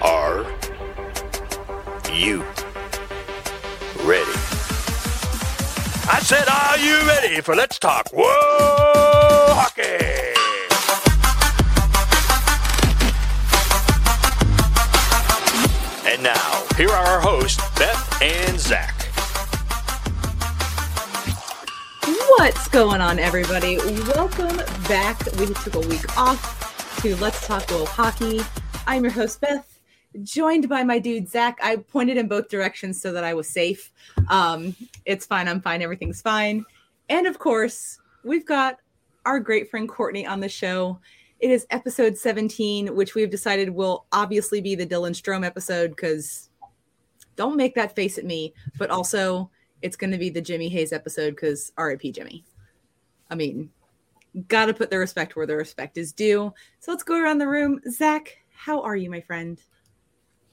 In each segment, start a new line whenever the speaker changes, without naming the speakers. Are you ready? I said, are you ready for Let's Talk Whoa Hockey? And now, here are our hosts, Beth and Zach.
What's going on, everybody? Welcome back. We took a week off to Let's Talk World Hockey. I'm your host, Beth, joined by my dude, Zach. I pointed in both directions so that I was safe. Um, it's fine. I'm fine. Everything's fine. And of course, we've got our great friend Courtney on the show. It is episode 17, which we've decided will obviously be the Dylan Strom episode because don't make that face at me, but also it's going to be the Jimmy Hayes episode because RIP Jimmy. I mean, got to put the respect where the respect is due. So let's go around the room. Zach, how are you, my friend?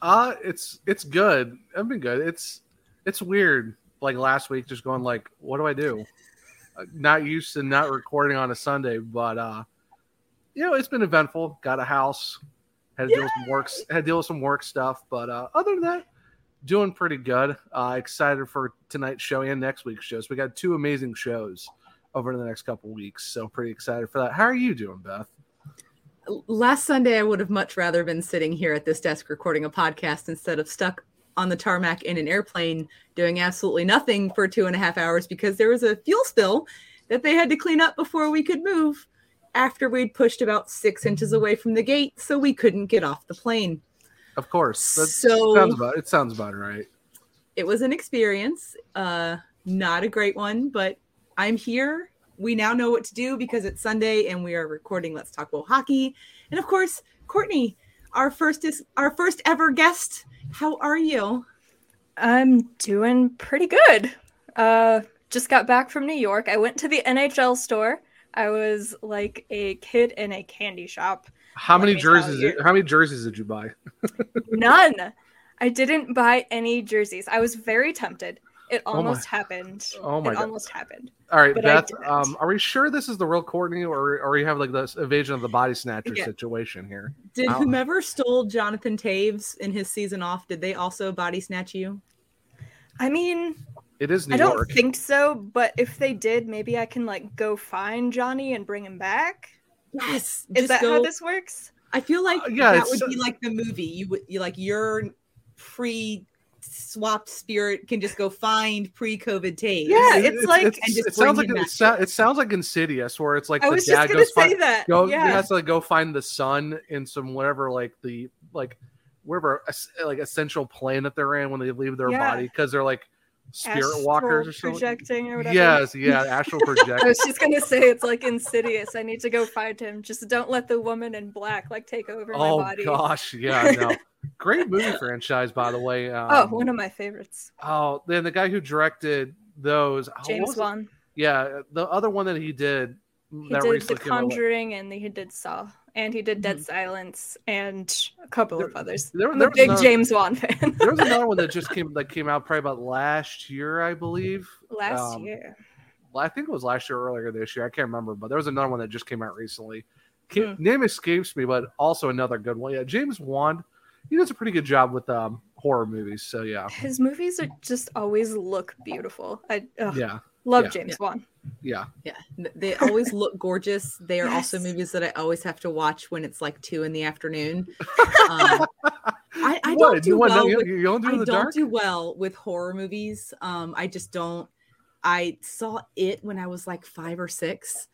Uh it's it's good. I've been good. It's it's weird. Like last week, just going like, what do I do? Uh, Not used to not recording on a Sunday, but uh, you know, it's been eventful. Got a house, had to deal with some works, had to deal with some work stuff, but uh, other than that, doing pretty good. Uh, excited for tonight's show and next week's shows. We got two amazing shows over the next couple weeks, so pretty excited for that. How are you doing, Beth?
L- Last Sunday, I would have much rather been sitting here at this desk recording a podcast instead of stuck on the tarmac in an airplane doing absolutely nothing for two and a half hours because there was a fuel spill that they had to clean up before we could move after we'd pushed about six inches away from the gate, so we couldn't get off the plane.
Of course. That
So-
sounds about it sounds about right.
it was an experience uh not a great one but i'm here we now know what to do because it's sunday and we are recording let's talk about hockey and of course courtney our first is our first ever guest how are you
I'm doing pretty good. Uh, just got back from New York. I went to the NHL store. I was like a kid in a candy shop.
How
Let
many
me tell
jerseys?
you.
How many jerseys did you buy?
None. I didn't buy any jerseys. I was very tempted. It
Oh my-
almost happened.
Oh my
it
God.
almost happened.
All right,
But I
Beth.
didn't.
Um, are we sure this is the real Courtney, or or you have like this evasion of the body snatcher
Yeah.
situation here?
did
Wow.
whomever stole jonathan taves in his season off did they also body snatch you
I mean,
It is New
I don't
York.
think so, but if they did, maybe I can like go find Johnny and bring him back.
yes
Is
just
that
go-
how this works?
i feel like
Uh, yeah,
that
it's-
would be like the movie you would you like your pre swapped spirit can just go find pre-covid taves
Yeah, it's like-
And just
it sounds
bring
like
him
it,
back.
so, it sounds like Insidious, where it's like
I
the
was
dad
just gonna
goes
say
find
that.
go
yeah.
he has to like, go find the son in some whatever like the like wherever es- like essential plane that they're in when they leave their
Yeah.
body because they're like spirit
Astral
walkers or something.
projecting or whatever.
Yes, yeah, astral
I
projecting.
was just gonna say it's like insidious. I need to go find him. Just don't let the woman in black like take over
oh
my body.
gosh, yeah, no. Great movie franchise, by the way. Um,
Oh, one of my favorites,
Oh, then the guy who directed those, oh, what
James
was it?
Wan.
Yeah, the other one that he did
He
that
did The
recently came out, like-
Conjuring, and he did Saw, and he did Dead Silence, and a couple of others.
Mm-hmm. There,
I'm
there
a big
was another,
James Wan fan.
there was another one that just came that came out probably about last year, I believe.
Last
um,
year,
Well, I think it was last year, or earlier this year. I can't remember, but there was another one that just came out recently. Ca-
Hmm.
Name escapes me, but also another good one. Yeah, James Wan, he does a pretty good job with um, horror movies. So yeah,
his movies are just always look beautiful. I ugh,
yeah,
love
yeah.
James Wan.
yeah.
Yeah, th- they always look gorgeous. They are also
Yes.
movies that I always have to watch when it's like two in the afternoon. Um, I, I
What?
don't
You
do
want-
well.
you-
With,
you don't do
I
in the
don't
dark.
do well with horror movies. Um, I just don't. I saw it when I was like five or six,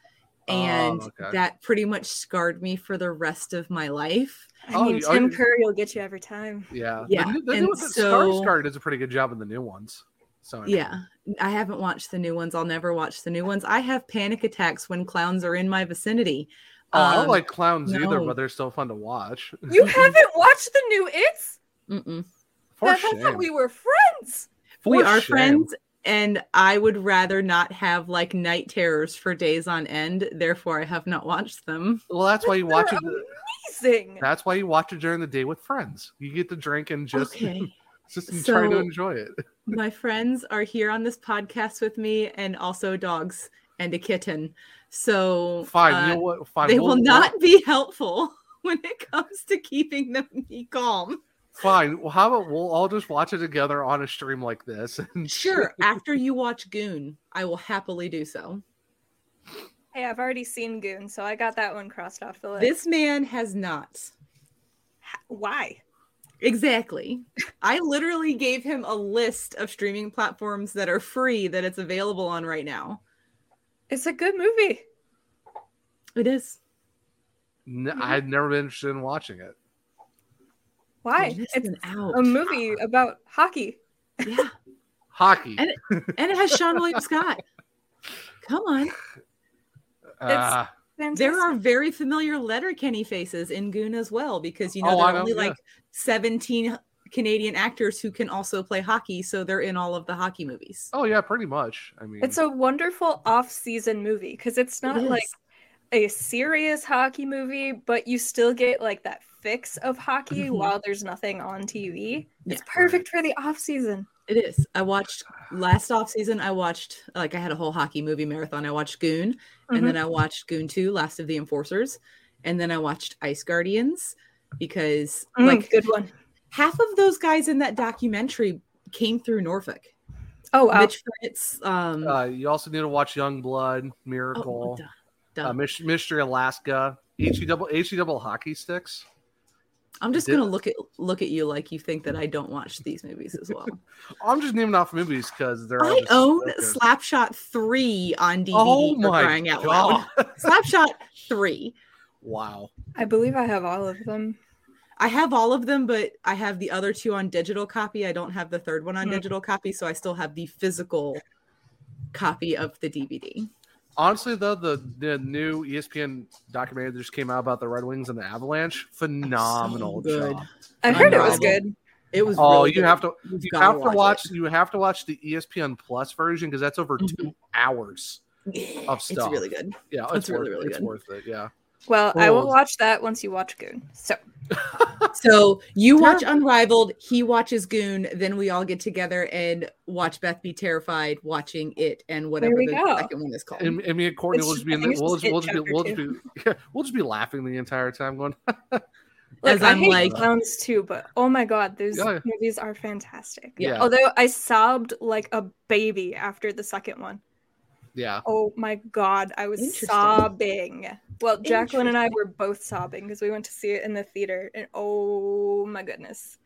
and
Oh, okay.
that pretty much scarred me for the rest of my life.
I
Oh,
mean,
you- are
Tim
you-
Curry will get you every time.
Yeah,
Yeah,
The, new- the
and
new one, that
so-
Skarsgård does a pretty good job in the new ones. So I mean,
Yeah, I haven't watched the new ones. I'll never watch the new ones. I have panic attacks when clowns are in my vicinity.
Oh, I don't
Um,
like clowns either,
no.
but they're still fun to watch.
You haven't watched the new It's?
Mm-mm.
For
Beth, I
shame.
thought we were friends.
For
we are
shame.
friends and i would rather not have like night terrors for days on end therefore i have not watched them
Well, that's why you
They're
watch it.
Amazing.
That's why you watch it during the day with friends. You get to drink and just
okay
just try to
So-
enjoy it.
my friends are here on this podcast with me and also dogs and a kitten so
Fine,
uh,
you know what? Fine,
they
we'll-
will
we'll-
not be helpful when it comes to keeping them me calm
Fine. Well, how about we'll all just watch it together on a stream like this? And
sure after you watch goon i will happily do so
Hey, I've already seen Goon, so I got that one crossed off the list.
this man has not
Why?
Exactly. I literally gave him a list of streaming platforms that are free that it's available on right now.
It's a good movie.
It is.
n-
Mm-hmm.
I've never been interested in watching it.
Why? It's
an out.
a movie about hockey.
yeah.
Hockey.
And And it has Sean William Scott. Come on.
Ah,
Fantastic.
There are very familiar Letterkenny faces in Goon as well because you know
Oh,
there
I
are
know,
only
yeah.
like 17 Canadian actors who can also play hockey, so they're in all of the hockey movies.
oh yeah, pretty much. I mean,
It's a wonderful off-season movie because it's not
is.
like a serious hockey movie, but you still get like that fix of hockey
Mhm.
while there's nothing on TV.
Yeah.
It's perfect for the off-season.
It is. I watched last off season. I watched like I had a whole hockey movie marathon. I watched Goon,
Mhm.
and
Mm-hmm.
then I watched Goon Two: Last of the Enforcers, and then I watched Ice Guardians because
Mm.
like
like
good one.
half of those guys in that documentary came through Norfolk.
Oh wow.
Mitch Fritz, um,
Uh, you also need to watch Young Blood,
oh,
Miracle,
duh,
uh,
duh.
Mis- Mystery Alaska, HE double HE double hockey sticks.
I'm just
did-
gonna look at look at you like you think that I don't watch these movies as well.
I'm just naming off movies because they're. all
I
just
own
so good.
Slapshot three on DVD.
Oh
for
my
crying out loud!
god!
Slapshot three.
wow.
I believe I have all of them.
I have all of them, but I have the other two on digital copy. I don't have the third one on
Hmm.
Mhm.
digital copy, so I still have the physical copy of the DVD.
Honestly, though, the, the new E ESPN documentary that just came out about the Red Wings and the Avalanche, phenomenal
good.
job.
I
Not
heard it was
Marvel.
good.
It was.
Oh,
really
you
good.
have to
You've
you
gotta
have to watch,
watch
you have to watch the E ESPN Plus version because that's over two hours.
it.
of
It's
stuff.
really good.
Yeah, it's,
Mm-hmm. That's really,
worth, it.
really
it's
good.
worth it. Yeah,
Well, I will
Cool.
watch that once you watch Goon. So
So you watch Unrivaled, he watches Goon, then we all get together and watch Beth be terrified watching it and whatever
we
the
go.
second one is called.
and, and me and Courtney
It's
will just be in the,
just-
we'll
it's
just, we'll just be
chapter
we'll just be yeah, we'll just be laughing the entire time going
Look,
As
I
I'm
hate
like-
clowns too, but oh my god, those
Yeah.
movies are fantastic.
Yeah.
Although I sobbed like a baby after the second one.
yeah.
Oh my god, I was
Interesting.
sobbing. Well, Jacqueline and I were both sobbing because we went to see it in the theater, and oh my goodness.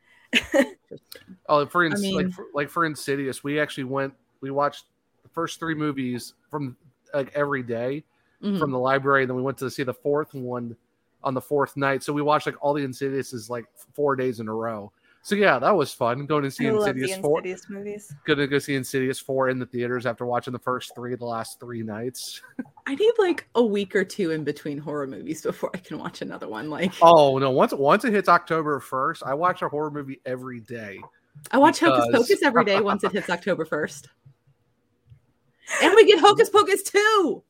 Oh, for ins-
mean-
like for, like for Insidious, we actually went we watched the first three movies from like every day
Mm-hmm.
Mhm.
from the library, and then we went to see the fourth one on the fourth night. So we watched like all the Insidious is like four days in a row. So yeah, that was fun going to see
I love
Insidious
the
four.
Insidious movies.
Gonna go see Insidious four in the theaters after watching the first three the last three nights.
I need like a week or two in between horror movies before I can watch another one. Like
Oh no! Once once it hits October first, I watch a horror movie every day.
I watch Hocus
Because-
Pocus every day once it hits October 1st. And we get Hocus Pocus too.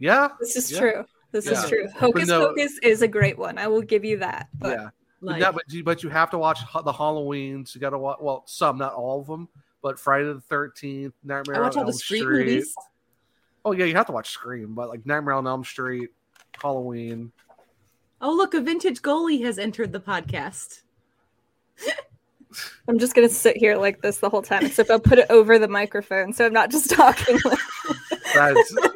Yeah,
This is
Yeah.
true. This
Yeah.
is true. Hocus
no-
Pocus is a great one. I will give you that. But
yeah.
Like,
yeah, but you, but you have to watch ho- the Halloween's. You got to watch well, some, not all of them, but Friday the Thirteenth, Nightmare
I watch
on
all
Elm
the street,
Street.
movies.
Oh yeah, you have to watch Scream, but like Nightmare on Elm Street, Halloween.
Oh, look, a vintage goalie has entered the podcast.
I'm just gonna sit here like this the whole time, except I'll put it over the microphone, so I'm not just talking. Like,
That's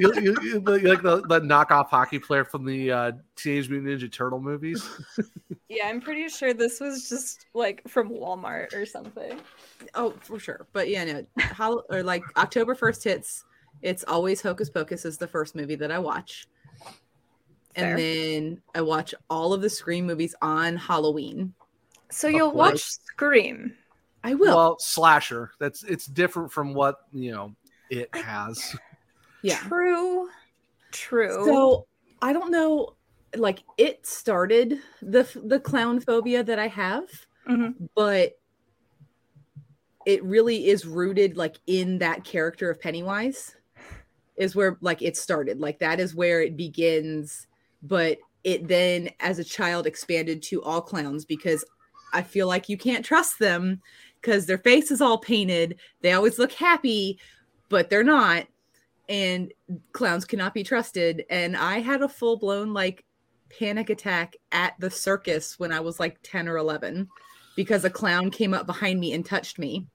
you, you, you- you're like the, the knockoff hockey player from the uh, Teenage Mutant Ninja Turtle movies.
yeah, I'm pretty sure this was just like from Walmart or something.
Oh, for sure. But yeah, no, Hol- or like October 1st hits. It's always Hocus Pocus is the first movie that I watch.
Fair.
And then I watch all of the Scream movies on Halloween.
So
Of
you'll watch
course.
Scream.
I will.
well, slasher. That's it's different from what you know it has.
yeah.
True. True.
So I don't know. Like it started the the clown phobia that I have,
Mhm.
but it really is rooted like in that character of Pennywise, is where like it started. Like that is where it begins. But it then, as a child, expanded to all clowns because I feel like you can't trust them because their face is all painted. They always look happy, but they're not. And clowns cannot be trusted and i had a full-blown like panic attack at the circus when i was like 10 or 11 because a clown came up behind me and touched me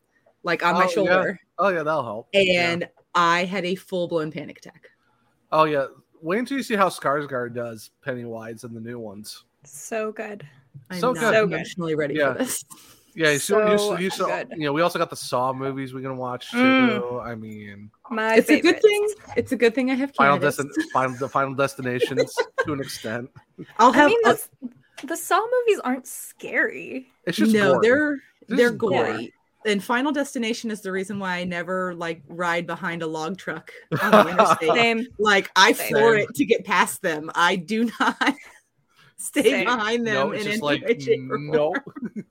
like on
Oh,
my
yeah.
shoulder
Oh yeah, that'll help.
and
Yeah.
i had a full-blown panic attack
oh yeah, wait until you see how Skarsgård does Pennywise in the new ones.
so good.
i'm
So
not
good.
So good.
emotionally ready
Yeah.
for this
Yeah, you, see, you,
So
see- you saw.
good.
You know, we also got the Saw movies we can watch too.
Mm.
I mean,
My
it's a good
favorites.
thing it's a good thing i have
Final
cannabis.
Destin, Final, the Final Destinations to an extent.
i'll
I
have
mean,
a-
that's, the Saw movies aren't scary.
It's just
no
gore.
they're
This
they're
is gore.
gory and final destination is the reason why i never like ride behind a log truck on the interstate
Same.
Like I
Same.
floor
Same.
it to get past them. I do not stay
Same.
behind them
no,
in
it's
any
just like
way, shape, or
no.
form.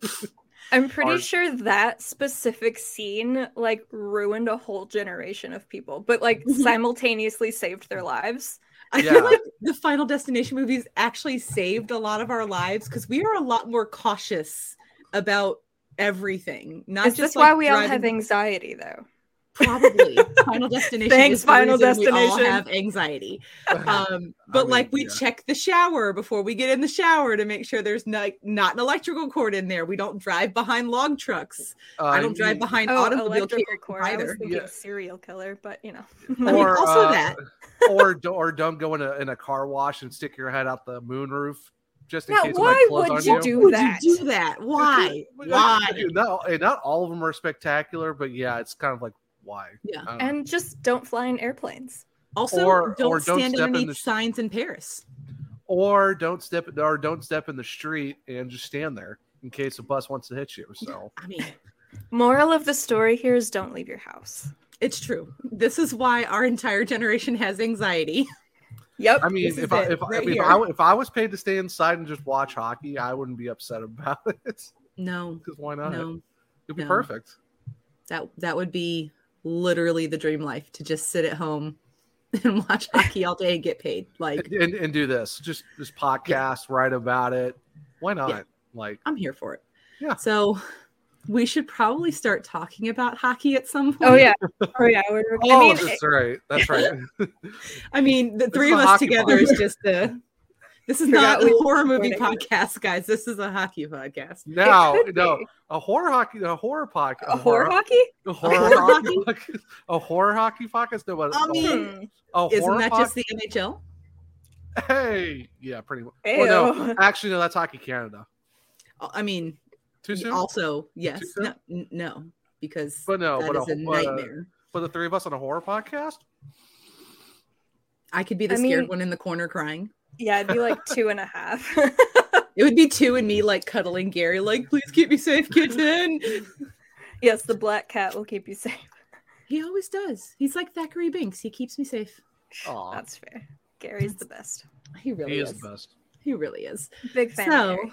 I'm pretty
Art.
sure that specific scene like ruined a whole generation of people, but like simultaneously saved their lives.
I
Yeah.
feel like the Final Destination movies actually saved a lot of our lives because we are a lot more cautious about everything. Not
Is
just
this why
like,
we all
driving-
have anxiety though?
Probably Final Destination.
Thanks,
is the
Final
reason We all
Destination.
have anxiety, um, but
mean,
like we
yeah.
check the shower before we get in the shower to make sure there's not not an electrical cord in there. We don't drive behind log trucks.
uh,
I don't drive behind
Oh,
automobile
electrical
cable
cord. I was
either.
thinking
Yeah.
serial killer, but you know.
I mean,
Or,
also
uh,
that.
or do- or don't go in a in a car wash and stick your head out the moonroof just in
Now,
case. it
why
might close
would
on
you
you
do
Would
that?
you do that? Why?
Well,
Why?
dude, Not, eh, not all of them are spectacular, but yeah, it's kind of like why.
Yeah.
I don't know.
And just don't fly in airplanes.
Also,
Or-
don't
or don't
stand
step in
underneath
the-
signs in Paris.
or don't step or don't step in the street and just stand there in case a bus wants to hit you. So
I mean,
Moral of the story here is don't leave your house.
it's true. This is why our entire generation has anxiety.
Yep.
I mean,
This is
if I,
it,
if, I
right
if,
here.
I if I was paid to stay inside and just watch hockey, I wouldn't be upset about it
No,
because why not?
no,
It'd be
no.
perfect.
that that would be literally the dream life to just sit at home and watch hockey all day and get paid.
And,
Like
and, and do this just this podcast, write about it. Why not? Like
I'm here for it.
Yeah.
So we should probably start talking about hockey at some point.
oh yeah. Oh yeah. We're,
oh,
I mean,
that's right, that's right.
I mean, the
This
three
is
of
a
us
hockey
together is
podcast.
just a. This is
Forgot
not a
we were
horror movie
recording.
podcast, guys. This is a hockey podcast.
now,
could
no,
be.
a horror hockey, a horror podcast,
a horror hockey?
a horror
horror
hockey, podcast- a horror hockey podcast. No, but
I
a-
mean,
Hmm.
a
Isn't
horror
that
podcast.
just the NHL?
Hey, yeah, pretty much. Well, no,
Ew.
actually, no, that's Hockey Canada.
Uh, I mean,
Too soon.
also yes,
Too soon?
no, n- no, because that
but no,
is
but
a,
a, but, uh,
nightmare.
but the three of us on a horror podcast.
I could be the
I
scared
mean-
one in the corner crying.
Yeah, it'd be like two and a half.
It would be two and me like cuddling Gary, like, please keep me safe, kitten.
yes, the black cat will keep you safe.
he always does. He's like Thackeray Binks. He keeps me safe.
Aw.
That's fair. Gary's the best.
He really
he
is.
is the best.
He really is.
Big fan.
So-
of Gary.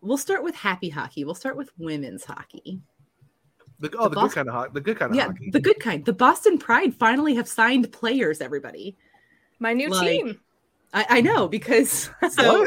We'll start with happy hockey. We'll start with women's hockey.
The, oh, the, good
Boston-
kind of hockey. The good kind of
Yeah,
hockey.
the good kind. The Boston Pride finally have signed players, everybody.
My new
Like,
team.
I, I know because so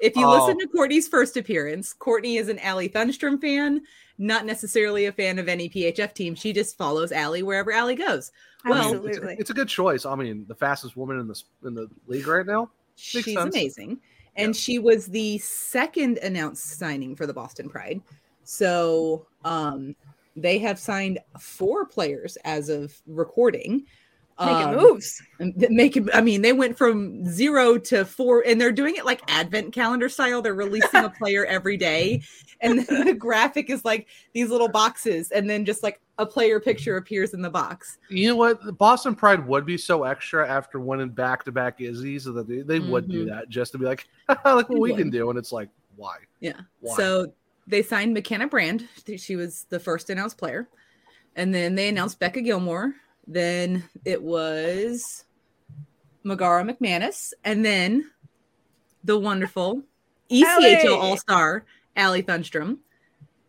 if you
Oh.
listen to Courtney's first appearance, Courtney is an Allie Thunstrom fan, not necessarily a fan of any PHF team. She just follows Allie wherever Allie goes. Well,
It's- It's, a good choice. I mean, the fastest woman in the s- in the league right now.
she's
sense.
amazing. And she was the second announced signing for the Boston Pride. So um, they have signed four players as of recording. Um,
Making
moves. Making, I mean, they went from zero to four, and they're doing it like advent calendar style. They're releasing a player every day, and then the graphic is like these little boxes, and then just like a player picture appears in the box.
You know what? The Boston Pride would be so extra after winning back to back Izzy's that they, they would do
Mhm.
that just to be like, look
They
what we
would.
can do, and it's like, why?
Yeah.
Why?
So they signed McKenna Brand. Th- She was the first announced player. And then they announced Becca Gilmore. Then it was Megara McManus. And then the wonderful E ECHL
Allie!
All Star, Allie Thunstrom.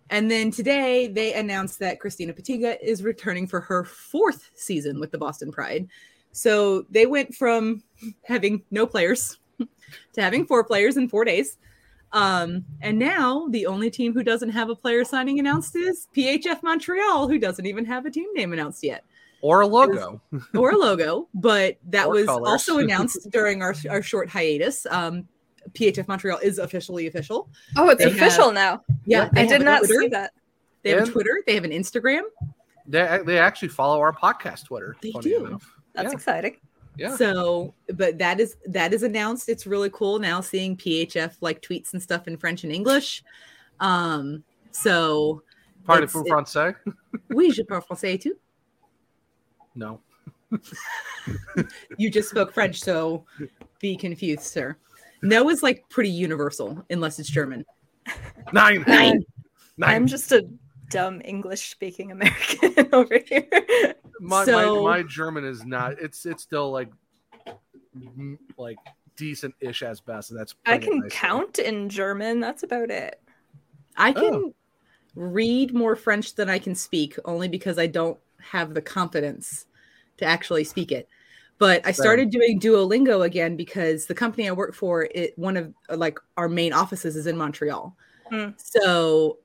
And then today they announced that Christina Petiga is returning for her fourth season with the Boston Pride. So they went from having no players to having four players in four days. Um, and now the only team who doesn't have a player signing announced is PHF Montreal, who doesn't even have a team name announced yet
Or a logo.
or a logo, but that
Or
was
colours.
also announced during our, our short hiatus. Um, PHF Montreal is officially official.
Oh, it's
They
official
have-
now.
Yeah, they
I
have
did
a
not
Twitter.
see that.
They have a
And-
Twitter. They have an Instagram.
They they actually follow our podcast Twitter.
They
funny
do.
enough.
That's
Yeah.
exciting.
Yeah.
So, but that is that is announced. It's really cool now seeing PHF like tweets and stuff in French and English. Um, so
Party
it's-
from
it-
Francais?
Oui, je parle français too.
No.
You just spoke French, so be confused, sir. No is like pretty universal unless it's German.
Nine.
Nine.
I'm just a dumb English speaking American over here.
My,
So-
my my German is not. It's it's still like m- like decent ish as best, and that's
I
putting it
can
nicely.
count in German. That's about it.
I can read more French than I can speak, only because I don't have the confidence to actually speak it. But I
Fair.
started doing Duolingo again because the company I work for, it one of like our main offices is in Montreal.
Mm.
So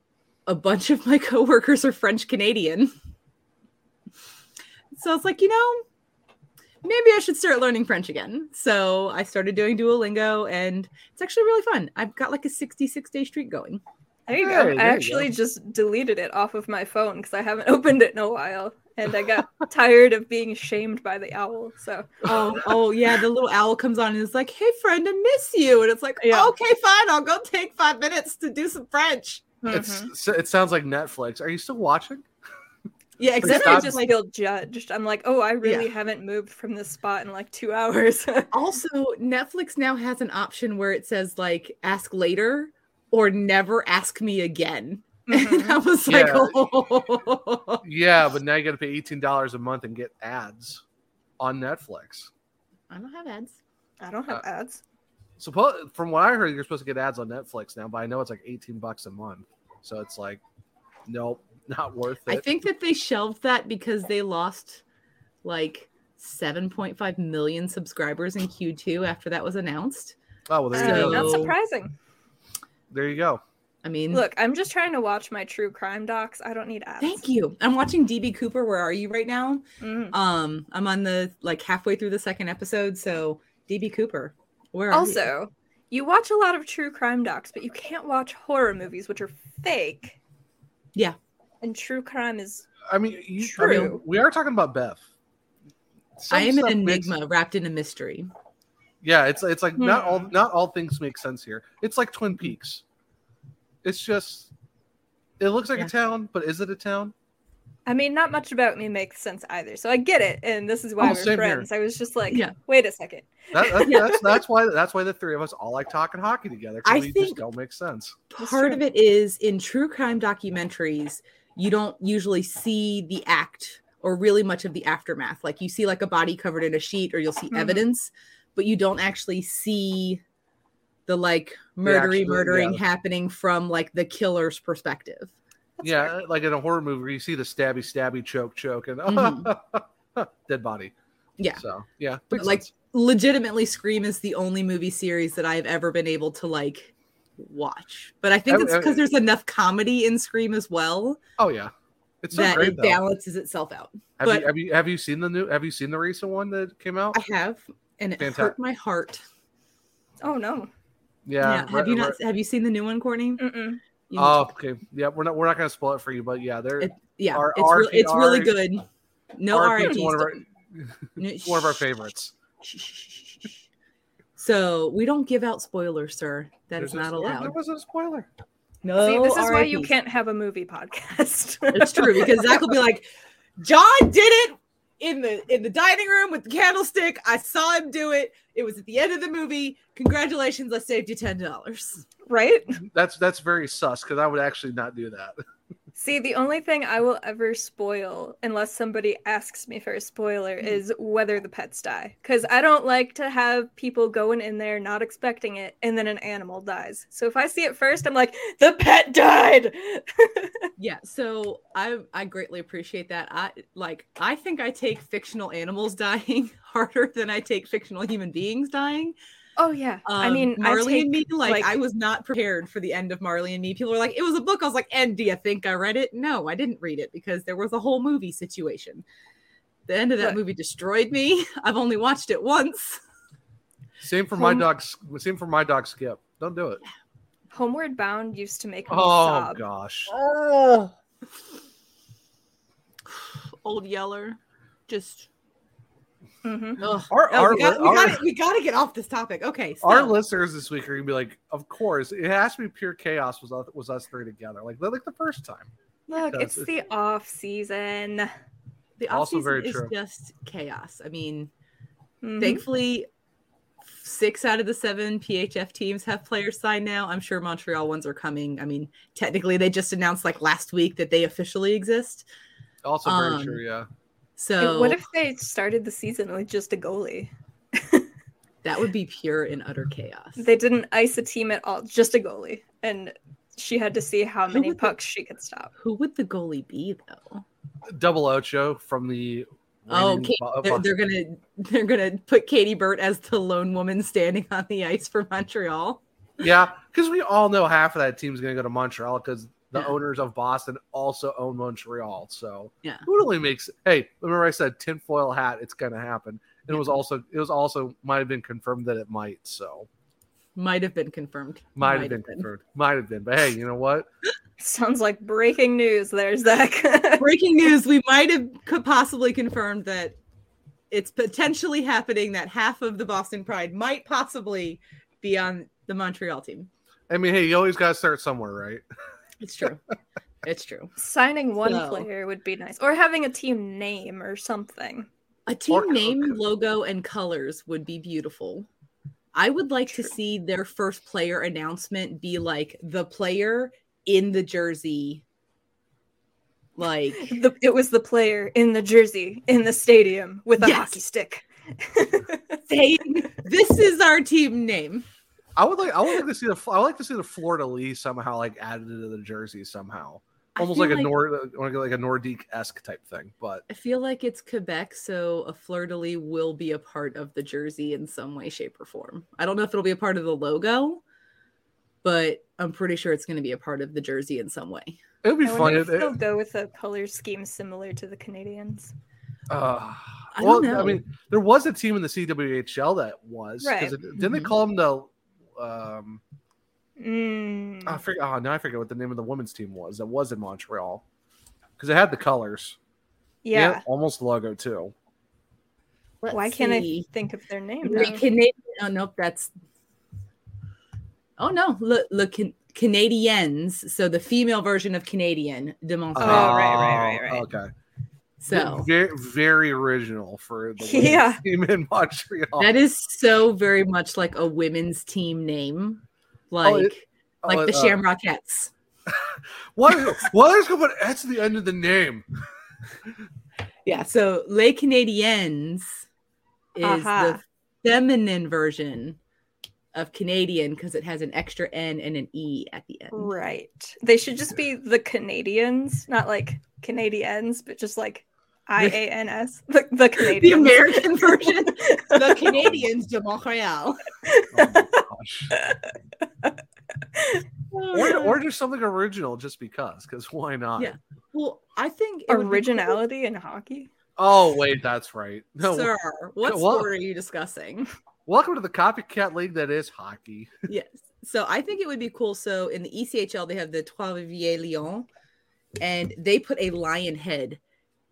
a bunch of my coworkers are French Canadian. So I was like, you know, maybe I should start learning French again. So I started doing Duolingo and it's actually really fun. I've got like a 66 day streak going.
There you
Hey,
go.
there you
I actually
go.
just deleted it off of my phone because I haven't opened it in a while. And I got tired of being shamed by the owl. So
oh, oh yeah, the little owl comes on and is like, "Hey, friend, I miss you," and it's like,
Yeah.
"Okay, fine, I'll go take five minutes to do some French." Mm-hmm.
It's so it sounds like Netflix. Are you still watching?
Yeah,
Please
then
exactly.
I
stop.
just feel judged. I'm like, oh, I really
Yeah.
haven't moved from this spot in like two hours.
Also, Netflix now has an option where it says like, "Ask later" or "Never ask me again." And I was like,
Yeah.
"Oh,
Yeah, but now you got to pay eighteen dollars a month and get ads on Netflix.
I don't have ads."
I don't have ads.
Suppo- from what I heard, you're supposed to get ads on Netflix now, but I know it's like eighteen bucks a month, so it's like, nope, not worth it.
I think that they shelved that because they lost like 7.5 million subscribers in Q2 after that was announced.
oh well, there you
Uh,
go.
not
So-
surprising.
There you go.
I mean,
Look, I'm just trying to watch my true crime docs. I don't need ads.
Thank you. I'm watching DB Cooper. Where are you right now?
Mm.
Um, I'm on the like halfway through the second episode. So DB Cooper, where are you?
Also, you watch a lot of true crime docs, but you can't watch horror movies, which are fake.
Yeah.
And true crime is
I mean, you, I mean,
True.
we are talking about Beth. Some
I am an
stuff makes-
enigma wrapped in a mystery.
yeah, it's it's like not all
Hmm.
not all things make sense here. It's like Twin Peaks. It's just, it looks like
Yeah.
a town, but is it a town?
I mean, not much about me makes sense either. So I get it, and this is why
Oh,
we're
same here.
friends. I was just like,
Yeah.
wait a second.
That, that,
Yeah.
that's that's why that's why the three of us all like talking hockey together. 'cause
I
we just
think-
don't make sense.
That's
Part
true.
of it is in true crime documentaries, you don't usually see the act or really much of the aftermath. Like you see like a body covered in a sheet, or you'll see
Mhm.
evidence, but you don't actually see the like murdery
actual-
murdering
yeah.
happening from like the killer's perspective.
yeah, like in a horror movie, where you see the stabby, stabby, choke, choke, and
Mhm.
dead body.
Yeah.
So yeah,
But like legitimately Scream is the only movie series that I've ever been able to like watch. But I think
I-
it's because
I-
there's enough comedy in Scream as well
oh yeah, it's so
that
great
it
though.
balances itself out.
Have,
but
you, have you have you seen the new? Have you seen the recent one that came out?
I have, and it
Fantas-
hurt my heart.
Oh no.
Yeah.
Have
right-
you not
right-
have you seen the new one, Courtney?
Mm-mm.
You
Oh,
need to-
okay. Yeah, we're not we're not gonna spoil it for you, but yeah, they're
yeah,
our-
it's, real it's really
RPR
good. No
RIP is
RIPs.
one of our-
don't- No,
it's one of our favorites.
So we don't give out spoilers, sir. That is
There's a
not
spoiler- There
allowed.
wasn't a spoiler.
No,
See, this is why you
RIPs.
can't have a movie podcast.
It's true because Zach will be like, John did it in the in the dining room with the candlestick. I saw him do it. It was at the end of the movie. Congratulations, I saved you ten dollars.
right?
That's that's very sus because I would actually not do that.
See, the only thing I will ever spoil, unless somebody asks me for a spoiler, is whether the pets die. Because I don't like to have people going in there not expecting it, and then an animal dies. So if I see it first, I'm like, the pet died.
Yeah, so I I greatly appreciate that. I like I think I take fictional animals dying harder than I take fictional human beings dying.
oh yeah. I
Um,
mean,
Marley
I take,
and me, like,
like-
I was not prepared for the end of Marley and me. People were like, it was a book. I was like, and do you think I read it? No, I didn't read it because there was a whole movie situation. The end of that
Look.
movie destroyed me. I've only watched it once.
Same for my
Um,
dog. S- Same for my dog. Skip. Don't do it.
Homeward Bound used to make me
Oh
sob.
gosh.
Old Yeller. Just
hmm
ugh.
Our-
Oh,
our-
we, gotta, we,
our-
gotta, we gotta get off this topic. Okay. So,
Our listeners this week are gonna be like, of course, it has to be pure chaos. Was us- was us three together like like the first time?
Look,
Yes,
it's the off season.
the off
also
season
very
is
true.
just chaos. I mean,
Mhm.
thankfully, six out of the seven PHF teams have players signed now. I'm sure Montreal ones are coming. I mean, technically, they just announced like last week that they officially exist.
Also very
Um,
true. Yeah.
Like,
So
what if they started the season with just a goalie?
that would be pure and utter chaos.
They didn't ice a team at all, just a goalie, and she had to see how
Who
many
would the-
pucks she could stop.
Who would the goalie be though?
Double Ocho from the.
Oh,
reigning
Katie,
Bo-
they're,
Bo-
they're gonna they're gonna put Katie Burt as the lone woman standing on the ice for Montreal.
Yeah, because we all know half of that team's going to go to Montreal because the
Yeah.
owners of Boston also own Montreal. So
Yeah.
it only makes. Hey, remember I said tinfoil hat? It's going to happen. And It was also. It was also might have been confirmed that it might. So
Might have been confirmed.
might, have been, confirmed. Might have been. But hey, you know what?
Sounds like breaking news there, Zach.
Breaking news: We might have could possibly confirmed that it's potentially happening that half of the Boston Pride might possibly be on the Montreal team.
I mean, hey, you always got to start somewhere, right?
It's true. it's true.
Signing one
So-
player would be nice, or having a team name or something.
A team
Or-
name, logo, and colors would be beautiful. I would like to see their first player announcement be like the player in the jersey. Like
The, it was the player in the jersey in the stadium with a
Yes.
hockey stick.
saying, "This is our team name."
I would like. I would like to see the. I would like to see the Florida Lee somehow like added to the jersey somehow.
I
Almost
feel
like a Nord, like a Nordique esque type thing, but
I feel like it's Quebec, so a fleur de lis will be a part of the jersey in some way, shape, or form. I don't know if it'll be a part of the logo, but I'm pretty sure it's going to be a part of the jersey in some way.
it would be
I
fun.
wonder if
If it,
they'll go with a color scheme similar to the Canadians.
Uh,
I
well,
don't know.
I mean, there was a team in the CWHL that was. 'cause
Right. Mm-hmm.
it- Didn't they
Mhm.
call them the? Um,
Mm.
I forget. Oh, now I forget what the name of the women's team was that was in Montreal because they had the colors. They had
yeah.
almost logo too.
Why can't I think of their name?
Le
now?
Canadien. Oh nope, that's. Oh no, Le, Le Can- Canadiens. So the female version of Canadian de
Oh,
Montreal.
right, right, right, right.
Ah, Okay.
so
very, very original for the women's
Yeah.
team in Montreal.
that is so very much like a women's team name, like
it-
like
Oh,
the
uh,
Shamrockettes.
What? What is going to put S at the end of the name?
Yeah, so Les Canadiennes is
Aha.
the feminine version of Canadian because it has an extra N and an E at the end.
Right. They should just be the Canadians, not like Canadians, but just like I A N S. The, the Canadian.
The American version, the Canadians de Montreal.
Oh, or, or do something original just because, because why not?
Yeah. Well, I think it would be cool-
Originality in hockey.
Oh, wait, that's right. No,
Sir, what
Well-
sport are you discussing?
Welcome to the copycat league that is hockey.
yes. So I think it would be cool. So in the E ECHL, they have the Trois Rivières Lion, and they put a lion head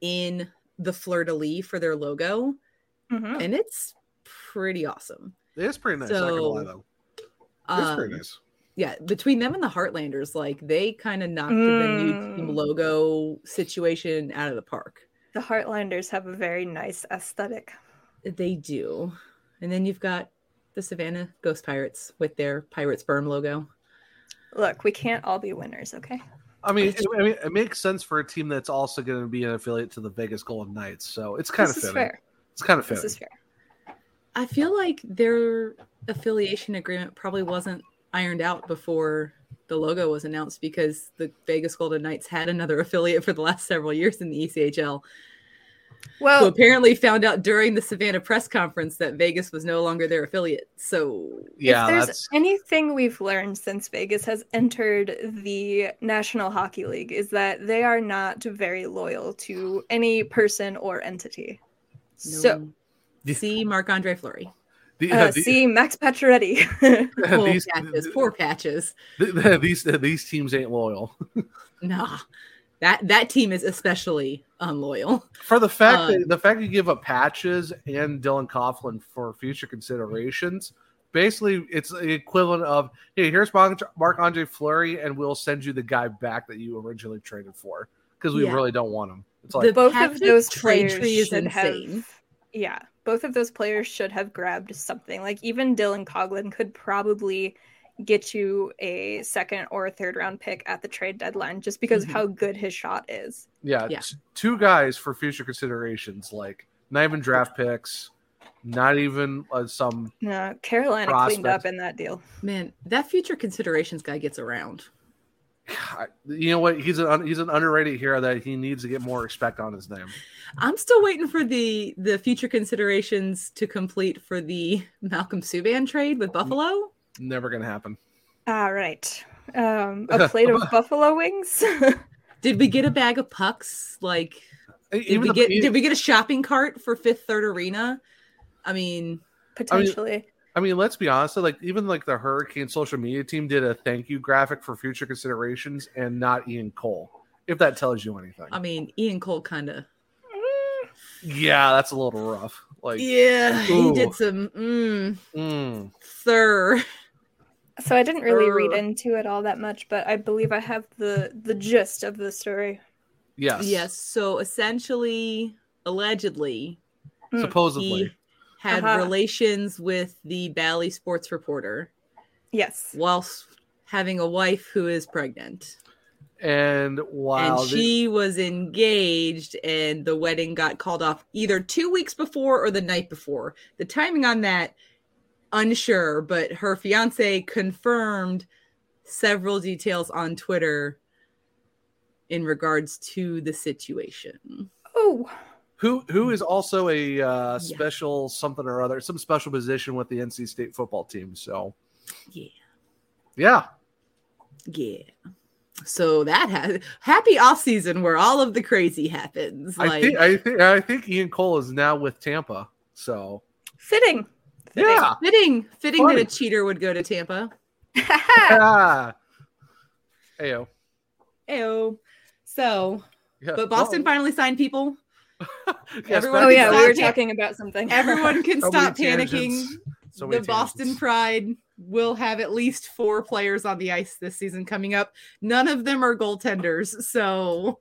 in the fleur de lis for their logo,
Mhm.
and it's pretty awesome.
It is pretty nice. not gonna lie, though. It's
Um,
pretty nice.
yeah, between them and the Heartlanders, like they kind of knocked the new team
Mm.
logo situation out of the park.
The Heartlanders have a very nice aesthetic.
Uh, They do. And then you've got the Savannah Ghost Pirates with their pirate sperm logo.
Look, we can't all be winners, okay?
I mean, it, I mean, it makes sense for a team that's also going to be an affiliate to the Vegas Golden Knights, so it's kind
this
of
is
fitting.
fair.
It's kind of fitting.
This is fair.
I feel like their affiliation agreement probably wasn't ironed out before the logo was announced because the Vegas Golden Knights had another affiliate for the last several years in the E ECHL. Who Oh.
Well,
apparently found out during the Savannah press conference that Vegas was no longer their affiliate. So
yeah,
if there's
that's
anything we've learned since Vegas has entered the National Hockey League is that they are not very loyal to any person or entity. So,
no. see Marc Andre Fleury.
the,
uh,
the-
see Max Pacioretty.
Poor
these,
patches, poor patches.
the- these these teams ain't loyal
Nah, that that team is especially unloyal.
for the fact that
Um,
the fact you give up patches and Dylan Coughlin for future considerations. Basically, it's the equivalent of hey, here's Mark Andre Fleury, and we'll send you the guy back that you originally traded for because we
Yeah.
really don't want him. It's like
The
both
Patrick
of those
trade
players
tree is
should have-
insane.
yeah, both of those players should have grabbed something. Like even Dylan Coughlin could probably get you a second or a third round pick at the trade deadline just because
Mhm.
of how good his shot is.
Yeah,
Yeah.
t- two guys for future considerations, like not even draft picks, not even uh, some.
No, Carolina cleaned
Prospect.
up in that deal.
Man, that future considerations guy gets around.
God, You know what? He's an un- he's an underrated hero that he needs to get more respect on his name.
I'm still waiting for the the future considerations to complete for the Malcolm Subban trade with Buffalo.
Never gonna happen.
All Ah, right. Um, a plate of buffalo wings.
Did we get a bag of pucks? Like,
E-
did we
the-
get
e-
did we get a shopping cart for Fifth Third Arena? I mean,
Potentially.
I mean, let's be honest. Like even like the Hurricane social media team did a thank you graphic for future considerations, and not Ian Cole. If that tells you anything.
I mean, Ian Cole kind of.
yeah, that's a little rough. Like,
Yeah, he
ooh.
did some. Mm,
mm.
sir,
So I didn't really read
uh,
Err.
into it all that much, but I believe I have the the gist of the story.
yes,
yes. So essentially, allegedly,
Mm.
Mm-hmm.
supposedly.
he had
Aha.
relations with the Bally sports reporter
Yes.
whilst having a wife who is pregnant.
and wow,
and
they-
she was engaged, and the wedding got called off either two weeks before or the night before. The timing on that, unsure, but her fiance confirmed several details on Twitter in regards to the situation.
Oh,
who who is also a uh,
Yeah.
special something or other, some special position with the NC State football team. So
Yeah.
yeah,
Yeah. So that has happy off season where all of the crazy happens.
I
Like
think I think I think Ian Cole is now with Tampa. So
fitting. Fitting.
yeah,
fitting, fitting
Funny.
that a cheater would go to Tampa.
yeah. Ayo.
Ew. So,
Yeah. Oh.
but Boston
Well,
finally signed people.
yes,
everyone-
that-
Oh yeah, we were
Exactly.
talking about something.
Everyone can
so
stop
many
panicking.
tangents. So
the
many
Boston
tangents.
Pride will have at least four players on the ice this season coming up. None of them are goaltenders. So,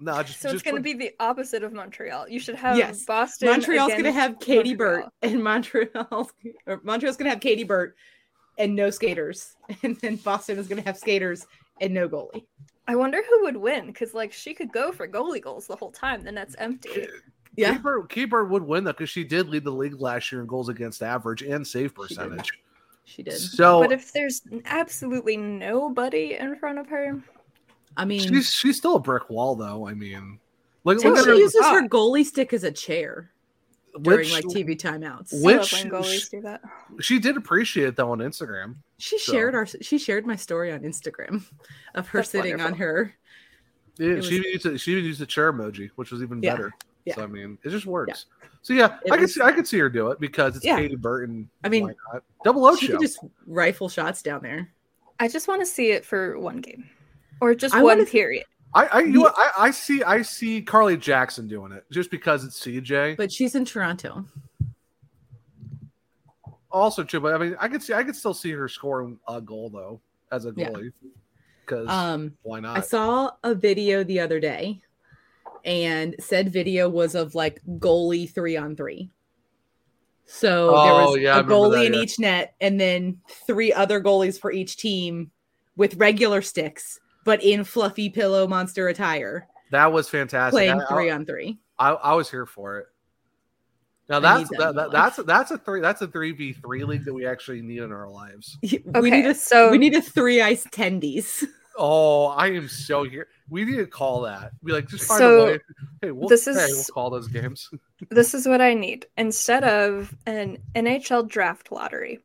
No, just,
So it's
just
going to
put-
be the opposite of Montreal. You should have
yes,
Boston.
Montreal's going to
against
have Katie
Montreal.
Burt, and Montreal's or Montreal's going to have Katie Burt, and no skaters, and then Boston is going to have skaters and no goalie.
I wonder who would win because like she could go for goalie goals the whole time. The net's empty.
Yeah.
Keeper, Keeper would win though because she did lead the league last year in goals against average and save percentage.
She did.
So
but if there's absolutely nobody in front of her,
I mean,
she's she's still a brick wall though. I mean, look,
So
look
Well,
at
she
her,
uses her
Ah.
goalie stick as a chair during
which,
like TV timeouts.
I love
Which-
when goalies do that.
she did appreciate it though on Instagram.
She
So-
shared our she shared my story on Instagram of her
That's
sitting on
wonderful.
her.
Yeah,
It
she
was-
used a, she even used the chair emoji, which was even
Yeah,
better.
yeah.
So I mean, it just works. So yeah,
It
I could
was-
see I could see her do it because it's
Yeah.
Katie Burton.
I mean,
why not? double O
Oh, she
show.
could just rifle shots down there.
I just want to see it for one game, or just
I
one
wanna-
period.
I I, you know what? I I see I see Carly Jackson doing it just because it's CJ.
But she's in Toronto.
also true, but I mean, I could see I could still see her scoring a goal though as a
Yeah.
goalie because
Um
why
I
not?
saw a video the other day and said video was of like goalie 3 on 3. So there
Oh,
was
yeah, I
a
remember
goalie
that,
in
yeah.
each net and then three other goalies for each team with regular sticks but in fluffy pillow monster attire
That was fantastic.
playing
I,
3 on 3.
I, I was here for it. Now
I
that's
need that
that,
in my
that, that's that's a three that's a three v three league that we actually need in our lives.
we
Okay,
need a
so-
we need a three ice tendies.
Oh, I am so here. We need to call that. Be like, just find
So,
a way. Hey, we'll,
this
hey,
is-
we'll call those games.
This is what I need instead of an NHL draft lottery.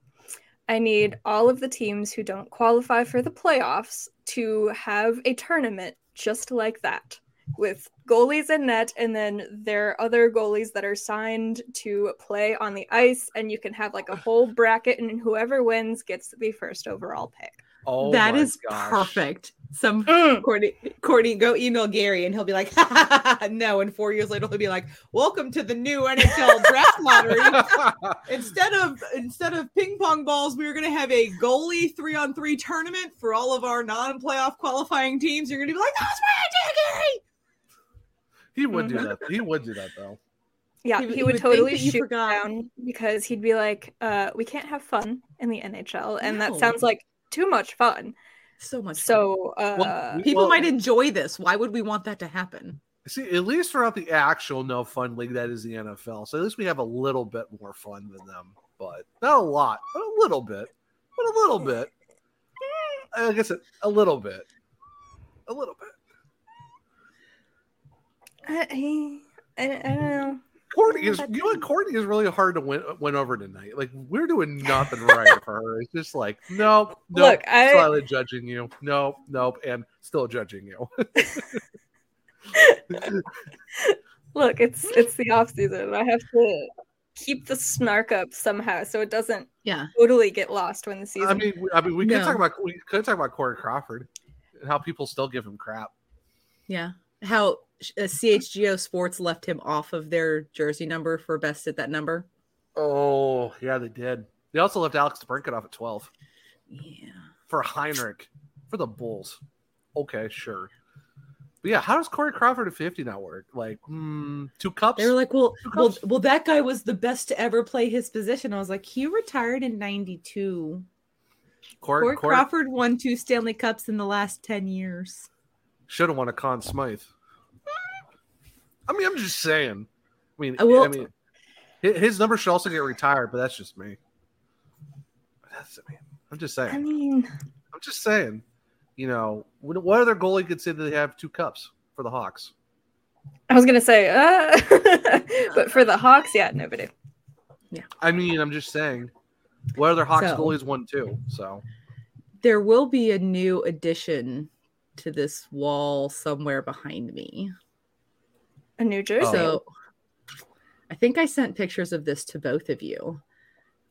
I need all of the teams who don't qualify for the playoffs to have a tournament just like that with goalies in net and then there are other goalies that are signed to play on the ice and you can have like a whole bracket and whoever wins gets the first overall pick.
Oh,
that
my
is
gosh.
perfect. Some
Mm.
Courtney, Courtney, go email Gary, and he'll be like, "No." And four years later, he'll be like, "Welcome to the new NHL draft lottery. Instead of instead of ping pong balls, we are going to have a goalie three on three tournament for all of our non playoff qualifying teams." You're going to be like, "That's my idea, Gary."
he would
Mm-hmm.
do that. He would do that though.
He
Yeah, he,
w- he
would
would think
totally
that you
shoot
forgot.
down because he'd be like, uh, "We can't have fun in the NHL," and
No.
that sounds like too much fun.
So much.
So, uh,
we-
people
well-
might enjoy this. Why would we want that to happen?
See, at least throughout the actual no fun league that is the NFL. So at least we have a little bit more fun than them, but not a lot, but a little bit, but a little bit. I guess a, a little bit, a little bit.
I, I, I don't know.
Courtney is you know what, Courtney is really hard to win win over tonight. Like we're doing nothing right for her. It's just like nope, nope,
Look, I-
slightly judging you. Nope, nope, and still judging you.
Look, it's it's the off season. I have to keep the snark up somehow so it doesn't
Yeah.
totally get lost when the season.
I mean, we- I mean, we could
No.
talk about we could talk about Corey Crawford and how people still give him crap.
Yeah. How uh, CHGO Sports left him off of their jersey number for best at that number.
Oh yeah, they did. They also left Alex Brinkett off at twelve
Yeah.
for Heinrich for the Bulls. Okay, sure. But yeah, how does Corey Crawford at fifty not work? Like mm, two cups.
They were like, well,
Who
well,
comes-
well, that guy was the best to ever play his position. I was like, he retired in 92.
Corey,
Corey
Corey
Crawford won two Stanley Cups in the last 10 years.
Should have won a Conn Smythe. I mean, I'm just saying. I mean, I,
I will-
mean, hi- his number should also get retired, but that's just me. That's I mean, I'm just saying.
I mean,
I'm just saying. You know, what what other goalie could say that they have two cups for the Hawks?
I was gonna say, uh, but for the Hawks, yeah, nobody.
I mean, I'm just saying. What other Hawks
So-
goalies won two? So
There will be a new addition to this wall somewhere behind me.
In New Jersey.
So I think I sent pictures of this to both of you.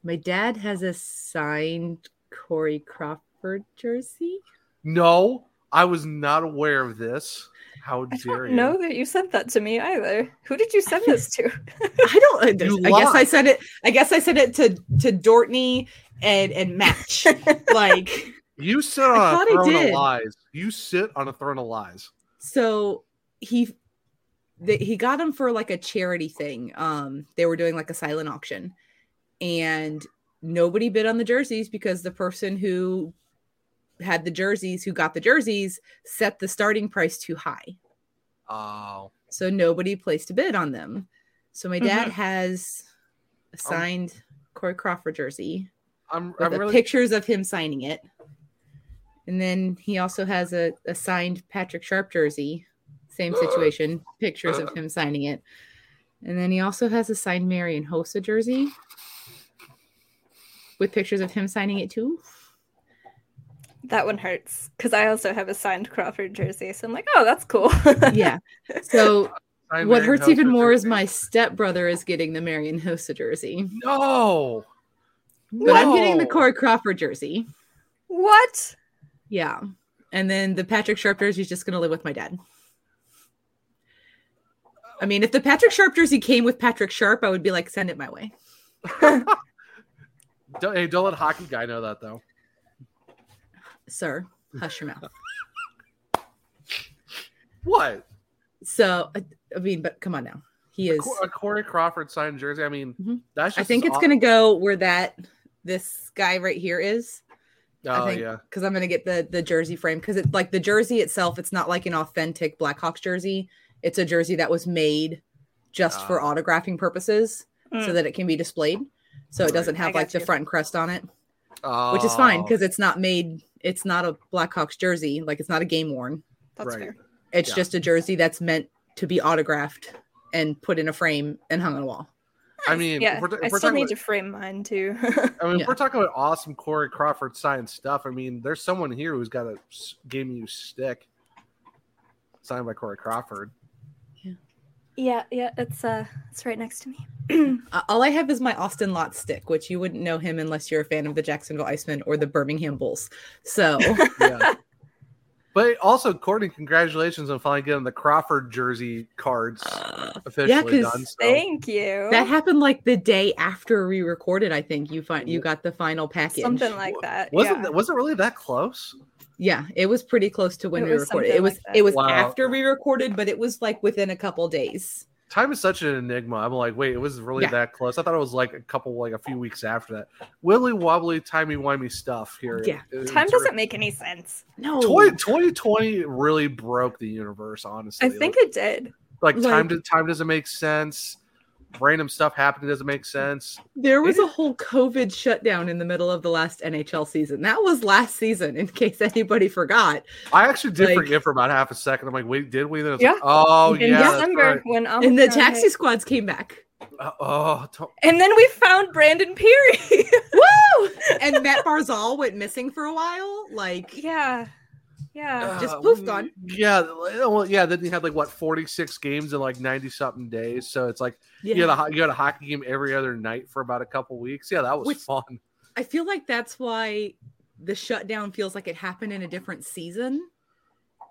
My dad has a signed Corey Crawford jersey.
No, I was not aware of this. How
I
dare
don't
you?
know that you sent that to me either. Who did you send this to?
I don't.
You
I guess I
lied.
sent it. I guess I sent it to to Dortney and and Match. like
You sit on a
thought I
throne of
did.
lies. You sit on a throne of lies.
so, he th- he got him for like a charity thing. Um, they were doing like a silent auction, and nobody bid on the jerseys because the person who had the jerseys, who got the jerseys, set the starting price too high.
Oh,
so nobody placed a bid on them. So my dad has a signed Corey Crawford jersey
I'm,
with
I'm
the
really
pictures of him signing it, and then he also has a, a signed Patrick Sharp jersey. Same situation, pictures
Uh-huh.
of him signing it, and then he also has a signed Marion Hossa jersey with pictures of him signing it too.
That one hurts because I also have a signed Crawford jersey. So I'm like, oh, that's cool.
Yeah. So
Signed
what
Marion
hurts even
Hossa
more is
jersey.
my stepbrother is getting the Marion Hossa jersey.
No.
But I'm getting the
No.
Corey Crawford jersey.
what?
Yeah. And then the Patrick Sharp jersey is just going to live with my dad. I mean, if the Patrick Sharp jersey came with Patrick Sharp, I would be like, send it my way.
Don't, hey, don't let hockey guy know that though.
Sir, hush your mouth.
What?
So, I, I mean, but come on now. He is.
A Corey Crawford signed jersey. I mean,
Mhm.
that's.
I
Just
think it's
aw-
going to go where that this guy right here is.
Oh
I think
yeah.
because I'm gonna get the the jersey frame because it's like the jersey itself. It's not like an authentic Blackhawks jersey. It's a jersey that was made just for
Ah.
autographing purposes, so
Mm.
that it can be displayed. So it
Right.
doesn't
I
have
got
like the
you.
front and crest on it, which is
Oh.
fine because it's not made. It's not a Blackhawks jersey. Like it's not a game worn.
That's
Right.
fair.
It's
Yeah.
just a jersey that's meant to be autographed and put in a frame and hung on a wall.
I mean,
yeah,
if we're, if
I
we're
still
talking
need
about,
to frame mine too.
I mean, if
Yeah.
we're talking about awesome Corey Crawford signed stuff. I mean, there's someone here who's got a s- game you stick signed by Corey Crawford.
yeah, yeah, it's uh, it's right next to me.
Uh, all I have is my Austin Lot stick, which you wouldn't know him unless you're a fan of the Jacksonville Icemen or the Birmingham Bulls. So.
Yeah. but also, Courtney, congratulations on finally getting the Crawford jersey cards officially
Uh, 'cause
done. So.
Thank you.
That happened like the day after we recorded. I think you find you got the final package.
Something like that.
wasn't
yeah.
that- was it really that close?
yeah, it was pretty close to when
It
we
was
recorded.
something
It was
like that.
it was
Wow.
after we recorded, but it was like within a couple days.
Time is such an enigma. I'm like, wait, it was really
Yeah.
that close. I thought it was like a couple, like a few weeks after that. Willy wobbly, timey wimey stuff here.
Yeah.
It-
Time
it's
doesn't make any sense.
No,
Twenty- 2020 really broke the universe, honestly.
I think it did.
like,
like-
time to, time doesn't make sense. Random stuff happening doesn't make sense.
there was a whole COVID shutdown in the middle of the last NHL season. That was last season, in case anybody forgot.
I actually did
Like-
forget for about half a second. I'm like, wait, did we? Then it's
Yeah.
like, oh
In
yeah, that's
December,
right.
when Omicron
and the taxi
hit.
squads came back,
Uh, oh, don't-
and then we found Brandon Peary.
woo! and Matt Barzal went missing for a while. Like,
yeah, yeah.
Just
Uh,
poof,
we-
gone.
Yeah, uh, well, yeah. Then you had like what forty six games in like ninety something days. So it's like you had a ho- you had a hockey game every other night for about a couple weeks. Yeah, that was
Which-
fun.
I feel like that's why the shutdown feels like it happened in a different season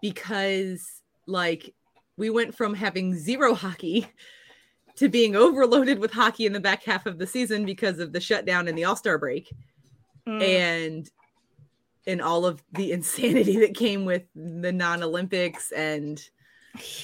because like we went from having zero hockey to being overloaded with hockey in the back half of the season because of the shutdown and the All-Star break
Mm.
and and all of the insanity that came with the non-Olympics and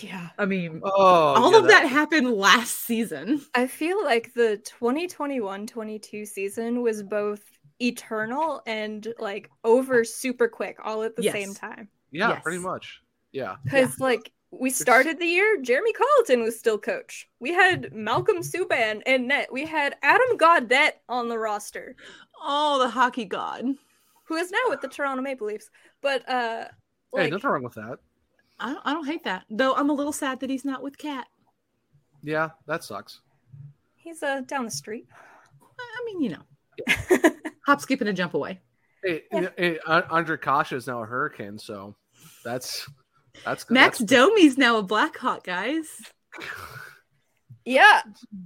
yeah.
I mean
Oh,
all
yeah,
of that happened last season.
I feel like the 2021 22 season was both eternal and like over super quick all at the
Yes.
same time.
Yeah,
Yes.
pretty much. Yeah,
Because like we started the year, Jeremy Colleton was still coach. We had Malcolm Subban and net. We had Adam Gaudette on the roster,
Oh, the hockey god.
who is now with the Toronto Maple Leafs. But uh
hey,
like
nothing wrong with that.
I don't, I don't hate that. Though I'm a little sad that he's not with Kat.
Yeah, that sucks.
he's uh down the street.
I mean, you know, hop, skip, and a jump away.
Hey,
Yeah.
hey, Andre Kasha is now a hurricane, so That's that's
Max
that's-
Domi's now a Blackhawk, guys.
Yeah.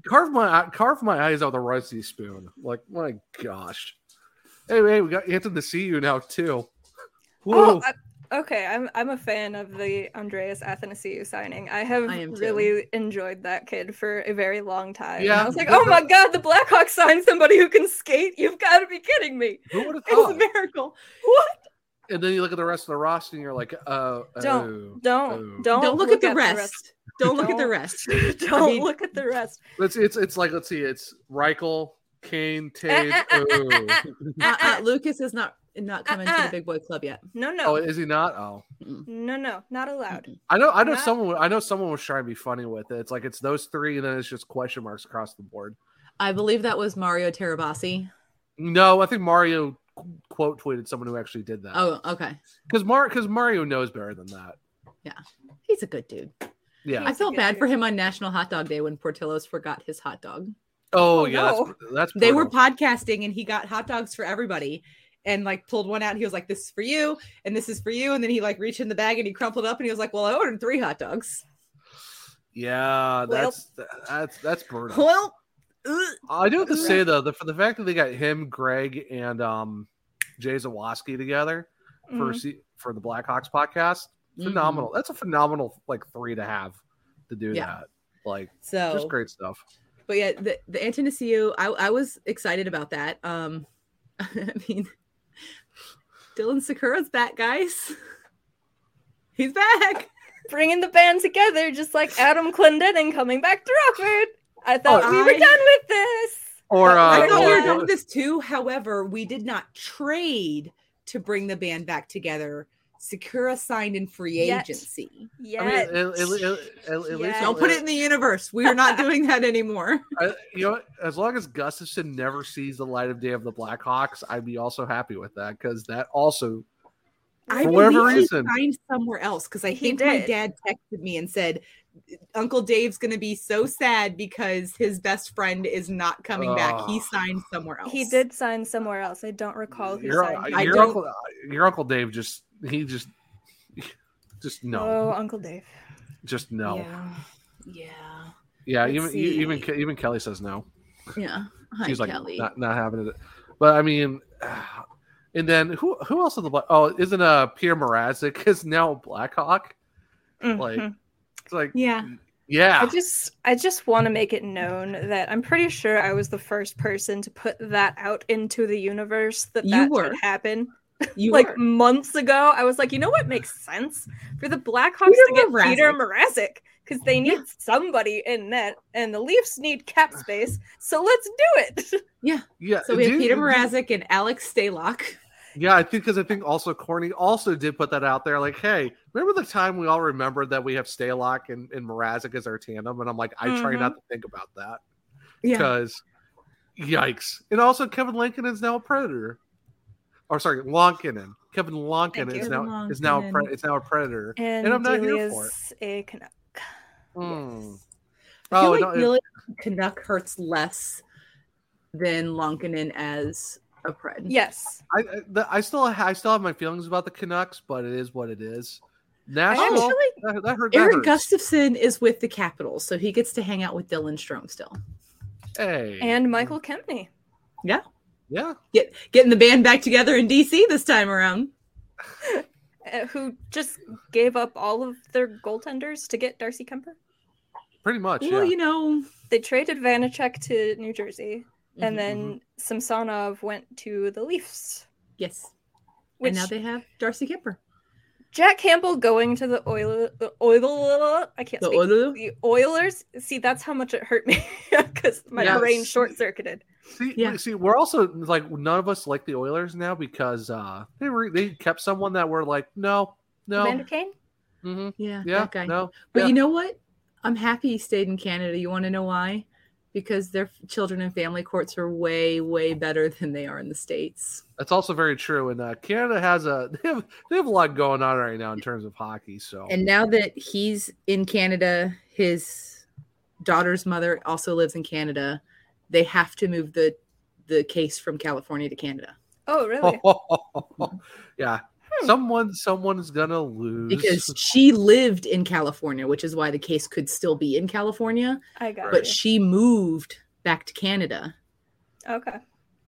Carve my carve my eyes out with a rusty spoon. Like my gosh. Hey, hey, we got Anthony to see you now too. Whoa.
Oh, I, okay. I'm I'm a fan of the Andreas Athanasiou signing. I have
I am too.
really enjoyed that kid for a very long time.
Yeah.
I was like, oh my god, the Blackhawks signed somebody who can skate. You've got to be kidding me.
Who would have
It's a
Oh.
thought?
miracle. What?
And then you look at the rest of the roster and you're like, uh,
Don't
oh,
don't
oh.
don't
Don't look, at the rest. Don't look at the
Don't-
rest.
Don't
I mean,
look at the rest.
It's it's it's like let's see, it's Reichel, Kane, Tage.
Eh, eh, eh, eh, eh,
oh.
uh-uh, Lucas is not not coming to
Uh-uh.
the big boy club yet.
No, no,
oh, is he not? Oh,
no, no, not allowed.
I know, I know
Not-
someone. I know someone was trying to be funny with it. It's like it's those three, and then it's just question marks across the board.
I believe that was Mario Terabasi.
No, I think Mario qu- quote tweeted someone who actually did that.
Oh, okay.
because Mar because Mario knows better than that.
He's a good dude.
Yeah.
I felt bad for him on National Hot Dog Day when Portillo's forgot his hot dog.
oh,
Oh,
yeah,
no.
that's, that's
They were
brutal.
podcasting and he got hot dogs for everybody and like pulled one out and he was like, This is for you and this is for you. And then he like reached in the bag and he crumpled up and he was like, Well, I ordered three hot dogs.
yeah,
Well.
that's that's that's brutal.
Well, ugh.
I do have to say though, the, for the fact that they got him, Greg, and um, Jay Zawoski together
Mm-hmm.
for
Mhm.
se- for the Blackhawks podcast, phenomenal. That's a phenomenal like three to have to do
Yeah. Oh.
that. Like,
so
just great stuff.
but yeah, the the Antonisio, I, I was excited about that. Um, I mean, Dylan Sakura's back, guys. He's back.
Bringing the band together, just like Adam Clendenin coming back to Rockford. I thought
Oh,
we were
I-
done with this.
Or uh,
I thought we were
or-
done with this too. However, we did not trade to bring the band back together. Sakura signed in free
Yet.
agency.
Yes.
I mean, at, at- at- at least
Yes.
Don't put it in the universe. We are not doing that anymore.
I, you know, what? as long as Gustafson never sees the light of day of the Blackhawks, I'd be also happy with that because that also
I
For whatever
believe
reason.
he signed somewhere else because I
He
think my
did.
dad texted me and said Uncle Dave's going to be so sad because his best friend is not coming back. He
Ugh.
signed somewhere else.
He did sign somewhere else. I don't recall who
your,
signed.
your
I
him.
don't-
uncle uh, your uncle Dave just he just just no
Oh, Uncle Dave.
just no
Yeah. Yeah.
yeah,
Let's
even even
see.
even Ke- even Kelly says no
Yeah. Hi,
she's like
Kelly.
not not having it but I mean and then who who else in the Black oh isn't uh Pierre Morazic is now a Blackhawk like
Mhm.
it's like
yeah.
I
yeah
just I just want to make it known that I'm pretty sure I was the first person to put that out into the universe that
You
that
were.
would happen.
You
like
were.
months ago, I was like, you know what makes sense for the Blackhawks
Peter
to get
Mrazek.
Peter Mrazek because they need somebody in net, and the Leafs need cap space, so let's do it.
yeah
So we have
do-
Peter
do-
Mrazek and Alex Stalock.
Yeah, I think because I think also Corny also did put that out there. Like, hey, remember the time we all remembered that we have Staylock and, and Mrazek as our tandem? And I'm like, I try
Mhm.
not to think about that
Mm-hmm. Yeah.
because yikes. And also Kevin Lincoln is now a predator. Or sorry, Lonkinen. Kevin Lonkinen
Thank
is
you.
now is now a pre-
Lonkinen.
it's now a predator.
And,
I'm not here for
Delia's a Canuck.
Hmm.
I feel
Oh,
like
no, it-
really Canuck hurts less than Lonkinen as a pred.
Yes,
I, I, the, I still ha- I still have my feelings about the Canucks, but it is what it is.
I
National
actually
that, that hurt. that
Eric
hurts.
Gustafson is with the Capitals, so he gets to hang out with Dylan Strom still.
Hey,
and Michael Kempney.
yeah,
get getting the band back together in DC this time around.
uh, who just gave up all of their goaltenders to get Darcy Kemper.
pretty much.
Well,
yeah.
you know,
They traded Vanacek to New Jersey,
Mhm,
and then Samsonov went to the Leafs.
yes,
Which
and now they have Darcy Kemper.
Jack Campbell going to the oil, the oil, I can't
The
speak.
Oilers?
The Oilers. See, that's how much it hurt me because my
Yes.
brain short circuited.
See,
Yeah.
we- see, we're also like none of us like the Oilers now because uh they were they kept someone that were like no,
Amanda
no,
Kane.
hmm
Yeah,
yeah,
that guy.
no.
but
yeah.
you know what? I'm happy he stayed in Canada. You want to know why? Because their f- children and family courts are way, way better than they are in the states.
That's also very true. And uh, Canada has a they have they have a lot going on right now in terms of hockey. So
And now that he's in Canada, his daughter's mother also lives in Canada. They have to move
Oh.
the the case from California to Canada.
Oh, really?
yeah, Someone, someone's gonna lose
Hmm. because she lived in California, which is why the case could still be in California.
I got
But
you.
she moved back to Canada.
Okay.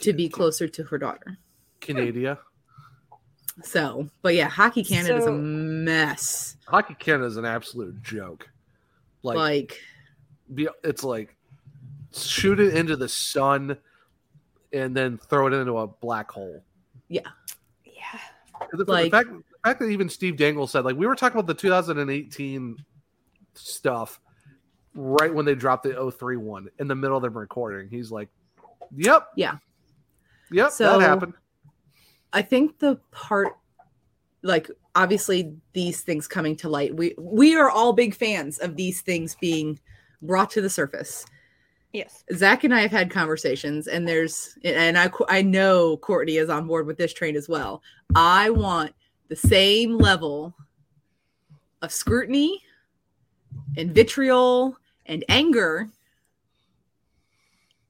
to be closer to her daughter.
Canada.
So, but yeah, Hockey Canada is a
So-
mess.
Hockey Canada is an absolute joke. Like,
Like,
be, it's like shoot it into the sun and then throw it into a black hole.
yeah,
Yeah.
The, the
Like-
fact, the fact that even Steve Dangle said, like, we were talking about the 2018 stuff right when they dropped the 03 one in the middle of them recording. He's like, yep,
yeah.
yep,
So-
that happened.
I think the part, like, obviously these things coming to light, we we are all big fans of these things being brought to the surface.
Yes.
Zach and I have had conversations, and there's, and I, I know Courtney is on board with this train as well. I want the same level of scrutiny and vitriol and anger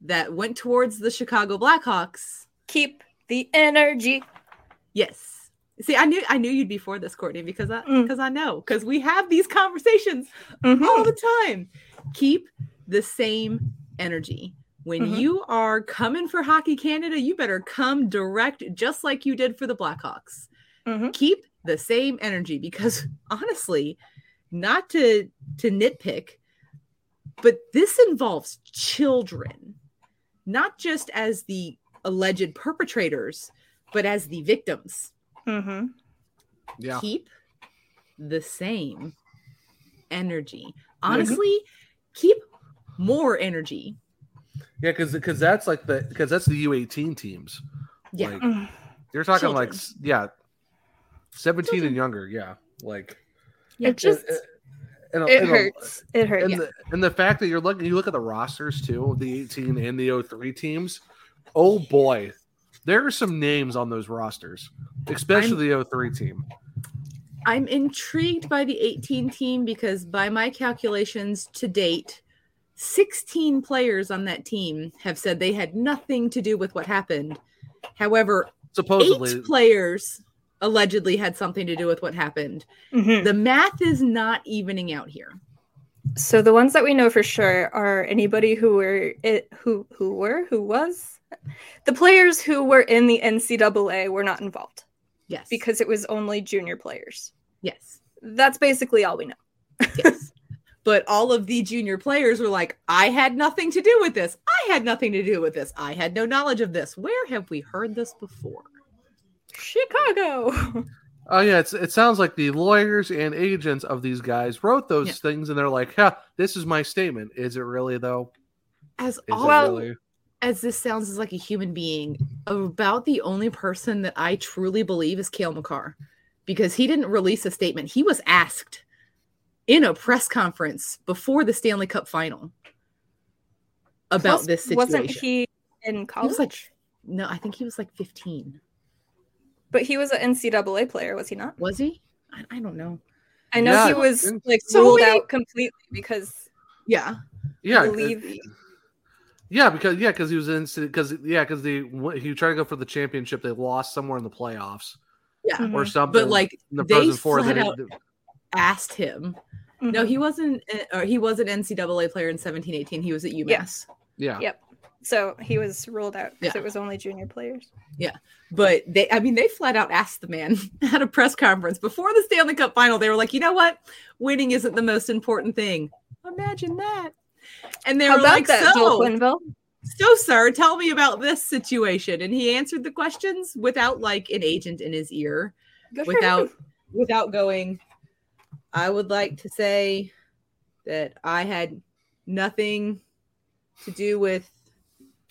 that went towards the Chicago Blackhawks.
Keep the energy.
Yes. See, I knew I knew you'd be for this, Courtney, because I because I know because we have these conversations
Mm-hmm.
all the time. Keep the same energy. When you are coming for Hockey Canada, you better come direct, just like you did for the Blackhawks.
Mhm.
Keep the same energy because honestly, not to to nitpick, but this involves children, not just as the alleged perpetrators, but as the victims.
Mm-hmm.
Yeah.
Keep the same energy. Honestly, keep more energy.
Yeah, because because that's like the because that's the U eighteen teams.
Yeah.
Like, you're talking like
Children.
s- yeah, seventeen and younger. Yeah, like
It just
and, a-
it
and a-
hurts. It hurts.
And, the, and the fact that you're looking, you look at the rosters too, of the 18 and the 03 teams. Oh boy, there are some names on those rosters, especially the 03 team.
I'm intrigued by the 18 team because, by my calculations to date, 16 players on that team have said they had nothing to do with what happened. However,
Supposedly,
eight players allegedly had something to do with what happened.
Hmm.
Mhm.
The math is not evening out here.
So the ones that we know for sure are anybody who were it who who were who was the players who were in the NCAA were not involved
Yes.
because it was only junior players.
yes.
That's basically all we know.
Yes. but all of the junior players were like, I had nothing to do with this. I had nothing to do with this. I had no knowledge of this. Where have we heard this before?
Chicago.
oh yeah, it's, it sounds like the lawyers and agents of these guys wrote those
Yeah.
things, and they're like, "Ha, this is my statement." Is it really though?
As
Is
all
it really?
as this sounds as like a human being, about the only person that I truly believe is Kale McCarr because he didn't release a statement. He was asked in a press conference before the Stanley Cup final about
Plus,
this situation.
Wasn't he in
He was
college?
like, no, I think he was like 15.
but he was an NCAA player, was he not?
Was he? I, I don't know.
I know
Yeah,
he
I
was
think
like
so.
ruled
So many-
out completely because
Yeah.
Yeah,
I
it-
believe
yeah, because yeah, because he was in because yeah, because they he tried to go for the championship, they lost somewhere in the playoffs
Yeah.
Mhm.
or something.
Mm-hmm. But like
in the
they
Frozen Four,
flat
they
out
didn't-
asked him.
Mm-hmm.
eh, No, he wasn't or he was an NCAA player in 1718. He was at UMass.
yeah,
Yep. So he was ruled out because
Yeah.
it was only junior players.
Yeah. But they, I mean, they flat out asked the man at a press conference before the Stanley Cup final. They were like, you know what? Winning isn't the most important thing. Imagine that. And they
How
were
about
like,
that, Joel
so, so, sir, tell me about this situation. And he answered the questions without like an agent in his ear,
Good for
without, without going, I would like to say that I had nothing to do with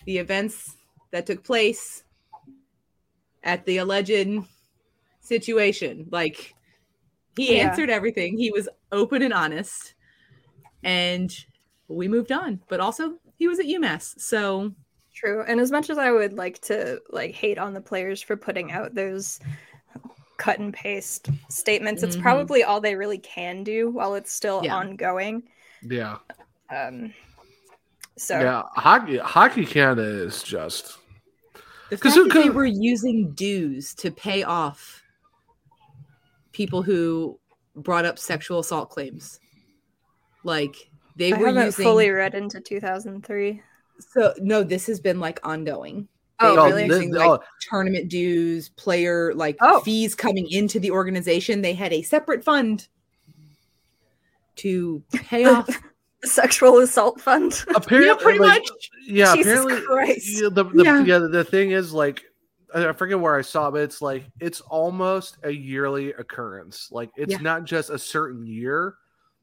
the events that took place at the alleged situation. Like he
Yeah.
answered everything. He was open and honest. And we moved on. But also he was at UMass. So
True. And as much as I would like to like hate on the players for putting out those cut and paste statements, it's
Mhm.
probably all they really can do while it's still
Yeah.
ongoing.
Yeah.
Um so
Yeah. Hockey Hockey Canada is just
the fact
'Cause
that
who
they
could-
were using dues to pay off people who brought up sexual assault claims. Like they
I
were
haven't
using
fully read into 2003.
So no, this has been like ongoing.
Oh,
They were
really?
using,
Oh.
like tournament dues, player like fees coming into the organization. They had a separate fund to pay off
sexual assault fund.
Apparently,
pretty
like,
much.
Yeah,
Jesus
apparently.
Christ.
yeah, the, the,
Yeah.
yeah. the thing is, like, I I forget where I saw, but it's like it's almost a yearly occurrence. Like, it's
Yeah.
not just a certain year.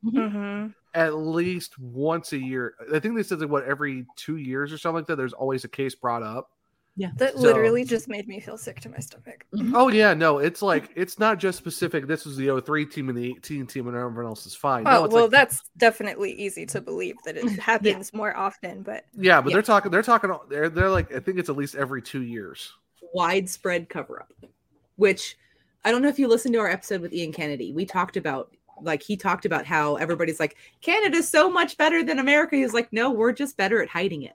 Mm-hmm.
At least once a year, I think they said that what every two years or something like that. There's always a case brought up.
Yeah.
That
So-
literally just made me feel sick to my stomach.
Oh yeah, no, it's like it's not just specific. This was the 03 team and the 18 team, and everyone else is fine.
Oh,
no, it's
well,
like,
that's definitely easy to believe that it happens more often, but
yeah, but they're talking. They're talking. They're they're like I think it's at least every two years.
widespread cover up. Which I don't know if you listened to our episode with Ian Kennedy. We talked about like he talked about how everybody's like Canada's so much better than America. He's like, no, we're just better at hiding it.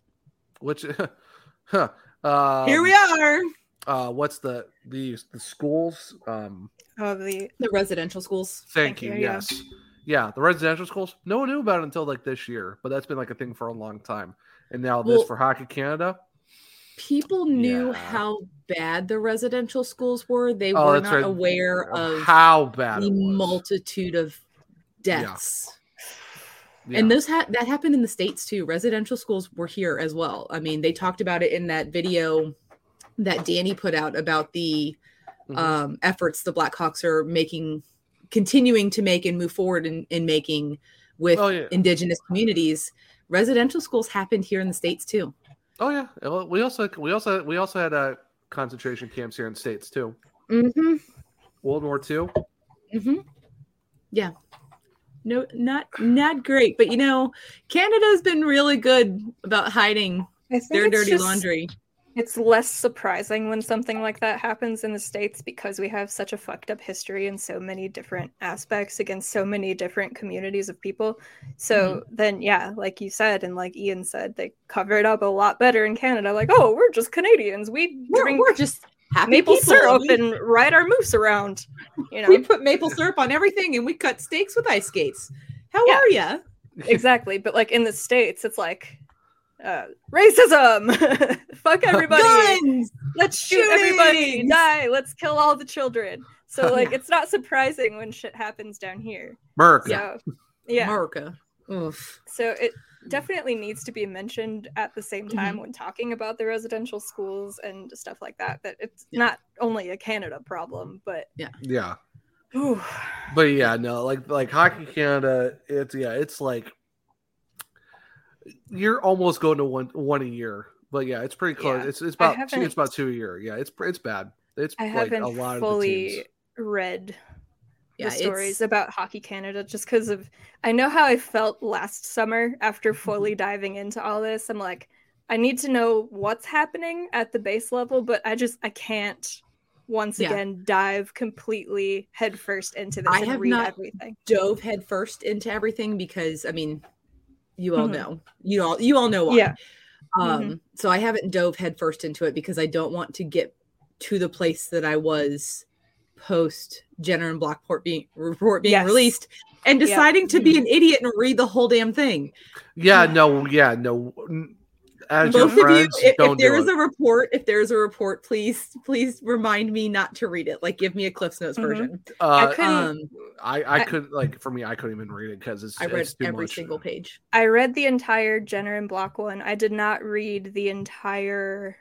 Which, huh? Uh,
Here we are.
Uh, what's the the the schools? Um,
Oh, the
the residential schools.
thank, you. Yes, yeah. the residential schools. No one knew about it until like this year, but that's been like a thing for a long time. And now
Well-
this for Hockey Canada.
people knew how bad the residential schools were. They
Oh,
were
that's
not
right.
aware of
How bad
the
it
multitude of
Yeah.
deaths. And those ha- that happened in the states too. Residential schools were here as well. I mean, they talked about it in that video that Danny put out about the
Mhm.
um, efforts the Blackhawks are making, continuing to make and move forward in, in making with
Oh, yeah.
indigenous communities. Residential schools happened here in the states too.
Oh yeah, Well, we also we also we also had uh, concentration camps here in the states too.
Mm-hmm.
World War Two.
Mm-hmm. Yeah. No, not not great, but you know, Canada's been really good about hiding their
it's
dirty
just-
laundry.
it's less surprising when something like that happens in the States because we have such a fucked up history in so many different aspects against so many different communities of people. So
Mm-hmm.
then, yeah, like you said, and like Ian said, they cover it up a lot better in Canada. Like, oh, we're just Canadians. We
We're-
drink
we're just happy
maple
people,
syrup
we-
and ride our moose around. You know,
We put maple syrup on everything, and we cut steaks with ice skates. How are you?
exactly. But like in the States, it's like uh, racism. Fuck everybody.
Guns!
Let's shoot everybody.
Shootings!
Die. Let's kill all the children. So like
Yeah.
it's not surprising when shit happens down here.
America.
So, yeah.
America. Oof.
So it definitely needs to be mentioned at the
Mm-hmm.
same time
Mhm.
when talking about the residential schools and stuff like that. That it's not only a Canada problem, but
yeah.
Yeah. But yeah, no, like like Hockey Canada, it's yeah, it's like you're almost going to one one a year. But yeah, it's pretty close. It's it's
I
about two,
haven't-
it's about two a year. Yeah, it's it's bad. It's
I
like
haven't
a lot of the
fully
teams.
read
Yeah,
the stories
it's-
about Hockey Canada just because of I know how I felt last summer after fully
Mm-hmm.
diving into all this. I'm like, I need to know what's happening at the base level, but I just I can't once
Yeah.
again dive completely headfirst into this
I
and
have
read
not
everything.
dove headfirst into everything because I mean, you all
Mhm.
know, you all you all know why.
Yeah.
Um,
Mhm.
So I haven't dove headfirst into it because I don't want to get to the place that I was post Jenner and Blockport being report being
Yes.
released and
Yeah.
Mm-hmm. deciding to be an idiot and read the whole damn thing.
Yeah, no, yeah, no. n- as your
Both of you,
friends,
if, if
don't
there
do
is
it.
a report, if there is a report, please, please remind me not to read it. Like, give me a Cliff's Notes
Mhm.
Mm-hmm.
version.
Uh,
Um,
I, I
I-
couldn't like for me. I couldn't even read it because it's.
I read
it's too
every
much.
single page.
I read the entire Jenner and Block one. I did not read the entire.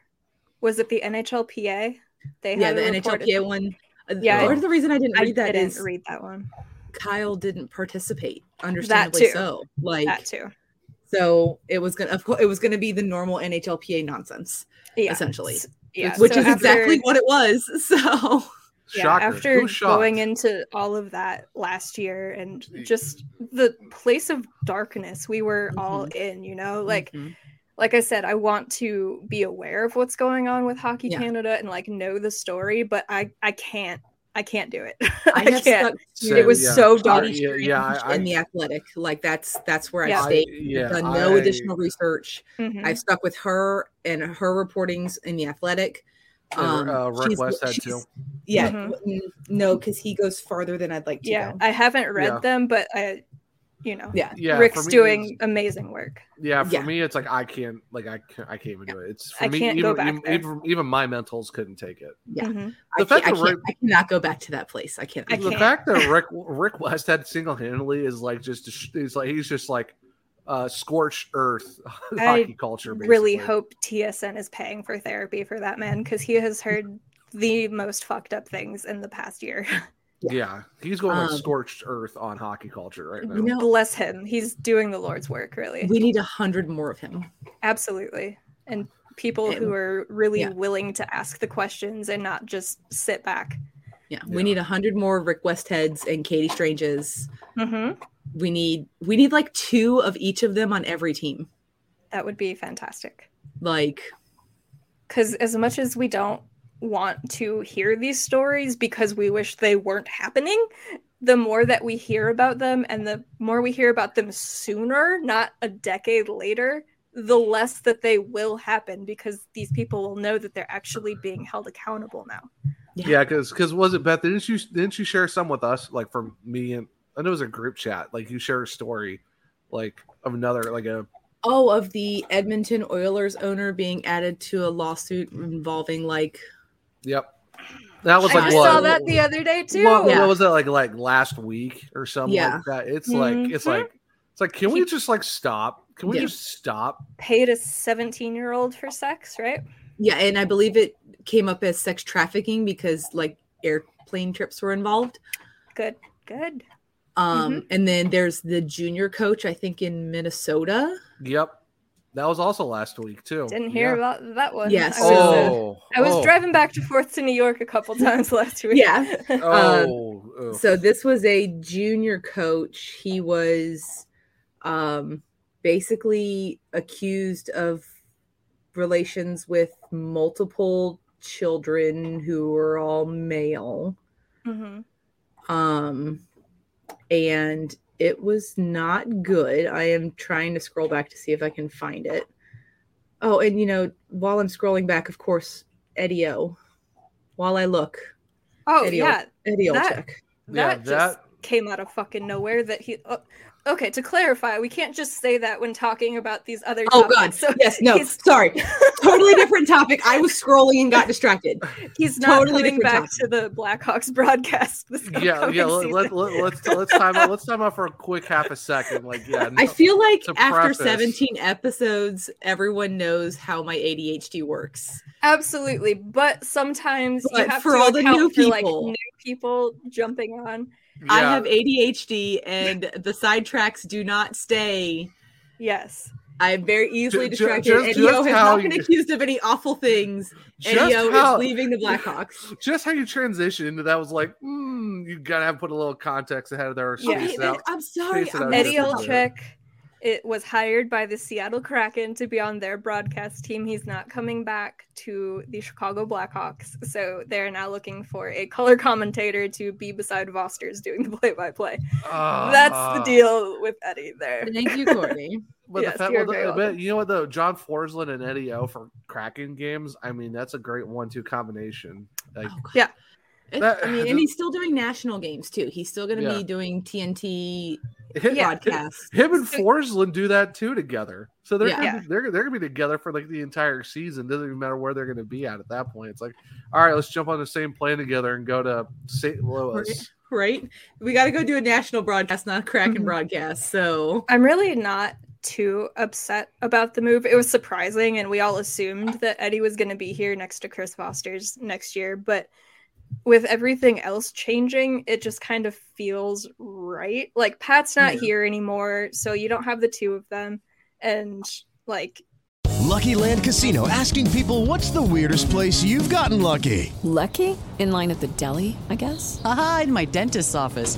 Was it the NHLPA? They
Yeah,
had
the
a report-
NHLPA one. Uh,
Yeah,
part of the reason I didn't read that
didn't
is-
read that one.
Kyle didn't participate, understandably
too.
so. Like
That too.
So it was gonna, of course, it was gonna be the normal NHLPA nonsense,
Yeah.
essentially.
Yeah,
which
so
is
after-
exactly what it was. So
Yeah, after going into all of that last year and just the place of darkness we were all
Mm-hmm.
in, you know, like like I said, I want to be aware of what's going on with Hockey
Yeah.
Canada and like know the story, but I I can't I can't do it.
I,
I
have
can't.
stuck to
It was
yeah.
so
Sorry,
dark.
yeah,
Uh,
yeah, I- in the athletic. Like that's that's where
Yeah.
I
I-
stayed.
yeah,
I've done no
I-
additional research.
Mhm.
I've stuck with her and her reportings in the athletic. Um,
And, uh, Rick
she's-
West had
she's-
too.
Yeah,
Mhm.
n- no, because he goes farther than I'd like to
Yeah,
go.
I haven't read
Yeah.
them, but I, you know,
Yeah.
Yeah, for
Rick's
me,
doing amazing work.
Yeah, for
Yeah.
me, it's like I can't. Like I can't. I can't even do it. It's for
I
me.
can't
even,
go back
even,
there.
even even my mentals couldn't take it.
Yeah,
Mm-hmm.
The
I,
fact
can't, I,
that Rick-
can't, I cannot go back to that place. I can't. I
the
can't.
fact that Rick Rick West had single handedly is like just he's like he's just like uh scorched earth hockey culture. Basically.
really hope TSN is paying for therapy for that man because he has heard the most fucked up things in the past year.
Yeah. he's going like
Um,
scorched earth on hockey culture right now.
Bless him. He's doing the Lord's work, really.
we need a hundred more of him.
Absolutely. And people
And-
who are really
yeah.
willing to ask the questions and not just sit back.
Yeah, we need a hundred more Rick West heads and Katie Stranges. Mm-hmm.
Mhm.
We need we need like two of each of them on every team.
That would be fantastic.
Like
Because as much as we don't want to hear these stories because we wish they weren't happening, the more that we hear about them and the more we hear about them sooner, not a decade later, the less that they will happen because these people will know that they're actually being held accountable now.
Yeah, because because was it Beth? Didn't you didn't you share some with us like from me and I know it was a group chat. Like you share a story like of another like a
oh, of the Edmonton Oilers owner being added to a lawsuit involving like
yep. That was
I
like
just
what?
saw
that the other day too.
What, what was that like like last week or something
Yeah.
like that? It's like it's
Mhm.
like it's like can we just like stop? Can we
Yeah.
just stop?
Paid a 17 year old for sex, right?
yeah, and I believe it came up as sex trafficking because like airplane trips were involved.
Good, good.
Um, and then there's the junior coach, I think in Minnesota.
Yep. That was also last week too.
Didn't
Yeah.
hear about that one.
Yes.
I was, uh,
Oh,
I was
oh.
driving back and forth to New York a couple times last week.
Yeah. Um,
Oh, oh.
so this was a junior coach. He was um, basically accused of relations with multiple children who were all male.
Mhm.
Um, and it was not good. I am trying to scroll back to see if I can find it. Oh, and you know, while I'm scrolling back, of course, Eddie O. While I look,
Oh
Eddie
yeah,
Ol- Eddie
that,
Olczyk.
Yeah,
that just came out of fucking nowhere. That he. oh, okay, to clarify, we can't just say that when talking about these other.
Oh god.
topics. So
yes, no.
he's,
Sorry. totally different topic. I was scrolling and got distracted.
he's not
Totally
coming
different topic.
back to the Blackhawks broadcast. This
yeah,
upcoming
yeah. Let, let,
season.
let, let's let's time out. Let's time out for a quick half a second. Like, yeah.
I
no-
feel like
to
after
preface-
17 episodes, everyone knows how my ADHD works.
Absolutely, but sometimes you
But
have
for
to
all the
account
new
for like
people.
new people jumping on.
I have ADHD and the sidetracks do not stay.
Yes.
I'm very easily
Ju- ju-
distracted.
just-
and
just
Yo has
how
not been
you-
accused of any awful things.
Just
And Yo
how-
is leaving the Blackhawks.
Just how you transitioned into that was like, mm, you gotta have put a little context ahead of there. or
Yeah.
space it
Okay,
out-
I'm
space it out
Eddie
just a bit.
Olczyk it was hired by the Seattle Kraken to be on their broadcast team. He's not coming back to the Chicago Blackhawks, so they're now looking for a color commentator to be beside Vosters doing the play-by-play.
Ah.
That's the deal with Eddie there.
Thank you, Courtney.
But
Yes,
the fact,
you're
well, the-
very
but
welcome.
you know what though, John Forslund and Eddie O for Kraken games. I mean, that's a great one-two combination. Like,
yeah.
It-
That-
I mean, and he's still doing national games too. He's still going to
Yeah.
be doing TNT
Oh,
podcast.
Him and Forsland do that too together. So they're
Yeah.
gonna, be- they're they're gonna be together for like the entire season. Doesn't even matter where they're gonna be at at that point. It's like, all right, let's jump on the same plane together and go to St. Louis.
right? We got to go do a national broadcast, not a
Mm-hmm.
Kraken broadcast. So
I'm really not too upset about the move. It was surprising, and we all assumed that Eddie was going to be here next to Chris Foster's next year. But with everything else changing, it just kind of feels right. Like Pat's not
Yeah.
here anymore, so you don't have the two of them. And like,
Lucky Land Casino asking people what's the weirdest place you've gotten lucky?
Lucky? In line at the deli, I guess? Aha, in my dentist's office.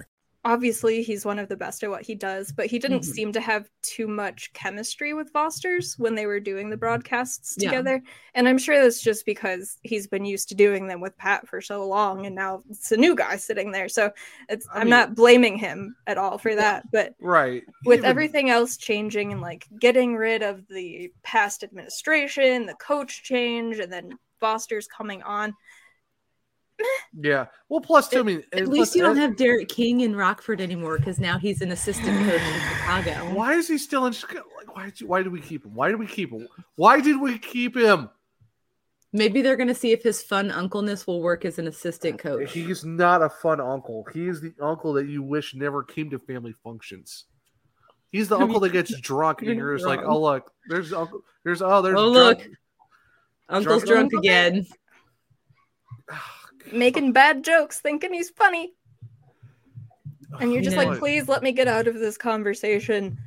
obviously, he's one of the best at what he does, but he didn't
Mm-hmm.
Mhm.
seem to have too much chemistry with Foster's when they were doing the broadcasts
Yeah.
together. And I'm sure that's just because he's been used to doing them with Pat for so long, and now it's a new guy sitting there. So it's,
I
I'm
mean-
not blaming him at all for that. But
Right.
with
Even-
everything else changing and like getting rid of the past administration, the coach change, and then Foster's coming on,
Yeah. Well, plus two. I mean,
at
and
least
plus-
you don't
and-
have Derek King in Rockford anymore because now he's an assistant coach in Chicago.
Why is he still in Chicago? Like, why? did you- Why did we keep him? Why did we keep him? Why did we keep him?
Maybe they're going to see if his fun uncleness will work as an assistant coach.
He's not a fun uncle. He is the uncle that you wish never came to family functions. He's the
I mean,
uncle that gets drunk, and
you're
you're just like,
wrong.
"Oh look, there's uncle. There's oh, there's
Oh,
drunk-
look. Uncle's drunk again.
making bad jokes, thinking he's funny. And you're just
Yeah.
like, please let me get out of this conversation.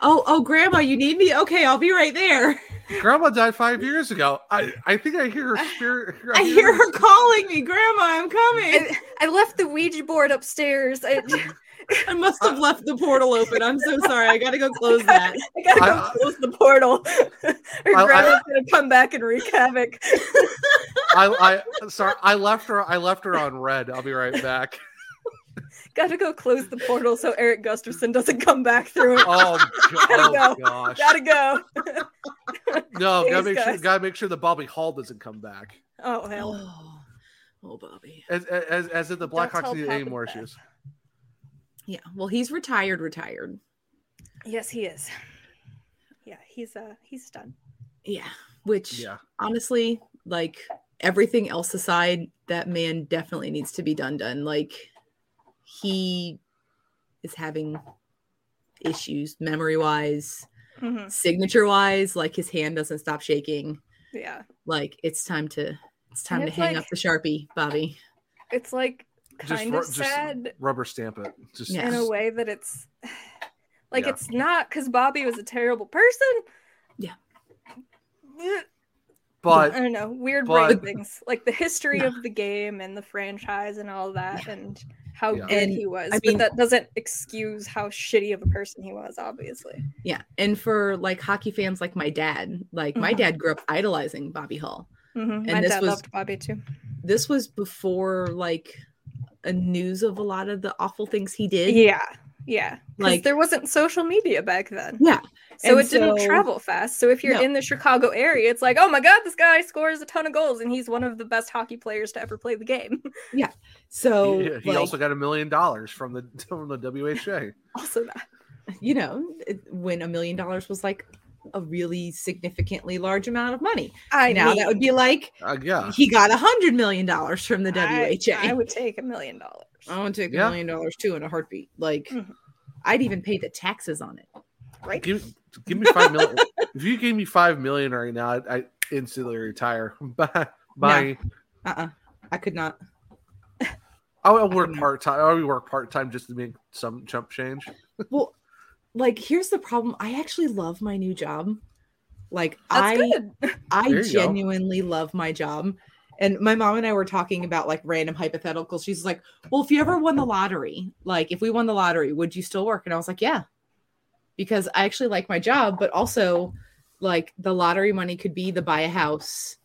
Oh, oh, Grandma, you need me? Okay, I'll be right there.
Grandma died five years ago. I I think I hear her spirit.
I hear her calling me, Grandma, I'm coming.
I, I left the Ouija board upstairs. I,
I must have left the portal open. I'm so sorry. I got to go close that.
I gotta go
I-
close the portal. Her
I- I-
grandma's gonna come back and wreak havoc.
I I sorry. I left her. I left her on red. I'll be right back.
Gotta go close the portal so Eric Gustafson doesn't come back through it.
Oh, go-
gotta
oh,
go.
gosh.
Gotta go.
No, gotta
Thanks,
make sure.
guys.
Gotta make sure that Bobby Hall doesn't come back.
Oh hell.
Oh, Bobby.
As as as if the
Don't
Blackhawks
tell
need
Papa
any more issues.
Yeah. Well, he's retired, retired.
Yes, he is. Yeah, he's uh he's done.
Yeah. Which
Yeah.
honestly, like everything else aside, that man definitely needs to be done done. Like he is having issues memory wise, Mm-hmm.
Mhm.
signature wise, like his hand doesn't stop shaking.
Yeah.
Like it's time to it's time to
it's
hang
like-
up the Sharpie, Bobby.
It's like kind
ru-
of sad
rubber stamp it. Just
in a way that it's like
Yeah.
it's not because Bobby was a terrible person.
Yeah.
But
I don't know, weird
but-
brain things like the history of the game and the franchise and all that, and how
Yeah.
good
And,
he was.
I mean-
but that doesn't excuse how shitty of a person he was, obviously.
Yeah. And for like hockey fans like my dad, like my
Mhm.
dad grew up idolizing Bobby Hall.
Mhm.
And
My
this
dad
was-
loved Bobby too.
this was before like a news of a lot of the awful things he did.
Yeah, yeah. Like
Like-
there wasn't social media back then.
Yeah.
So
And
it didn't
so-
travel fast. So if you're
No.
in the Chicago area, it's like, oh my god, this guy scores a ton of goals, and he's one of the best hockey players to ever play the game.
Yeah. So
he, he
like,
also got a million dollars from the from the WHA.
also that.
you know, it- when a million dollars was like a really significantly large amount of money.
I
now
mean-
that would be like
Uh, yeah.
he got a hundred million dollars from the
I-
WHA.
I, would take a million dollars.
I would take
Yeah.
a million dollars too in a heartbeat. Like
Mm-hmm.
I'd even pay the taxes on it.
Right.
Give, give me five million. if you gave me five million right now, I, I instantly retire. Bye. My
Uh uh I could not.
I would work part time. I would work part time just to make some chump change.
Well, like here's the problem. I actually love my new job. Like
That's
I
There
I
you go.
genuinely love my job. And my mom and I were talking about like random hypotheticals. She's like, "Well, if you ever won the lottery, like if we won the lottery, would you still work?" And I was like, "Yeah." Because I actually like my job, but also like the lottery money could be the buy a house,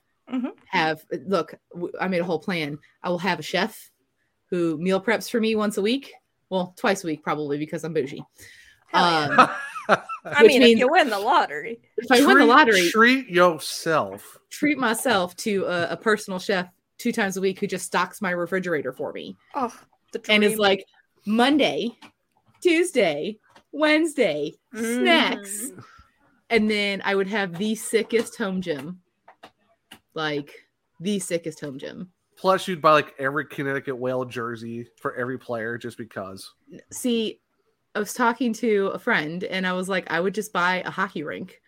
have look, w- I made a whole plan. I will have a chef who meal preps for me once a week. Well, twice a week probably because I'm bougie. Um,
I
which
mean,
means
if you win the lottery,
if I Oh, win the lottery,
treat yourself.
treat myself to a, a personal chef two times a week who just stocks my refrigerator for me.
Oh,
and is
dream.
like Monday, Tuesday, Wednesday, snacks. And then I would have the sickest home gym. Like the sickest home gym.
Plus, you'd buy like every Connecticut Whale jersey for every player just because.
See, I was talking to a friend and I was like, I would just buy a hockey rink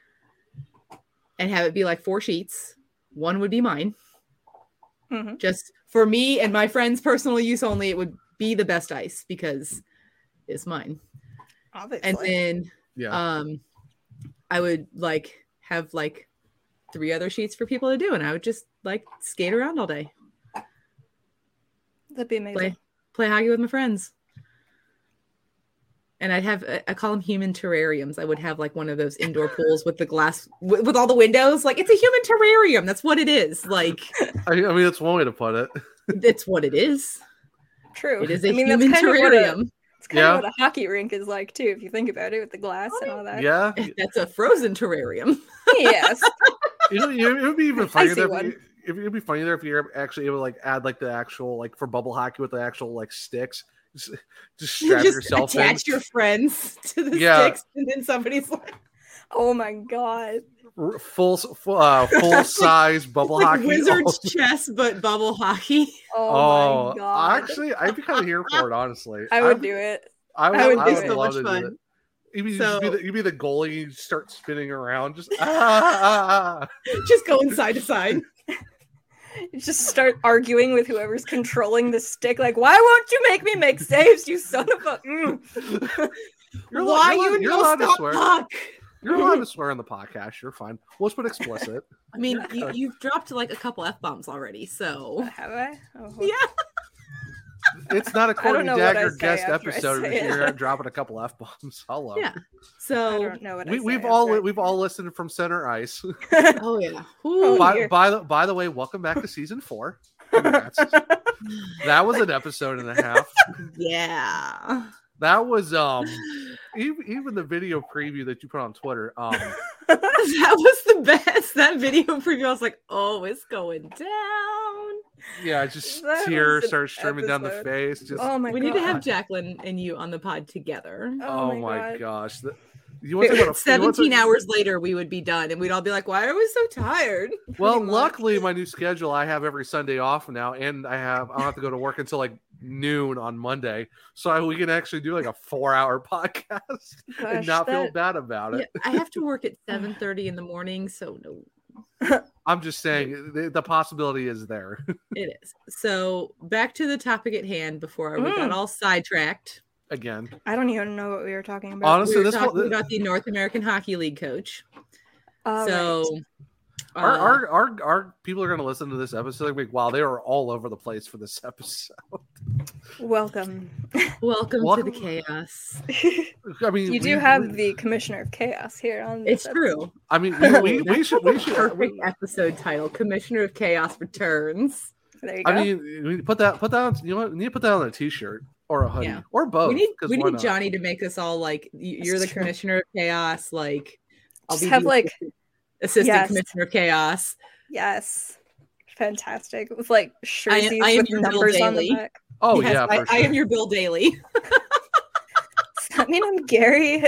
and have it be like four sheets. One would be mine.
Mm-hmm,
Just for me and my friends' personal use only, it would be the best ice because it's mine.
Obviously.
And then
Yeah.
um I would like have like three other sheets for people to do and I would just like skate around all day.
that'd be amazing.
Play play hockey with my friends. And I'd have I I call them human terrariums. I would have like one of those indoor pools with the glass with, with all the windows. Like it's a human terrarium. That's what it is. Like
I, I mean, that's one way to put it.
that's what it is.
True.
It is a
I mean,
human
that's kind Of what
terrarium.
a, it's kind
Yeah.
of what a hockey rink is like too, if you think about it, with the glass and all
uh,
that.
that's a frozen terrarium.
yes.
You know, you know, it would be even funnier
see
there if,
one.
you, if it'd be funnier there if you're actually able to like add like the actual like for bubble hockey with the actual like sticks. Just, just
You
strap
just
yourself in.
attach your friends to the
Yeah.
sticks, and then somebody's like,
"Oh my god!"
r- full s- full, uh, full size bubble
like
hockey.
wizard's chess, but bubble hockey.
Oh, actually, I'd be kind of here for it. Honestly,
I would
I'd-
do it.
I would,
I would
I
do
would
so
love
much
to do
fun.
it. You'd be,
So-
you'd, be the, you'd be the goalie. You start spinning around, just ah, ah, ah.
just going side to side.
Just start arguing with whoever's controlling the stick. Like, why won't you make me make saves, you son of a? Mm."
You're
Why
allo-
you
you're
no
allowed to
stop
swear.
puck?
You're allowed to swear on the podcast. You're fine. We'll just put explicit.
I mean, you, you've dropped like a couple f bombs already, so
have I? Oh,
yeah.
It's not a
I don't
Courtney
know what I
Dagger
say
guest
after I
episode.
say
if
it.
You're dropping a couple f bombs. Hello.
Yeah. So
I don't know what
We,
I
we've
say
all
after
we've all listened from center ice.
Oh yeah.
by, by the by the way, welcome back to season four. Congrats. that was an episode and a half.
Yeah.
That was um even, even the video preview that you put on Twitter. Um
that was the best. That video preview. I was like, oh, it's going down.
Oh
yeah, just
That was
tears
an
start streaming down the
episode. Oh
face. Just
Oh,
We need to have Jacqueline and you on the pod together.
Oh, my, gosh. The- you want to go to you want to-
Seventeen hours later, we would be done, and we'd all be like, "Why are we so tired?"
Well, luckily my new schedule I have every Sunday off now and I have I don't have to go to work until like noon on Monday. So I, we can actually do like a 4-hour podcast and
Gosh,
not feel
that-
bad about it.
Yeah, I have to work at seven thirty in the morning, so no,
I'm just saying the, the possibility is there.
it is. So back to the topic at hand. Before we
Mm.
got all sidetracked.
Again,
I don't even know what we were talking about.
we were talking about the North American Hockey League coach.
Oh,
so
our,
uh,
our our our people are going to listen to this episode and be like, wow, they were all over the place for this episode.
welcome.
uh, welcome,
Welcome-
to the chaos.
I mean,
You
we-
do have the commissioner of chaos here on.
It's
this
true.
I mean, we, we, we
That's
should
the
we should.
perfect episode title: Commissioner of Chaos returns.
There
I mean, we put that put that on. You know, what? we need to put that on a t-shirt or a hoodie
Yeah.
or both.
We need
Oh, 'cause
we
why
need
not?
Johnny to make us all like y- you're the
true.
commissioner of chaos. Like I'll
Just
be
have,
the
like-
assistant, assistant
Yes.
commissioner of chaos.
Yes. Fantastic. With like
I
jerseys
am, I am
with
your Bill
numbers on
Daly.
the back.
Oh, yeah,
I,
for
I
sure.
am your Bill Daily.
Does that mean I'm Gary?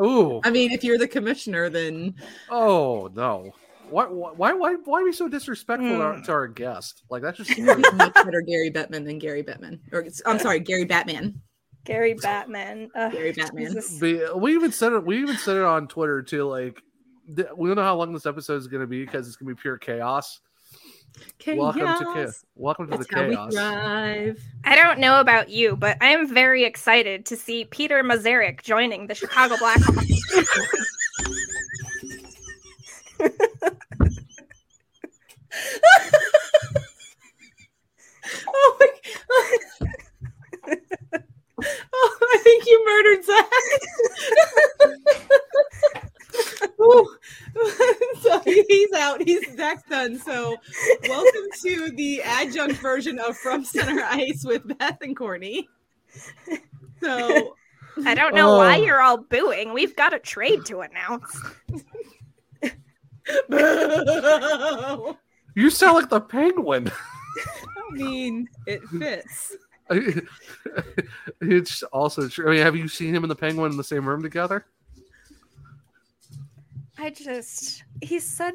Ooh.
I mean, if you're the commissioner, then
Oh no. Why, why, why, why be so disrespectful to,
Hmm.
our, to our guest? Like that's just
you're much better Gary Bettman than Gary Bettman. Or it's- I'm sorry, Gary Batman.
Gary Batman. Ugh,
Gary Batman.
Jesus.
Be- we even said it. We even said it on Twitter too. Like, th- we don't know how long this episode is going to be because it's going to be pure chaos. Welcome to chaos. Welcome to
That's
the
how we
chaos.
thrive.
I don't know about you, but I am very excited to see Peter Mazarek joining the Chicago Blackhawks.
Oh my oh, I think you murdered Zach. Ooh. so he's out. He's Zach's done. So welcome to the adjunct version of From Center Ice with Beth and Courtney. So
I don't know why
Oh.
you're all booing. We've got a trade to announce.
I
You sound like the penguin.
mean, it fits.
it's also true. I mean, have you seen him and the penguin in the same room together?
I just he said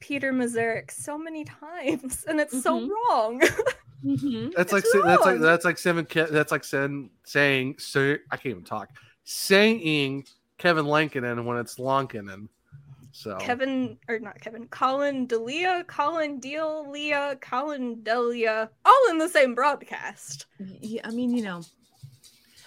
Peter Mazurek so many times, and it's
Mm-hmm.
so wrong.
Oh. That's like
It's
sa- that's like
wrong.
that's like seven. Ke- that's like sen- saying say, I can't even talk. Saying Kevin Lankinen when it's Lankinen. So
Kevin or not Kevin, Colin Delia, Colin Delia, Colin Delia, all in the same broadcast.
Yeah, I mean, you know,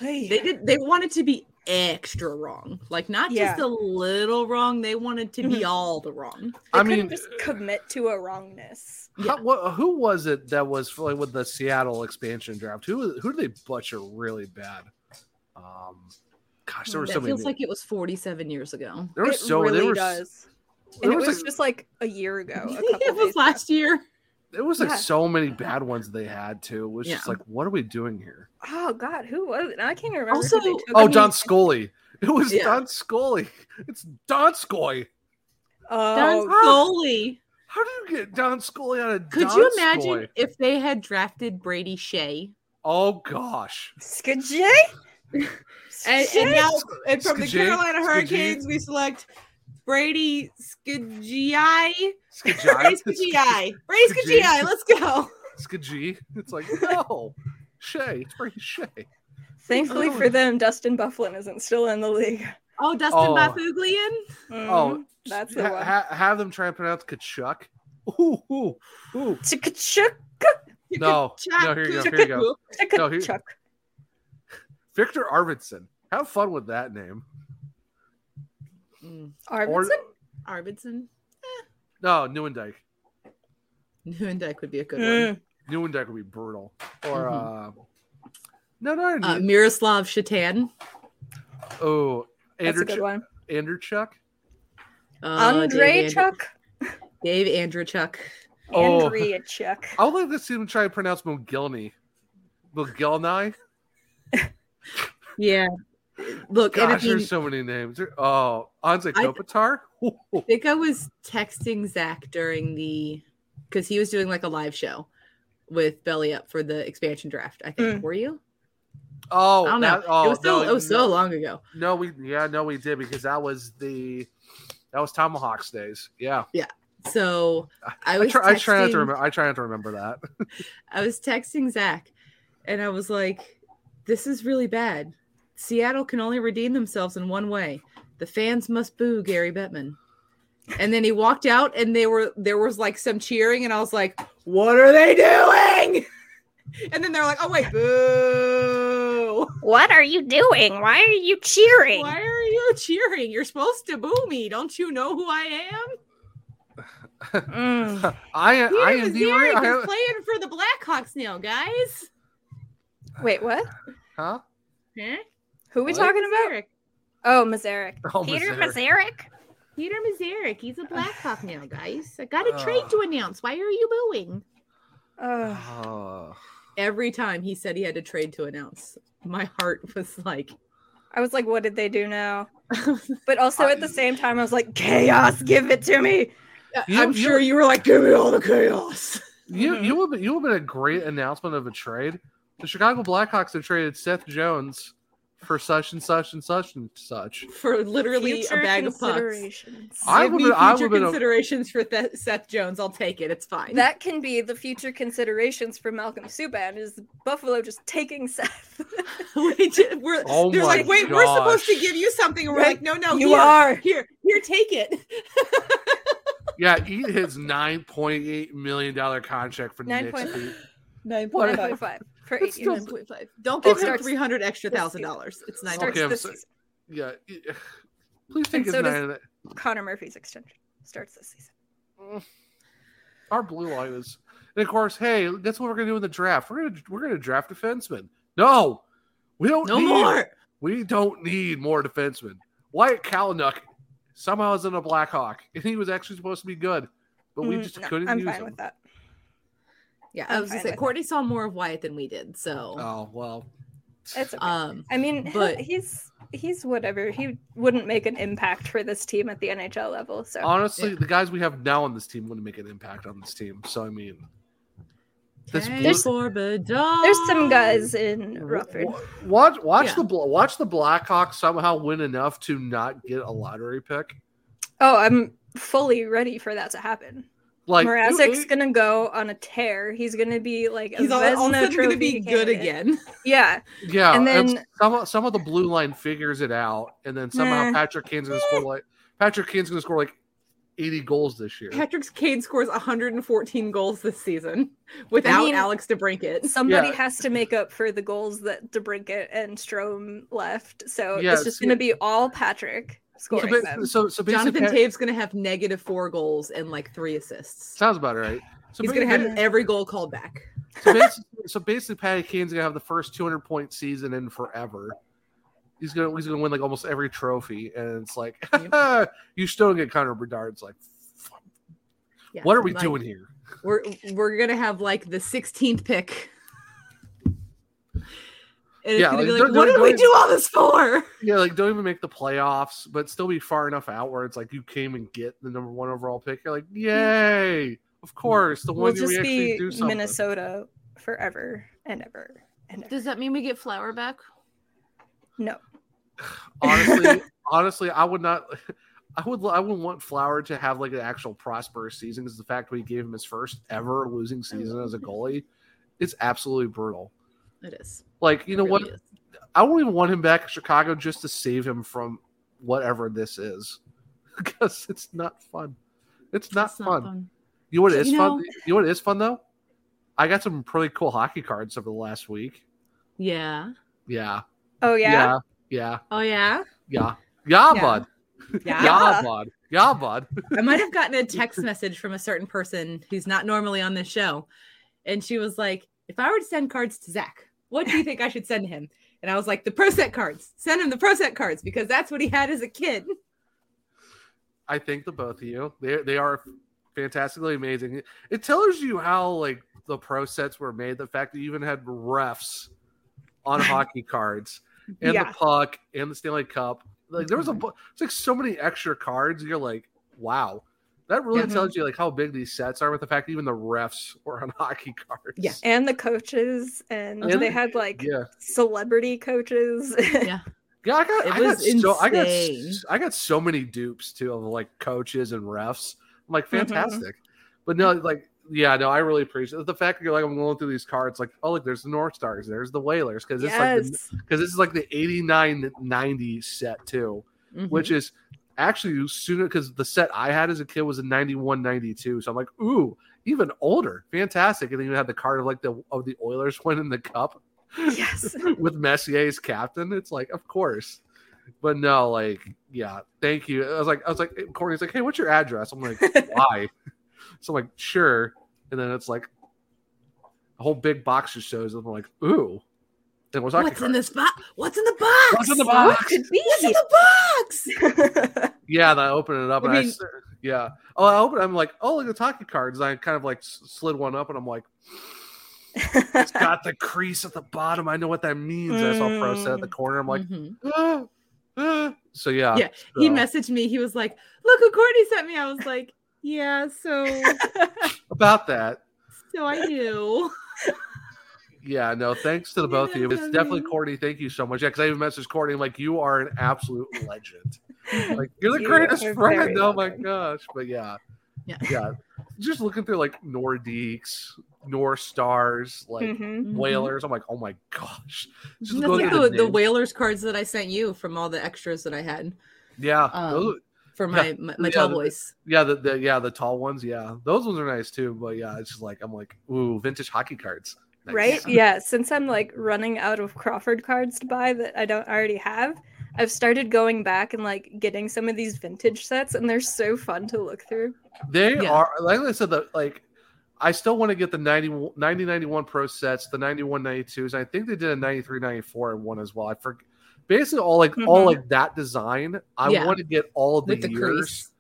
they did. They wanted to be extra wrong, like not just
Yeah.
a little wrong. They wanted to be all the wrong.
They
I
couldn't
mean-
just commit to a wrongness.
How, what, who was it that was for, like with the Seattle expansion draft? Who who did they butcher really bad? Um, gosh, there were
that
so many.
feels like it was 47 years ago.
There were
It
so
really
there were, s-
does.
there
And it
was,
was
like-
just like a year ago. A couple
it was
days
last year.
There was like
Yeah.
so many bad ones they had too. It was just
Yeah.
like, what are we doing here?
Oh God, who was it? I can't remember. who
Also-
they took.
Oh, Don Scully. It was
Yeah.
Don Scully. It's Don Scully.
Oh,
Don Scully.
How do you get Don Scully out of?
Could
Don
you imagine
Scully?
if they had drafted Brady Shea?
Oh gosh.
Skajay?
And, and now, and from the
Skajay?
Carolina
Skajay?
Hurricanes, we select Brady Skajai. Brady
Skajai?
Skajai. Brady
Skajay?
Skajai. Let's go.
Skajee. It's like no, Shay. It's pretty Shay. Oh.
Thankfully for them, Dustin Bufflin isn't still in the league. Mm-hmm.
Oh, Dustin
Oh.
Bafuglian.
Oh,
that's the
ha-
one.
ha- have them try and pronounce Kachuk. Ooh, ooh, ooh.
Kachuk.
No, no. Here you go. Here you go. No, here-
Chuck.
Victor Arvidsson. Have fun with that name.
Arvidsson. Arvidsson.
No, Newendike.
Newendike would be a good
Mm.
uh,
one.
Newendike would be brutal. Or
Mhm.
uh, no, no.
Uh,
no.
Miroslav Shatan.
oh,
That's a
Andrew.
good
Chu-
one.
Andrew Chuck.
Oh,
Andre Chuck.
Uh, Dave Andrew Chuck.
Oh.
Andrea Chuck.
I would like to see them try and pronounce Mogilny. Mogilny.
Yeah. Look, and I
Gosh,
mean-
there's so many names. There- Oh, Anze
I-
Kopitar.
I think I was texting Zach during the because he was doing like a live show with Belly Up for the expansion draft. I think were you?
Oh,
I don't know.
that- oh,
it was so
no,
it was
no.
so long ago.
No, we yeah, no, we did because that was the that was Tomahawks days. Yeah,
Yeah. So I
I
was.
try, I try not
texting-
to remember. I try not to remember that.
I was texting Zach, and I was like, "This is really bad. Seattle can only redeem themselves in one way. The fans must boo Gary Bettman." And then he walked out, and they were there was like some cheering, and I was like, "What are they doing?" And then they're like, "Oh wait, boo!
What are you doing? Why are you cheering?
Why are you cheering? You're supposed to boo me. Don't you know who I am?"
Mm.
I I
Peter
am the
Zarek
I
is playing for the Blackhawks now, guys.
Wait, what?
huh?
Huh?
Who are we
What?
talking about? Oh, Mazarek.
Oh, Peter Mazarek.
Peter Mazarek, he's a Blackhawk now, guys. I got a
Ugh.
trade to announce. Why are you booing?
Oh,
Every time he said he had a trade to announce, my heart was like,
I was like, what did they do now? But also at the same time, I was like, chaos, give it to me.
I'm sure you were like, give me all the chaos.
You
Mm-hmm.
you would be- you would have been a great announcement of a trade. The Chicago Blackhawks have traded Seth Jones for such and such and such and such.
For literally
Future
a bag of pucks.
considerations.
I
Give me
would've- I
future
would've-
considerations for Th- Seth Jones. I'll take it. It's fine.
That can be the future considerations for Malcolm Subban is Buffalo just taking Seth.
we did, we're,
Oh
they're
my
like, wait, we're supposed to
gosh.
give you something, and we're
Right.
like, no, no,
You
here,
are.
here, here, take it.
Yeah, eat his nine point eight million dollar contract for
Nine
next
point
year.
Nine
point five for
It's
eight
still-
years.
Don't give
Okay.
him three hundred extra
Starts
thousand dollars. It's nine.
Starts
Okay, I'm
this
so-
season.
Yeah, e- please
And
think it's
so
nine.
does
of that.
Connor Murphy's extension starts this season.
Our blue line is, and of course, hey, that's what we're gonna do in the draft. We're gonna we're gonna draft defensemen. No, we don't.
No
need,
more.
We don't need more defensemen. Wyatt Kalnuck somehow is in a Blackhawk, and he was actually supposed to be good, but we
Mm,
just
no,
couldn't
I'm
use
fine
him.
with that. Yeah,
I'm
I was
fine
gonna say
with
Courtney saw more of Wyatt than we did, so
Oh well.
It's okay.
Um,
I mean,
but-
he's he's whatever. He wouldn't make an impact for this team at the NHL level. So
Honestly, the guys we have now on this team wouldn't make an impact on this team. So I mean, this
Hey,
blue-
Forbidon.
there's some guys in Rutherford.
Watch, watch
Yeah.
the Bla- watch the Blackhawks somehow win enough to not get a lottery pick.
Oh, I'm fully ready for that to happen.
Like,
Like
you-
Mrazek's
you-
gonna go on a tear. He's gonna be like a
He's all, all of a
Vezina
sudden going to be
Trophy
good
candidate.
again.
Yeah,
Yeah,
And
and
then
some of- some of the blue line figures it out, and then somehow
Nah.
Patrick Kane's gonna score like Patrick Kane's gonna score like eighty goals this year.
Patrick Kane scores 114 goals this season without
mean,
Alex DeBrinket.
somebody
Yeah.
has to make up for the goals that DeBrinket and Strom left. So
Yeah,
it's just
so-
gonna be all Patrick scoring
Yeah.
them.
Jonathan Tave's going to have negative four goals and like three assists.
Sounds about right. So
He's
ba-
going to have
ba-
every goal called back.
so basically, so basically, Patty Kane's gonna have the first two hundred point season in forever. He's gonna he's gonna win like almost every trophy, and it's like you still don't get Connor Bedard. It's like,
Yeah,
what are we
like,
doing here?
We're we're going to have like the 16th pick. And it's
Yeah,
going
like,
to be
don't-
like, what
don't-
did we
don't-
do all this for?
Yeah, like don't even make the playoffs, but still be far enough out where it's like you came and get the number one overall pick. You're like, yay! Of course, the
we'll
one year
just
we actually
be
do something.
Minnesota forever and ever.
Does that mean we get flour back?
No.
honestly, honestly, I would not. I would. I would want Flower to have like an actual prosperous season because the fact we gave him his first ever losing season as a goalie, it's absolutely brutal.
It is.
Like you know what? I wouldn't even want him back in Chicago just to save him from whatever this is, because it's not fun. It's not, fun. You know what
So,
is
you
fun?
know-
You know what is fun though? I got some pretty cool hockey cards over the last week.
Yeah.
Yeah.
Oh
Yeah. Yeah.
Oh yeah.
Yeah. Yeah,
Yeah.
bud.
Yeah.
Yeah, bud. Yeah, bud.
I might have gotten a text message from a certain person who's not normally on this show. And she was like, if I were to send cards to Zach, what do you think I should send him? And I was like, the pro set cards. Send him the pro set cards because that's what he had as a kid.
I thank the both of you. They they are fantastically amazing. It tells you how like the pro sets were made. The fact that you even had refs on hockey cards and
Yeah.
the puck and the Stanley Cup. Like there was a bu- it's like so many extra cards. You're like, wow. That really
Mhm.
tells you like how big these sets are with the fact that even the refs were on hockey cards. Yeah.
And the coaches, and
And-
they had like
Yeah.
celebrity coaches.
Yeah.
Yeah, I got,
It
I
was
got so I got s-
insane.
I got so many dupes too of like coaches and refs. I'm
Mm-hmm,
like fantastic, but no, like yeah, no, I really appreciate it. the fact that you're like I'm going through these cards. Like oh look, there's the North Stars, there's the Whalers, because it's
Yes.
like because this is like the 89 90 set too,
Mm-hmm.
which
Mhm.
is actually sooner because the set I had as a kid was a 91 92. So I'm like ooh, even older, fantastic. And then you had the card of like the of the Oilers winning the cup
yes.
with Messier's captain. It's like, of course. But no, like, yeah, thank you. I was like, I was like, Courtney's like, hey, what's your address? I'm like, why? so I'm like, sure. And then it's like a whole big box just shows up. I'm like, ooh. And it was hockey
What's in
cards.
this box? What's in the box?
What's in the box?
What could be? What's in the box?
Yeah, and I open it up.
I
and I
mean-
s- yeah. Oh, I open. I'm like, oh, look at the hockey cards. And I kind of like s- slid one up, and I'm like, it's got the crease at the bottom. I know what that means. I saw pro set at the corner. I'm like,
Mm-hmm.
uh, "Ah, ah." so yeah,
Mm. yeah. He
so-
messaged me. He was like, look who Courtney sent me. I was like, yeah, so
about that.
so I knew.
Yeah, no, thanks to the both of you. It's definitely Courtney. Thank you so much. Yeah, because I even messaged Courtney, I'm like, you are an absolute legend. Like, you're the
You
greatest
are very
friend. Oh my gosh. But yeah.
Yeah.
Just looking through like Nordiques, North Stars, like
Mm-hmm.
Mhm.
Whalers. I'm like, oh my gosh. Just
That's
going
like
through
the, the
names.
whalers cards that I sent you from all the extras that I had.
Yeah.
Um,
those-
for my my, my
yeah,
tall
the-
boys.
Yeah, the, the yeah the tall ones. Yeah, those ones are nice too. But yeah, it's just like I'm like ooh, vintage hockey cards. Nice.
Right? Yeah. Since I'm like running out of Crawford cards to buy that I don't already have, I've started going back and like getting some of these vintage sets, and they're so fun to look through.
They are like I said the like I still want to get the 90, 90 91 pro sets, the 91 92s. I think they did a 93 94 and one as well. I forget basically all like all
Mhm.
like that design. I
Yeah.
want to get all the,
With the
years.
crease.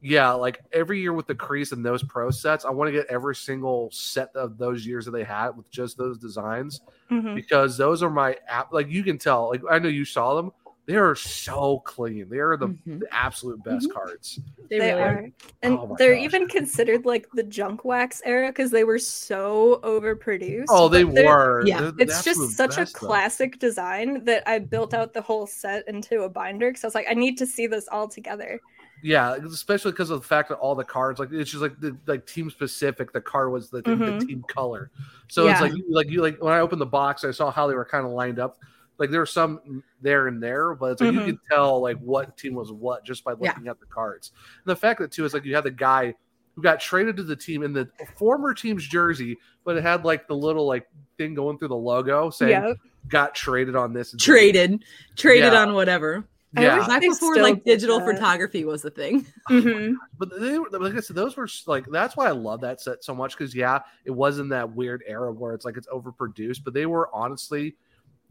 Yeah, like every year with the crease and those pro sets, I want to get every single set of those years that they had with just those designs
Mm-hmm.
Mhm.
because those are my app. Like you can tell, like I know you saw them. They are so clean. They are the,
Mm-hmm.
the absolute best
Mhm.
cards.
They,
Like,
are. And
oh my
they're even considered like the junk wax era because they were so overproduced.
Oh, they
but they're-
were. Yeah. They're the
It's
absolute
just such
best,
a
though.
classic design that I built out the whole set into a binder because I was like, I need to see this all together.
Yeah, especially because of the fact that all the cards, like it's just like the, like team specific. The card was the, the
Mhm.
team color, so it's
Yeah.
like you- like you like when I opened the box, I saw how they were kind of lined up. Like there were some there and there, but it's like
Mhm.
you could tell like what team was what just by looking at the cards. And the fact that too is like you had the guy who got traded to the team in the former team's jersey, but it had like the little like thing going through the logo saying
Yep.
got traded on this date."
Traded, traded
Yeah.
on whatever.
I Yeah. wish
Back
they
before
still
like
did
digital
that.
photography was a thing.
Mm-hmm.
But they were, like I said, those were s- like that's why I love that set so much because yeah, it was in that weird era where it's like it's overproduced, but they were honestly,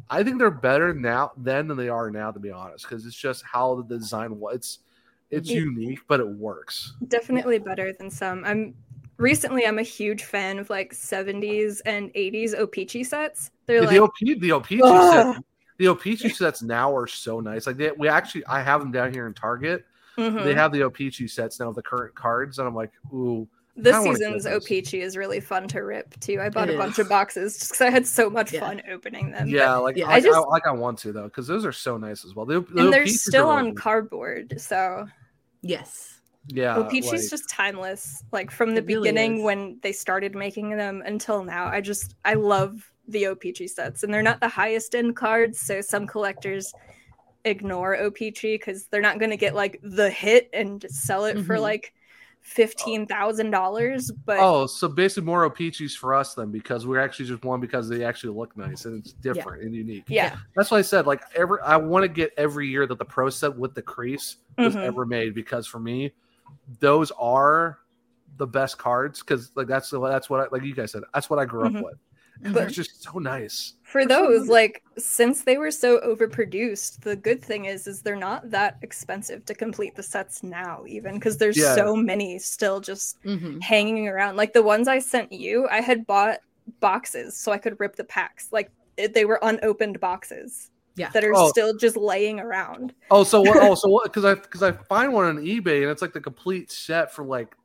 I think they're better now then than they are now to be honest because it's just how the design was. It's it's
Mhm.
unique, but it works.
Definitely better than some. I'm recently I'm a huge fan of like 70s and 80s Opeachy sets. They're
Yeah,
like
the OP, the OPG set, the OPG sets now are so nice. Like they, we actually, I have them down here in Target. They
Mhm.
have the OPG sets now, with the current cards, and I'm like, ooh. I
This
wanna get
season's
those.
Opeachy is really fun to rip too. I bought
It
a bunch of boxes just because I had so much fun opening them.
Yeah,
but
like I,
I just
I, like I want to though, because those are so nice as well. The, the
and they're
Opeaches are
still
like-
on cardboard, so yes.
Yeah,
Opeachy's
Uh, like-
just timeless. Like from the
It really
beginning
is.
when they started making them until now, I just I love the Opeachy sets, and they're not the highest end cards, so some collectors ignore Opeachy because they're not going to get like the hit and just sell it for
Mhm.
like fifteen thousand dollars. But
oh, so basically more Opeaches for us then, because we're actually just one because they actually look nice and it's different and unique.
Yeah.
that's why I said like every I want to get every year that the pro set with the crease was
Mhm.
ever made because for me, those are the best cards because like that's the- that's what I, like you guys said that's what I grew
Mhm.
up with. And
But-
they're just so nice.
for those like since they were so overproduced the good thing is is they're not that expensive to complete the sets now even because there's
Yeah.
so many still just
Mm-hmm.
hanging around like the ones i sent you i had bought boxes so i could rip the packs like it, they were unopened boxes
yeah.
that are
Oh.
still just laying around
Oh, so what? Oh, so what? Because I because I find one on eBay and it's like the complete set for like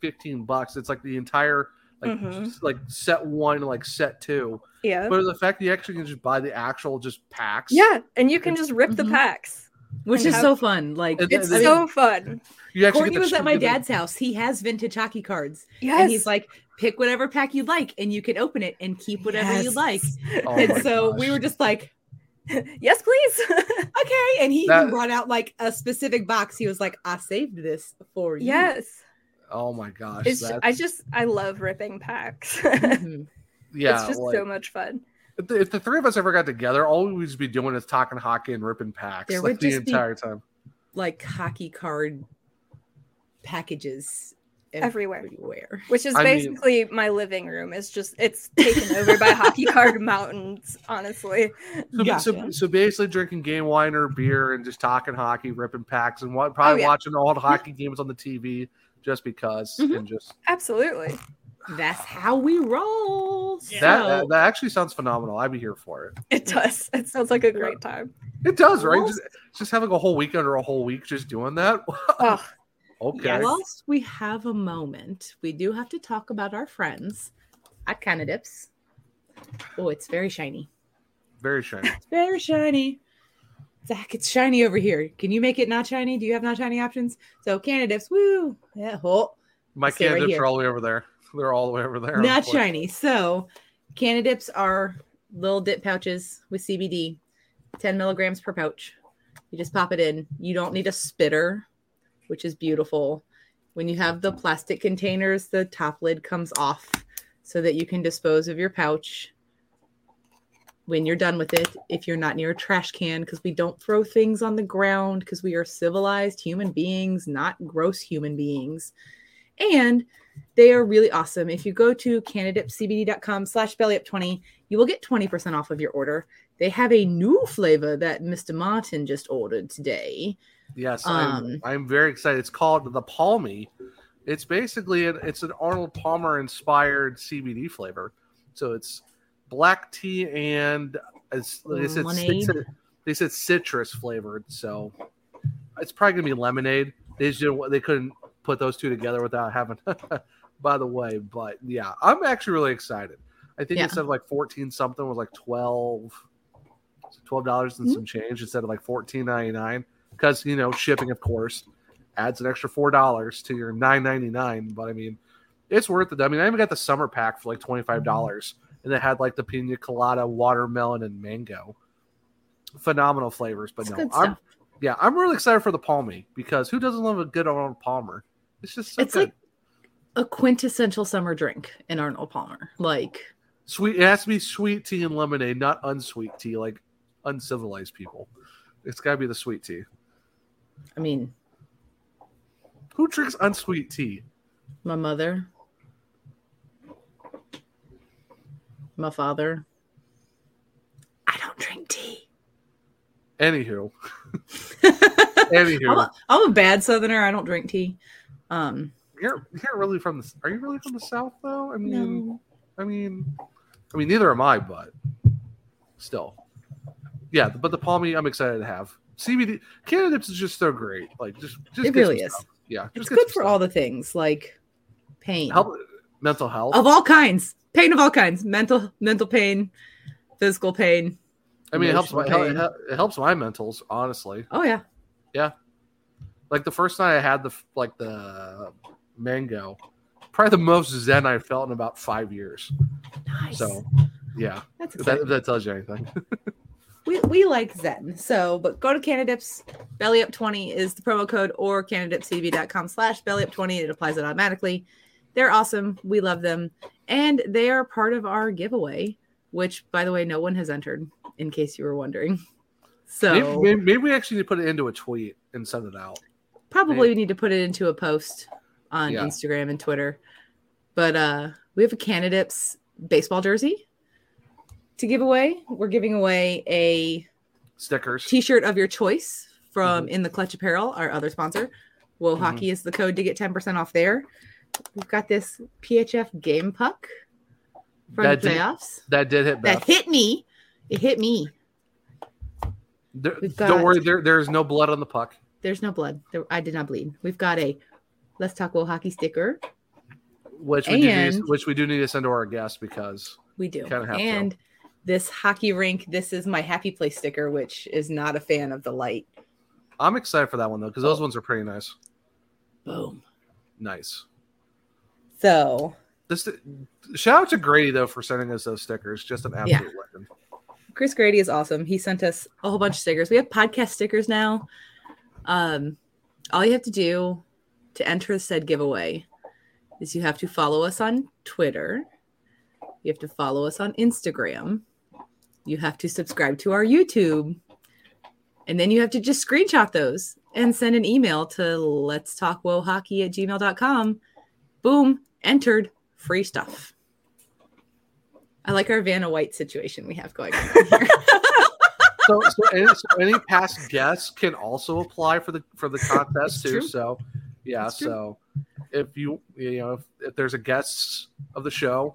fifteen bucks. It's like the entire like
Mm-hmm.
Mhm.
s- like set one, and, like set two.
Yeah.
But the fact that you actually can just buy the actual just packs.
yeah and you can just rip the
Mm-hmm.
packs
Which
and
is so fun, like- And
it's
I mean-
so fun
You actually
Courtney
get the
was
sh-
at my
you get the-
dad's house. He has vintage hockey cards.
Yes.
And he's like, pick whatever pack you like and you can open it and keep whatever you
Yes.
like.
Oh my
and so we were just like,
yes, please.
okay. And he
That-
even brought out like a specific box. He was like, I saved this for you.
yes
Oh my gosh!
it's,
that's-
i just i love ripping packs
yeah.
it's just
like,
so much fun
If the, if the three of us ever got together, all we would just be doing is talking hockey and ripping packs
There
like
would
the
just be-
entire time.
Like hockey card packages
Everywhere.
everywhere.
which is
I mean-
basically my living room is just it's taken over by hockey card mountains honestly
So, so, so basically, drinking game wine or beer and just talking hockey, ripping packs, and wa- probably
yeah.
watching all the hockey games on the TV just because. And just
absolutely
that's how we roll
that, that that actually sounds phenomenal. I'd be here for it.
it does it sounds like a great time
It does, right?
Well-
Just, just having a whole weekend or a whole week just doing that. okay.
Whilst we have a moment, we do have to talk about our friends at Canadips. Oh, it's very shiny.
Very shiny.
It's very shiny. Zach, it's shiny over here. Can you make it not shiny? Do you have not shiny options? So Canadips, woo! Yeah, oh,
My
Let's see right
candidates
here.
are all the way over there. They're all the way over there.
not
unfortunately.
shiny. So Canadips are little dip pouches with CBD, 10 milligrams per pouch. You just pop it in. You don't need a spitter, which is beautiful. When you have the plastic containers, the top lid comes off so that you can dispose of your pouch when you're done with it if you're not near a trash can because we don't throw things on the ground because we are civilized human beings, not gross human beings. And they are really awesome. If you go to canadipcbd.com slash bellyup20, you will get 20% off of your order. They have a new flavor that Mr. Martin just ordered today.
Yes,
Um,
I'm, I'm very excited. It's called the Palmy. It's basically an, it's an Arnold Palmer inspired CBD flavor. So it's black tea and as they said,
Lemonade.
cit- they said citrus flavored. So it's probably gonna be lemonade. They just didn't, they couldn't put those two together without having. by the way, but yeah, I'm actually really excited. I think
Yeah.
instead of like 14 something was like 12 twelve dollars
Mm-hmm.
and some change instead of like fourteen ninety nine because you know shipping of course adds an extra four dollars to your nine ninety nine. But I mean, it's worth it. I mean, I even got the summer pack for like twenty
Mm-hmm.
five dollars, and it had like the pina colada, watermelon, and mango. Phenomenal flavors, but
It's
no,
good
I'm
stuff.
yeah, I'm really excited for the palmy because who doesn't love a good Arnold Palmer? It's just so
It's
good.
like a quintessential summer drink in Arnold Palmer. Like
sweet. It has to be sweet tea and lemonade, not unsweet tea, like uncivilized people. It's got to be the sweet tea.
I mean,
who drinks unsweet tea?
my mother, my father.
Anywho, anywho,
I'm a, I'm a bad Southerner. I don't drink tea. Um,
you're you're really from the are you really from the south though? I mean, I mean, I mean, neither am I, but still, yeah. But the palmy, I'm excited to have CBD. Canada dips is just so great. Like just, just
It
get some
really is.
stuff. Yeah,
it's
just
good for all the things like pain
help mental health.
of all kinds, pain of all kinds, mental mental pain, physical pain.
I mean, it helps my
emotional
it
pain.
hel- it helps my mentals, honestly.
Oh yeah.
Yeah. Like the first night I had the f- like the mango, probably the most zen I felt in about five years.
Nice.
So, yeah,
That's
if that, if
exciting.
that tells you anything.
we, we like Zen. So, but go to Canadips. Belly up 20 is the promo code or canadipscv.com slash belly up 20. It applies it automatically. They're awesome. We love them. And they are part of our giveaway, which, by the way, no one has entered, in case you were wondering. So,
maybe, maybe, maybe we actually need to put it into a tweet and send it out.
probably
maybe-
we need to put it into a post on
Yeah.
Instagram and Twitter. But uh, we have a Canadips baseball jersey to give away. We're giving away a
Stickers.
t-shirt of your choice from
Mm-hmm.
in the clutch apparel our other sponsor whoa hockey is the code to get 10% off there we've got this phf game puck from the
did,
playoffs
that did hit
that
Beth.
hit me it hit me
There-
we've got-
don't worry, there there is no blood on the puck.
there's no blood There- i did not bleed we've got a let's talk whoa hockey sticker
Which we, do need, to-
And-
which we do need to send to our guests because
we do
Kinda have to.
and this hockey rink this is my happy place sticker which is not a fan of the light
I'm excited for that one though because those ones are pretty nice.
Oh. Boom.
Nice.
so
This shout out to Grady though for sending us those stickers. Just an absolute legend.
Chris Grady is awesome. He sent us a whole bunch of stickers. We have podcast stickers now. Um, all you have to do to enter said giveaway is you have to follow us on Twitter. You have to follow us on Instagram. You have to subscribe to our YouTube. And then you have to just screenshot those and send an email to let's talk hockey at gmail.com. Boom, entered free stuff. I like our Vanna White situation we have going on.
so, so, any, so any past guests can also apply for the for the contest too.
true.
So, yeah.
It's true.
So, if you you know if, if there's a guest of the show,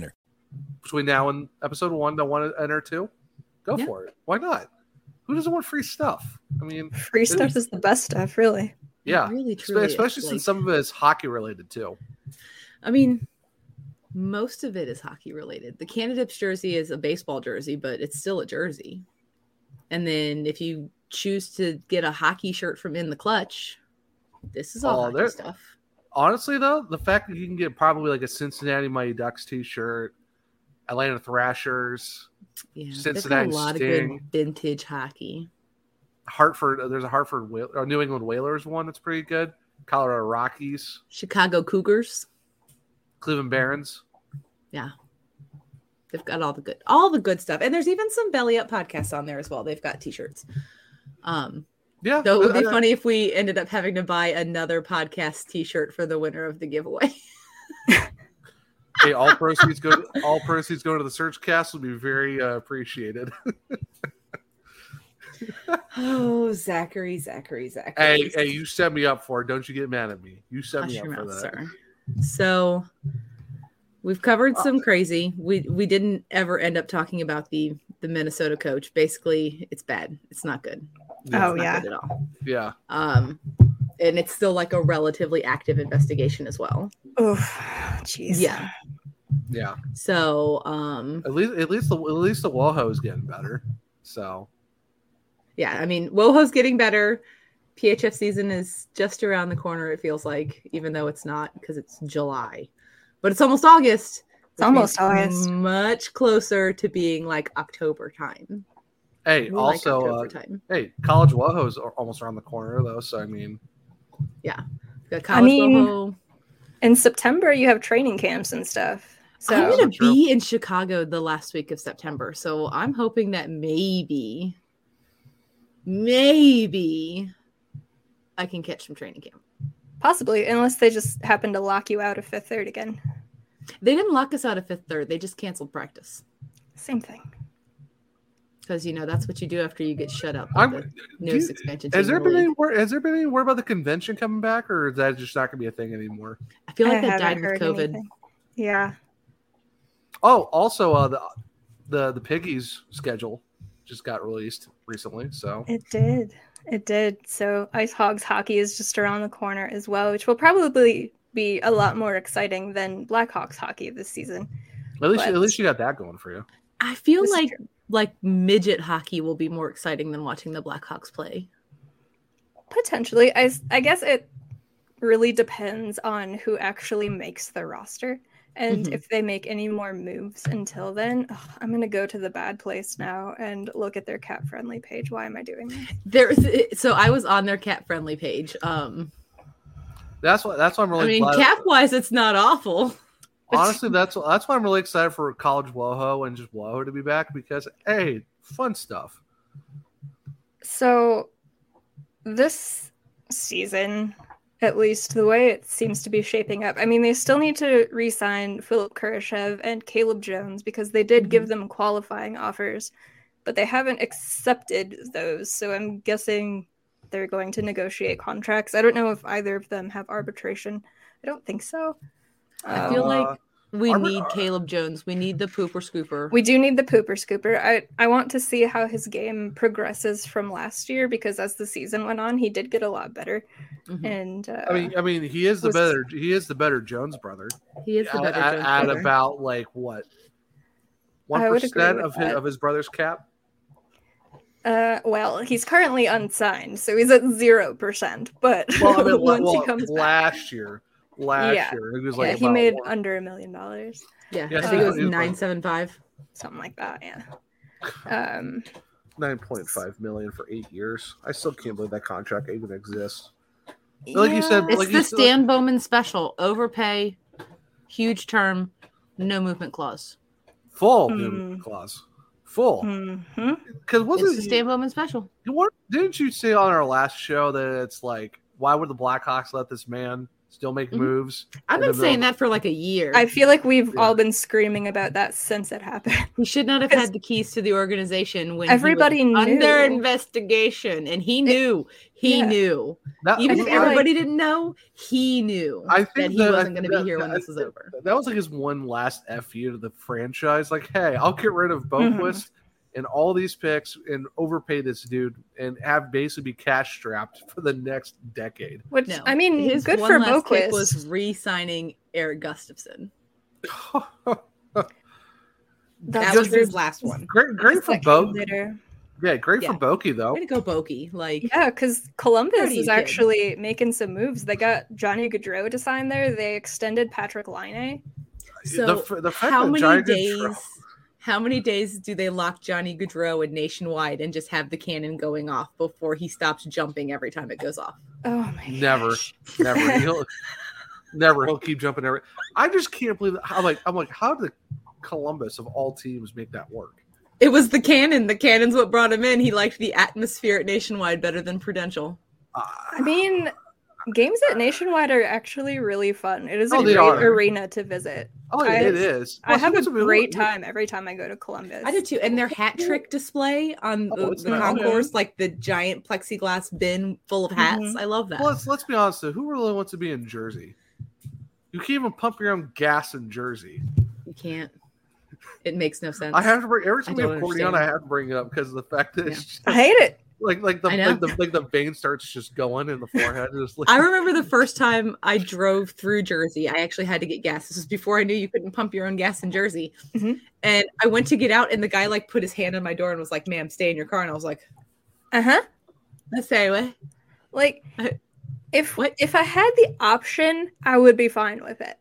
between now and episode one to one and or two, go for it. Why not? Who doesn't want free stuff? I mean,
Free stuff is the best stuff, really.
yeah,
really,
Espe-
truly is,
especially
like-
since some of it is hockey related too.
I mean, most of it is hockey related. The candidate's jersey is a baseball jersey, but it's still a jersey. And then if you choose to get a hockey shirt from In the Clutch, this is all
Oh,
hockey
there-
stuff.
Honestly, though, the fact that you can get probably like a Cincinnati Mighty Ducks T-shirt, Atlanta Thrashers,
Yeah, there's been
Cincinnati
a lot of
Sting,
good vintage hockey.
Hartford. uh, There's a Hartford Whale, or New England Whalers one that's pretty good. Colorado Rockies,
Chicago Cougars,
Cleveland Barons.
yeah, they've got all the good, all the good stuff. And there's even some Belly Up podcasts on there as well. They've got T-shirts. Um,
yeah.
Though it would be
uh,
funny if we ended up having to buy another podcast T-shirt for the winner of the giveaway.
Hey, all proceeds go. all proceeds go to the search cast. Would be very uh, appreciated.
oh, Zachary, Zachary, Zachary.
hey, hey, you set me up for it. Don't you get mad at me. You set
Hush
me up
your
for
mouth,
that.
sir. So we've covered
Oh.
some crazy. We we didn't ever end up talking about the the Minnesota coach. Basically, it's bad. It's not good.
Yeah. Oh,
It's not
yeah.
good at all.
Yeah.
Um, and it's still like a relatively active investigation as well.
Oh, jeez.
Yeah.
Yeah.
So um,
At least, at least, the, at least the Woho is getting better. So
yeah, I mean, WoHo's getting better. PHF season is just around the corner. It feels like, even though it's not, because it's July, but it's almost August.
It's almost
which means
August.
Much closer to being like October time.
Hey,
We like
also,
October
uh,
time.
hey, college woho's are almost around the corner though. So I mean,
Yeah. The
I
college
mean,
WoHo.
in September you have training camps and stuff. So
I'm gonna be in Chicago the last week of September, so I'm hoping that maybe, maybe, I can catch some training camp.
possibly, unless they just happen to lock you out of fifth third again.
They didn't lock us out of fifth third. They just canceled practice.
Same thing.
Because you know that's what you do after you get shut out. by
I'm-
the
do
newest
you-
expansion.
has
team
there
in the
been
league.
any word? Has there been any word about the convention coming back, or is that just not going to be a thing anymore?
I feel like
I
that
haven't
died with
heard
COVID.
anything. Yeah.
Oh, also, uh, the the the piggies schedule just got released recently. So
It did. It did. So Ice Hogs hockey is just around the corner as well, which will probably be a lot more exciting than Blackhawks hockey this season.
at least,
But-
at least you got that going for you.
I feel
This is
like like midget hockey will be more exciting than watching the Blackhawks play.
Potentially. I, s- I guess it really depends on who actually makes the roster. And
Mhm.
if they make any more moves until then, ugh, I'm going to go to the bad place now and look at their cat friendly page. Why am I doing that?
There's so I was on their cat friendly page. Um,
That's what. That's why I'm really.
I mean,
glad-
cap wise, it's not awful.
honestly, that's that's why I'm really excited for college woho and just woho to be back because hey, fun stuff.
So, this season, at least the way it seems to be shaping up, I mean, they still need to re sign Philip Kurashev and Caleb Jones because they did
Mm-hmm.
give them qualifying offers, but they haven't accepted those. So, I'm guessing they're going to negotiate contracts. I don't know if either of them have arbitration. I don't think so.
I feel
Um,
Uh,
like we
are we-
need Caleb Jones. We need the pooper scooper.
we do need the pooper scooper. I, I want to see how his game progresses from last year because as the season went on, he did get a lot better.
Mm-hmm.
And uh,
I mean, I mean, he is the
was-
better. He is the better Jones brother.
He is the
At-
better
at,
Jones
at
brother.
about like what one
I would agree
percent
with
of his,
that.
of his brother's cap.
uh, well, he's currently unsigned, so he's at zero percent. But
Well, I mean,
once
well,
he comes back,
last year, last
yeah,
year he was like
yeah, he
about
made
one-
under a million dollars.
Yeah,
Yes,
I think it
he
was
is the-
nine seven five.
something like that. Yeah. Um,
9.5 million for eight years. I still can't believe that contract even exists. But Like you said,
it's
like
the
you said,
Stan Bowman special. Overpay, huge term, No movement clause.
Full
Hmm.
movement clause. Full.
Hmm. mm-hmm.
Because
It's
wasn't
a stay at home and special.
you weren't- didn't you say on our last show that it's like why would the Blackhawks let this man still make
Mhm.
Mm-hmm.
moves? in the middle-
that for like a year.
I feel like we've all been screaming about that since it happened.
He should not have had the keys to the organization when he was
everybody knew.
under investigation, and he knew. He
yeah.
knew.
That-
Even
I
if
feel like-
everybody didn't know, he knew
I think
that he
that-
wasn't going to
that-
be here when
that-
this was over.
That was like his one last fu to the franchise. Like, hey, I'll get rid of
Mm-hmm.
Boquist and all these picks and overpay this dude and have basically be cash strapped for the next decade.
Which
No.
I mean,
His
good
one
for
last kick
Boquist.
was re-signing Eric Gustafson. that was his last one.
Great, great for
Like,
Bo.
later.
Yeah, great for
Yeah.
Bokey though.
Way to go, Bokey! Like
Yeah, because
Proud
Columbus
of you,
is
kid.
actually making some moves. They got Johnny Gaudreau to sign there. They extended Patrick Line.
So
f- the fact
how
that
many
Johnny
days?
Gaudreau-
How many days do they lock Johnny Gaudreau in nationwide and just have the cannon going off before he stops jumping every time it goes off?
Oh my!
Never, never, he'll, never. He'll keep jumping every. I just can't believe that. I'm like, I'm like, how did Columbus of all teams make that work?
It was the cannon. The cannon's what brought him in. He liked the atmosphere at Nationwide better than Prudential.
I mean, games at Nationwide are actually really fun. It is
Oh,
a
they
great
are.
arena to visit.
Oh,
I-
it is.
I
Well,
have a
sometimes we-
great time every time I go to Columbus.
I do too. And their hat trick display on the,
Oh, it's
the
nice.
concourse, like the giant plexiglass bin full of hats. I love that.
Well, let's let's be honest though. Who really wants to be in Jersey? You can't even pump your own gas in Jersey.
you can't. It makes no sense.
I have to bring every time we
don't
have Courtney on, I
understand.
have to bring it up because of the fact that it's just-
I hate it.
Like like the,
I know.
like the like the vein starts just going in the forehead. and Just like,
I remember the first time I drove through Jersey. I actually had to get gas. This was before I knew you couldn't pump your own gas in Jersey. And I went to get out, and the guy like put his hand on my door and was like, "Ma'am, stay in your car." And I was like,
Uh
Uh-huh.
huh.
"I say what?"
Like, if if I had the option, I would be fine with it.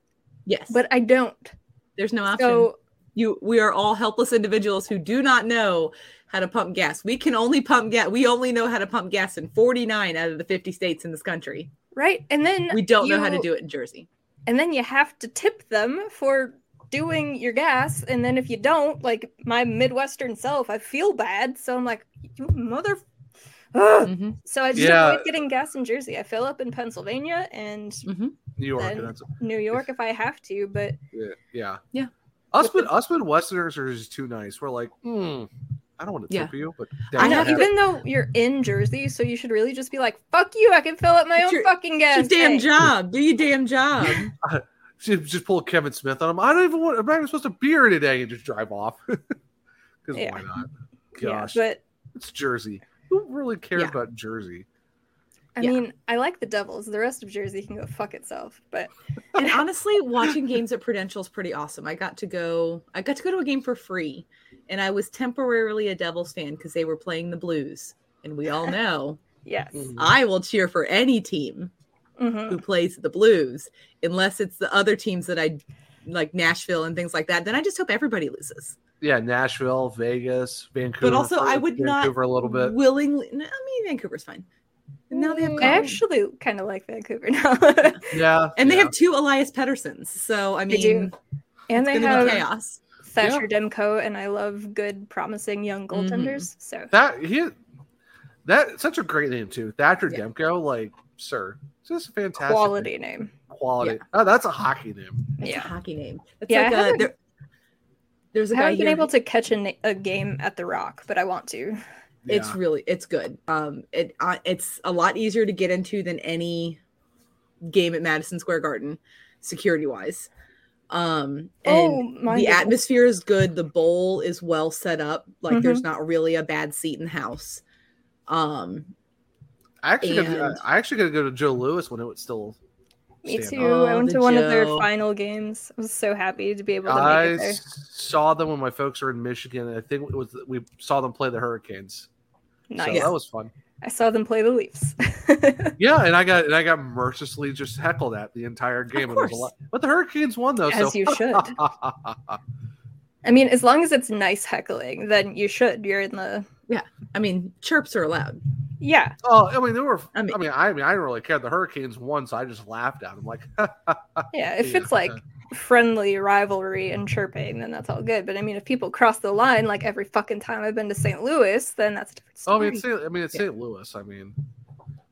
Yes,
but I don't.
There's no option.
So-
you, we are all helpless individuals who do not know how to pump gas. We can only pump gas. We only know how to pump gas in 49 out of the 50 states in this country.
Right, and then
We don't know how to
you-
do it in Jersey.
and then you have to tip them for doing your gas and then if you don't like my midwestern self i feel bad so i'm like you mother Ugh. so i just
Yeah.
avoid getting gas in jersey i fill up in pennsylvania and
New York.
then
and that's,
new york if i have to but
yeah, yeah.
Yeah.
Us mid us Midwesterners are just too nice. We're like, hmm, I don't want to
Yeah.
tip you, but
I
damn
know,
it.
even though you're in Jersey, so you should really just be like, "Fuck you! I can fill up my own fucking gas."
It's your damn
tank."
job. Do your damn job.
she just pulled Kevin Smith on him. I don't even want. I'm not even supposed to be here today, and just drive off. Because
Yeah.
why not?
Yeah,
Gosh,
but
it's Jersey. Who really cares about Jersey?
I mean, I like the Devils. The rest of Jersey can go fuck itself. But
and honestly, watching games at Prudential is pretty awesome. I got to go. I got to go to a game for free, and I was temporarily a Devils fan because they were playing the Blues, and we all know.
yes,
Mm-hmm.
Mm-hmm.
I will cheer for any team who plays the Blues, unless it's the other teams that I like, Nashville and things like that. Then I just hope everybody loses.
Yeah, Nashville, Vegas, Vancouver.
but also, I would
Vancouver
not
Vancouver a little bit.
willingly. no, I mean, Vancouver's fine. Now they have
I
Colin.
actually kind of like Vancouver now.
Yeah,
and they have two Elias Pettersons. So I
They
mean,
do. Um, and
it's
they
gonna be
have
chaos.
Thatcher Demko, and I love good, promising young
Mm-hmm.
goaltenders. So
that he that such a great name too. Thatcher Demko, like sir, just a fantastic
quality
name.
name.
Quality. Oh, that's a hockey name.
It's
Yeah.
a hockey name. It's
Yeah, I
like a,
haven't-
there- there's a
I
guy
haven't been
here-
able to catch a, na- a game at the Rock, but I want to.
It's really it's good. Um, it uh, it's a lot easier to get into than any game at Madison Square Garden, security wise. Um, and
Oh, my
the
goodness.
atmosphere is good. The bowl is well set up. Like there's
Mhm.
not really a bad seat in the house. Um,
I actually got
And-
to, I actually got to go to Joe Lewis when it was still.
Me too.
standing.
I
Oh,
went
the
to one of their
Joe.
final games. I was so happy to be able to
I
make it there.
s- saw them when my folks were in Michigan, and I think it was we saw them play the Hurricanes. So
Nice.
that was fun.
I saw them play the Leafs.
Yeah, and I got and I got mercilessly just heckled at the entire game. It was a
course.
lot- but the Hurricanes won though, so
As you should. I mean, as long as it's nice heckling, then you should. You're in the
yeah. I mean, chirps are allowed.
Yeah.
Oh, I mean, there were. I mean, I mean, I, didn't really care. The Hurricanes won, so I just laughed at them. Like,
Yeah, if
Yeah.
it's like, friendly rivalry and chirping, then that's all good. But I mean, if people cross the line like every fucking time I've been to St. Louis, then that's a different
Oh, I mean,
story.
it's, St- I mean, it's St. Louis. I mean,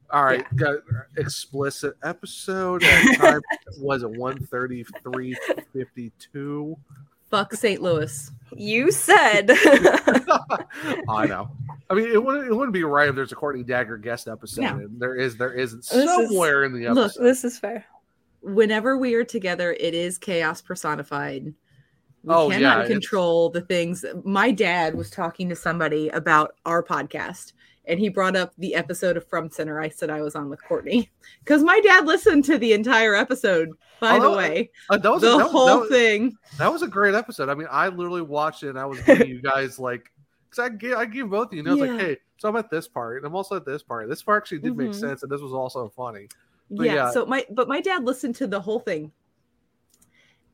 all right, got explicit episode. At time, was it one thirty three fifty two?
Fuck St. Louis.
You said.
I know. I mean, it wouldn't it wouldn't be right if there's a Courtney Dagger guest episode.
No.
And there is there isn't
This is-
somewhere in the episode.
look,
this is fair.
Whenever we are together, it is chaos personified. We
Oh, yeah,
cannot
it's-
control the things. My dad was talking to somebody about our podcast, and he brought up the episode of From Center I said I was on with Courtney because my dad listened to the entire episode. By
Although,
the way,
uh, that was-
the
that was- that
whole
was-
thing.
That was a great episode. I mean, I literally watched it and I was giving you guys like, because I gave, I gave both of you, and I was like,
Yeah.
hey, so I'm at this part and I'm also at this part. This part actually did make
Mhm.
sense and this was also funny. But
yeah, So my but my dad listened to the whole thing.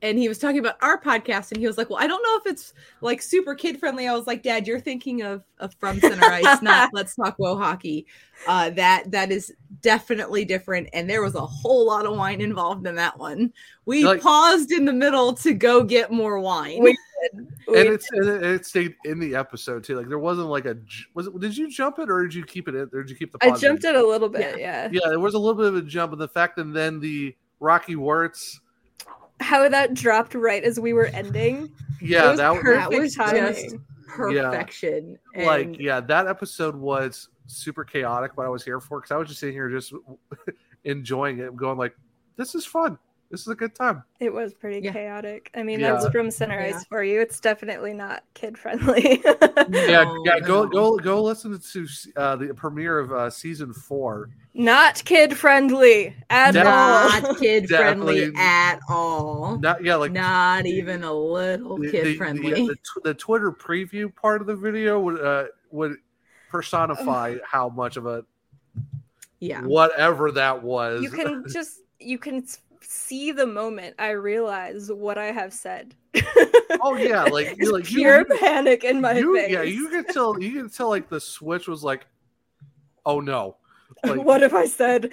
And he was talking about our podcast and he was like, Well, I don't know if it's like super kid friendly. I was like, Dad, you're thinking of, of From Center Ice, not Let's Talk Woe Hockey. Uh, that that is definitely different. And there was a whole lot of wine involved in that one. We
Like-
paused in the middle to go get more wine.
and it's and it, it stayed in the episode too. Like there wasn't like a j- was it? Did you jump it or did you keep it? In, or did you keep the?
I
pause in?
jumped it a little bit, yeah.
Yeah, there was a little bit of a jump, and the fact and then the Rocky Wirtz.
How that dropped right as we were ending.
Yeah,
It was
that was-
perfect
That was just
timing.
perfection.
like yeah that episode was super chaotic but i was here for because i was just sitting here just enjoying it going like this is fun this is a good time
It was pretty chaotic. I mean,
Yeah.
that's from Center
Yeah.
Ice for you. It's definitely not kid friendly.
yeah
Oh,
yeah go go go listen to uh, the premiere of uh, season four
not kid friendly at
Def-
all.
Not kid friendly Definitely.
at all.
not yeah like
Not even a little
the- the-
kid
the-
friendly.
the, tw- the twitter preview part of the video would uh, would personify how much of a
yeah
whatever that was
You can just you can s- see the moment I realize what I have said.
oh yeah like you like you-
Pure
you-
panic in my
you,
face.
Yeah, you could tell. You could tell like the switch was like, oh no. Like,
what have I said?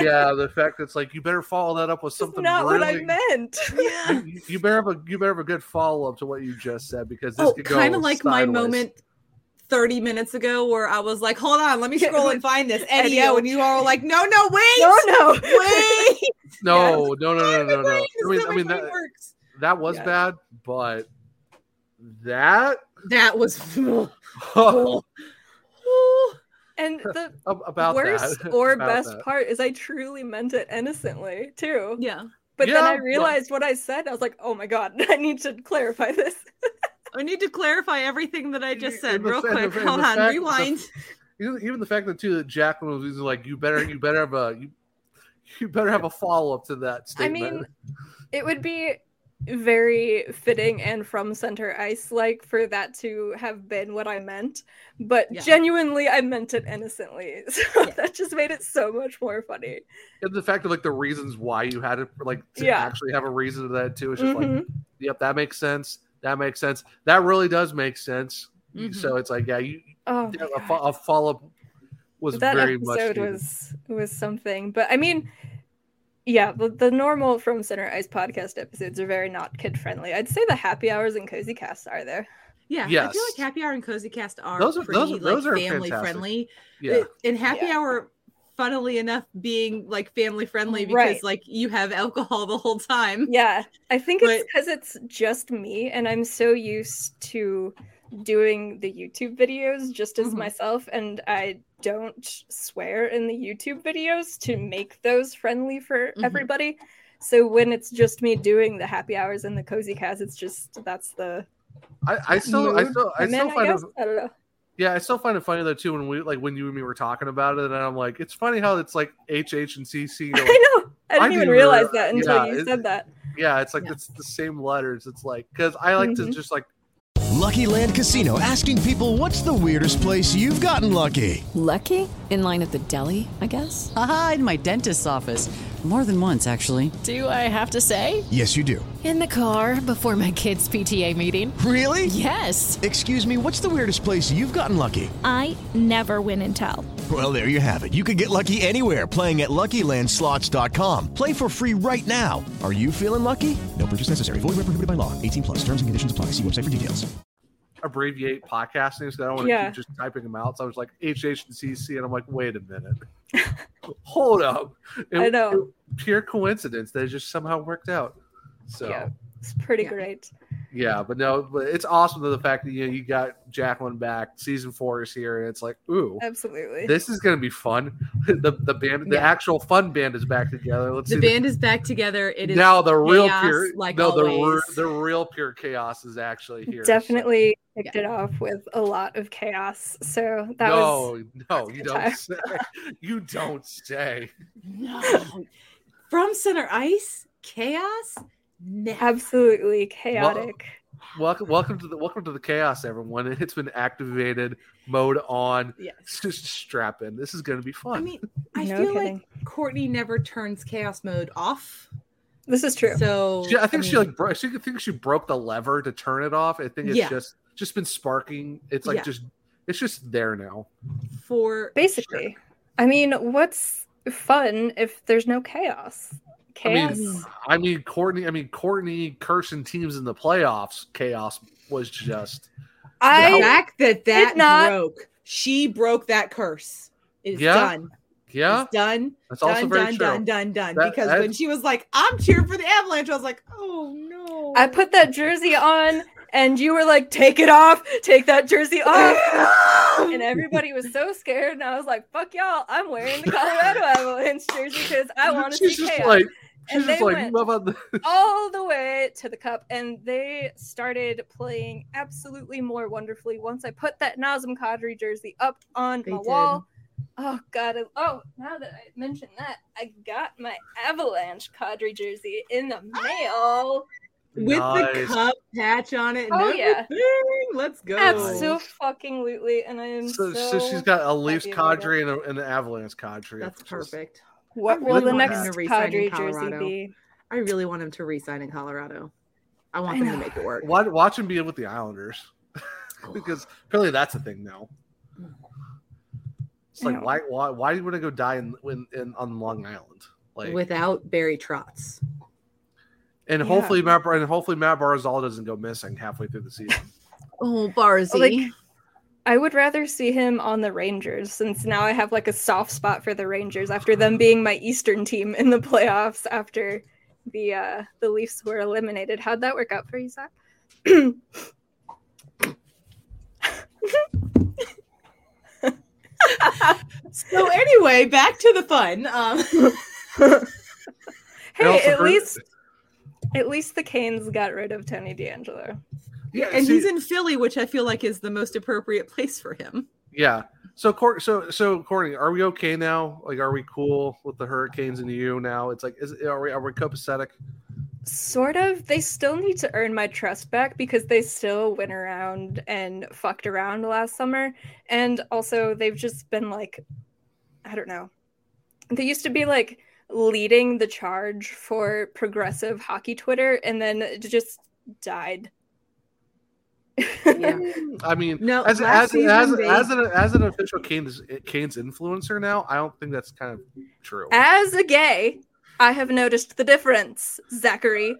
yeah, the fact it's like you better follow that up with something.
Not what I
really-
meant.
You, you better have a you better have a good follow up to what you just said because this
Oh,
could go
kind of like my
sideways.
moment 30 minutes ago where I was like, hold on, let me scroll and find this.
Eddie
Eddie O.
O.
And you all were like, no, no, wait.
No, no.
Wait.
No, no, no, no, no, no. I mean,
how
I
my brain
mean that
works.
that was
Yeah.
bad, but that
that was
And the
Ab- about
worst
that.
or
About
best
that.
part is I truly meant it innocently too.
Yeah.
But then
Yeah,
I
yeah.
realized what I said. I was like, oh my god, I need to clarify this.
I need to clarify everything that I just said
And the
real
fa- and the-
quick.
and the
Hold on,
fact-
rewind.
the- even, even the fact that too that Jacqueline was using like you better you better have a you, you better have a follow up to that
I
statement.
mean, it would be very fitting and from center ice like for that to have been what I meant, but
Yeah.
genuinely I meant it innocently. So that just made it so much more funny.
and the fact of like the reasons why you had it like to
Yeah.
actually have a reason to that too it's just like
Mhm.
yep that makes sense that makes sense that really does make sense
Mm-hmm.
so it's like yeah you
Oh
yeah, a, fo- a follow-up was
that
very much
episode
needed.
was was something. But I mean, yeah, the, the normal from Center Ice podcast episodes are very not kid friendly. I'd say the happy hours and cozy casts are there.
Yeah, I
Yes.
feel like Happy Hour and Cozy Cast are
Those are-
pretty
those are- those
like
are
family
fantastic.
friendly.
Yeah.
It- and Happy Hour, funnily enough, being like family friendly because
Right.
like you have alcohol the whole time.
Yeah, I think it's because it's just me, and I'm so used to doing the YouTube videos just as
Mm-hmm.
myself, and I don't swear in the YouTube videos to make those friendly for
Mm-hmm.
everybody. So when it's just me doing the happy hours and the cozy cast, it's just that's the
I, I still I
mood
still I
I'm
still
in,
find it
guess? I don't know.
yeah I still find it funny though too when we like when you and me were talking about it and I'm like it's funny how it's like H H and CC are like,
I didn't even
didn't
realize
realize-
that until
yeah,
you
it-
said that.
yeah it's like it's the same letters it's like because I like to
Mhm.
just like
Lucky Land Casino asking people what's the weirdest place you've gotten lucky?
Lucky? In line at the deli, I guess? Aha, in my dentist's office. More than once, actually.
Do I have to say?
Yes, you do.
In the car before my kids' PTA meeting.
Really?
Yes.
Excuse me, what's the weirdest place you've gotten lucky?
I never win and tell.
Well, there you have it. You can get lucky anywhere playing at LuckyLandSlots.com. Play for free right now. Are you feeling lucky? No purchase necessary. Void where prohibited by law. 18 plus. Terms and conditions apply. See website for details.
abbreviate podcast names because I don't want to
Yeah.
keep just typing them out. So I was like HH and CC, and I'm like, wait a minute, hold up.
I know.
it- pure coincidence that it just somehow worked out. So yeah,
Yeah. It's pretty great.
but no, but it's awesome to the fact that you know, you got Jacqueline back. Season four is here, and it's like, ooh,
Absolutely.
this is gonna be fun. the the band, the
Yeah.
actual fun band is back together. Let's
The
see
band is back together. It is
now the real
chaos,
pure
like
no the,
always.
re- the real pure chaos is actually here. so-
Definitely kicked it off with a lot of chaos. So that
no,
was
no, you
time.
don't say. You don't say.
From Center Ice, chaos.
absolutely chaotic.
Welcome, welcome to the welcome to the chaos, everyone. It's been activated, mode on. Just strap in. This is going to be fun.
I mean, I
No
feel
kidding.
like Courtney never turns chaos mode off.
This is true.
So
She- I think she
mean,
like bro- she think she broke the lever to turn it off. I think it's
Yeah.
just just been sparking. It's like
Yeah.
just it's just there now.
for
basically. I mean, what's fun if there's no chaos? Chaos.
I mean, I mean Courtney. I mean Courtney cursing teams in the playoffs. Chaos was just
the
I
fact that that
not-
broke. She broke that curse. It's
Yeah.
done.
yeah.
It's done.
That's
done,
also very
done,
true.
done, done, done.
That-
Because
that-
when she was like, I'm cheering for the avalanche, I was like, oh no.
I put that jersey on and you were like, take it off, take that jersey off. and everybody was so scared. And I was like, fuck y'all, I'm wearing the Colorado Avalanche jersey because I want to
She's
see
just
chaos.
like
and
she's
they
just like
went
love on the
all the way to the cup and they started playing absolutely more wonderfully once I put that Nazem Kadri jersey up on
They
my
did.
wall. Oh god! I- Oh, now that I mentioned that, I got my Avalanche Kadri jersey in the
Ah!
mail.
With the
Nice.
cup patch on it and
Oh,
everything.
yeah.
Let's go.
Absolutely, fucking lutely, and I am
so,
so.
so she's got a Leafs
happy about
cadre and, a, and an Avalanche cadre.
That's
Just-
perfect.
What
I
will the
want him
next
to re-sign in
Kadri jersey
Colorado.
be?
I really want him to resign in Colorado. I want
I
them to
know.
make it work.
Watch, watch him be with the Islanders because apparently that's a thing now. It's like
Yeah.
why why why do you want to go die in, in, in on Long Island? Like
Without Barry Trotz.
and
Yeah.
hopefully Matt Bar- and hopefully Matt Barzal doesn't go missing halfway through the season.
Oh, Barzy.
Like, I would rather see him on the Rangers since now I have like a soft spot for the Rangers after them being my Eastern team in the playoffs after the uh the Leafs were eliminated. How'd that work out for you, Zach?
so anyway, back to the fun. Um,
Hey,
also
at
heard-
least at least the Canes got rid of Tony D'Angelo.
yeah, and he's in Philly, which I feel like is the most appropriate place for him.
yeah. So Cor- so so Courtney, are we okay now? Like, are we cool with the Hurricanes and you now? It's like, is are we are we copacetic?
Sort of. They still need to earn my trust back because they still went around and fucked around last summer. And also, they've just been like, I don't know. They used to be like leading the charge for progressive hockey Twitter and then it just died.
I mean,
No,
as
last
as as,
season they-
as, an, as an official Canes Canes influencer now, I don't think that's kind of true.
As a gay, I have noticed the difference, Zachary.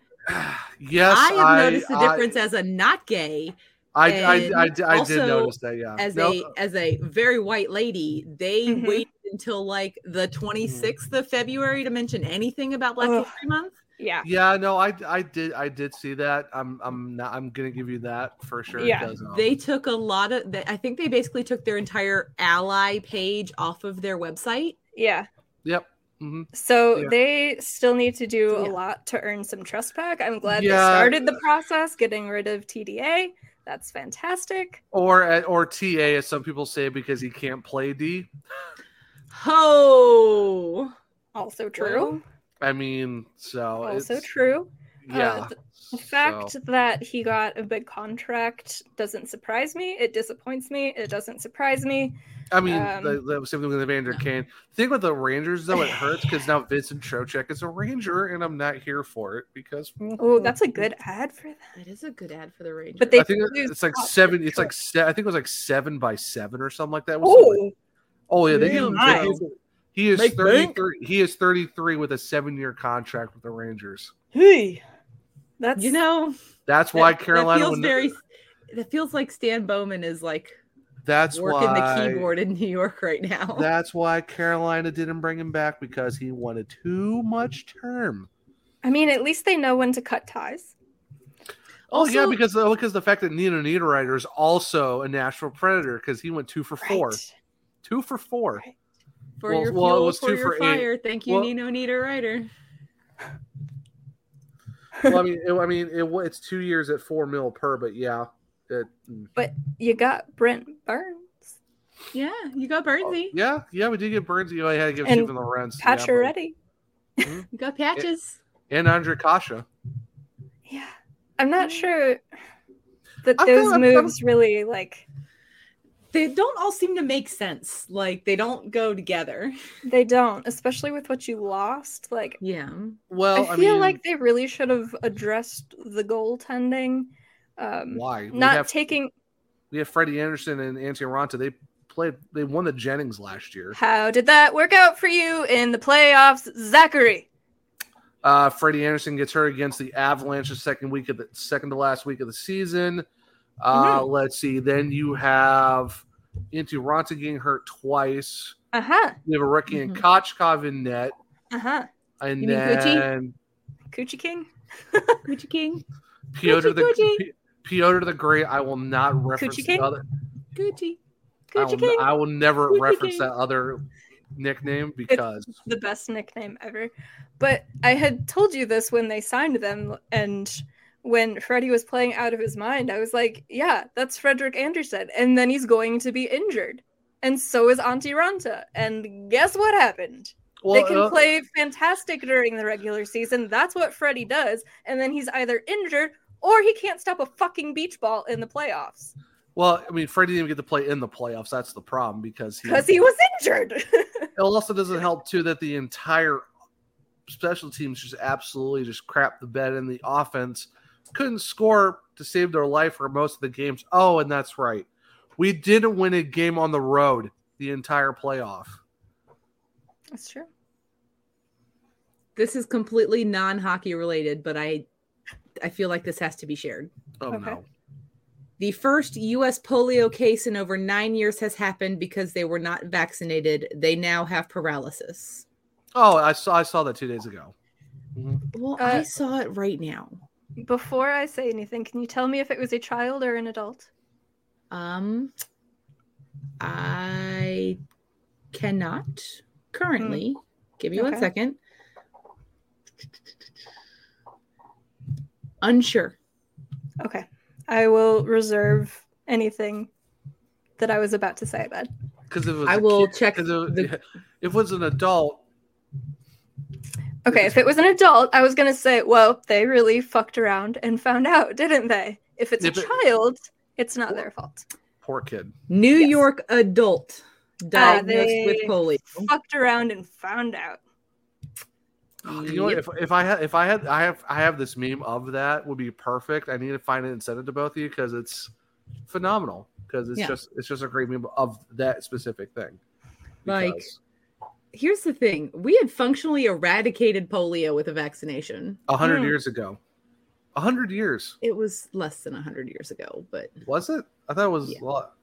Yes,
I have
I,
noticed the
I-
difference as a not gay.
I- I-
and
I- I did
also
notice that, yeah.
As
No.
a as a very white lady, they
Mm-hmm.
waited until like the 26th of February to mention anything about Black History Month.
Yeah.
Yeah, no, I I did I did see that. I'm I'm not I'm gonna give you that for sure. because, um,
They took a lot of they- I think they basically took their entire ally page off of their website.
Yeah.
Yep. Mhm.
So
Yeah.
they still need to do a lot to earn some trust back. I'm glad they
Yeah.
started the process getting rid of TDA. That's fantastic.
or at- or TA as some people say because he can't play D.
Ho.
Also true.
I mean, so
also
Oh,
it's-
true.
Yeah.
Uh,
th- the fact
so-
that he got a big contract doesn't surprise me. It disappoints me. It doesn't surprise me.
I mean,
Um,
the, the same thing with Evander Kane. The thing with the Rangers, though, it hurts because now Vincent Trocek is a Ranger, and I'm not here for it because. hmm,
oh, that's a good ad for that.
That is a good ad for the Rangers.
I think it's like seven. It's like se- I think it was like seven by seven or something like that. It was something
Oh,
like- oh yeah, they gave him- they
Nice.
gave him- He is
Make bank.
thirty-three. He is thirty-three with a seven-year contract with the Rangers.
hey, that's
you know
That's why
that-
Carolina.
That feels
would-
very. That feels like Stan Bowman is like
that's
working
why,
the keyboard in New York right now.
That's why Carolina didn't bring him back because he wanted too much term.
I mean, at least they know when to cut ties.
Oh yeah, because uh, because the fact that Nino Niederreiter is also a Nashville Predator because he went two for four, two for four.
for
Well-
your
well, it
fuel,
was
for
two
your
for eight.
fire. Thank you,
Well-
Nino Nita Ryder.
well, I mean, it, I mean, it, wa- it's two years at four mil per, but yeah, it,
But you got Brent Burns.
Yeah, you
Oh,
got Bernsey.
yeah, yeah, we did get Burns. You know, I had to give
And
Stephen Lorenz, yeah,
Patch already.
You got patches.
but- and Andre Kasha.
I'm not sure that
I feel
those
I'm- I'm-
moves really like
They don't all seem to make sense. Like they don't go together.
They don't, especially with what you lost. Like,
yeah.
Well,
I
I
feel
mean-
like they really should have addressed the goaltending. Um,
Why? We
not
have-
taking?
We have Freddie Anderson and Antti Ranta. They played. They won the Jennings last year.
How did that work out for you in the playoffs, Zachary?
Uh, Freddie Anderson gets hurt against the Avalanche the second week of the second to last week of the season. Uh,
Mm-hmm.
Let's see. Then you have into Ronta getting hurt twice.
Uh huh.
You have a rookie and Kochkov in net,
Uh huh.
and
Mm-hmm. You mean Gucci?
then
Coochie King.
Coochie King.
Piotr
Gucci,
the
Gucci.
P- Piotr the Great. I will not reference
Coochie
the
King?
other.
Gucci.
I will,
Coochie King.
I will never
Gucci
reference
King.
that other nickname
It's
because
the best nickname ever. But I had told you this when they signed them, and when Freddie was playing out of his mind, I was like, "Yeah, that's Frederick Anderson," and then he's going to be injured, and so is Auntie Ranta. And guess what happened?
Well,
they can
uh,
play fantastic during the regular season. That's what Freddie does, and then he's either injured or he can't stop a fucking beach ball in the playoffs
well, I mean, Freddie didn't even get to play in the playoffs. That's the problem because
because he was injured.
it also doesn't help too that the entire special teams just absolutely just crap the bed and the offense couldn't score to save their life for most of the games. Oh, and that's right. We didn't win a game on the road the entire playoff.
that's true.
This is completely non-hockey related, but I I feel like this has to be shared.
Oh no.
The first US polio case in over 9 years has happened because they were not vaccinated. They now have paralysis.
Oh, I saw I saw that two days ago.
Well,
I
saw it right now.
Before I say anything, can you tell me if it was a child or an adult?
Um I cannot currently. Give me one
Hmm. Okay.
second. Unsure.
Okay. I will reserve anything that I was about to say then.
Because if it was
I
a
will
kid-
check
'cause It, if it was an adult,
Okay, if it was an adult, I was going to say, well, they really fucked around and found out, didn't they? If it's a
If it-
child, it's not their fault.
poor kid.
New York adult diagnosed with
Uh, they
polio.
Fucked around and found out.
You know, what, if, if I had if I had I have I have this meme of that would be perfect. I need to find it and send it to both of you because it's phenomenal. Because it's
Yeah.
just it's just a great meme of that specific thing.
Like, here's the thing: we had functionally eradicated polio with a vaccination.
A hundred years ago, a hundred years
It was less than a hundred years ago, but
was it? I thought it was a lot.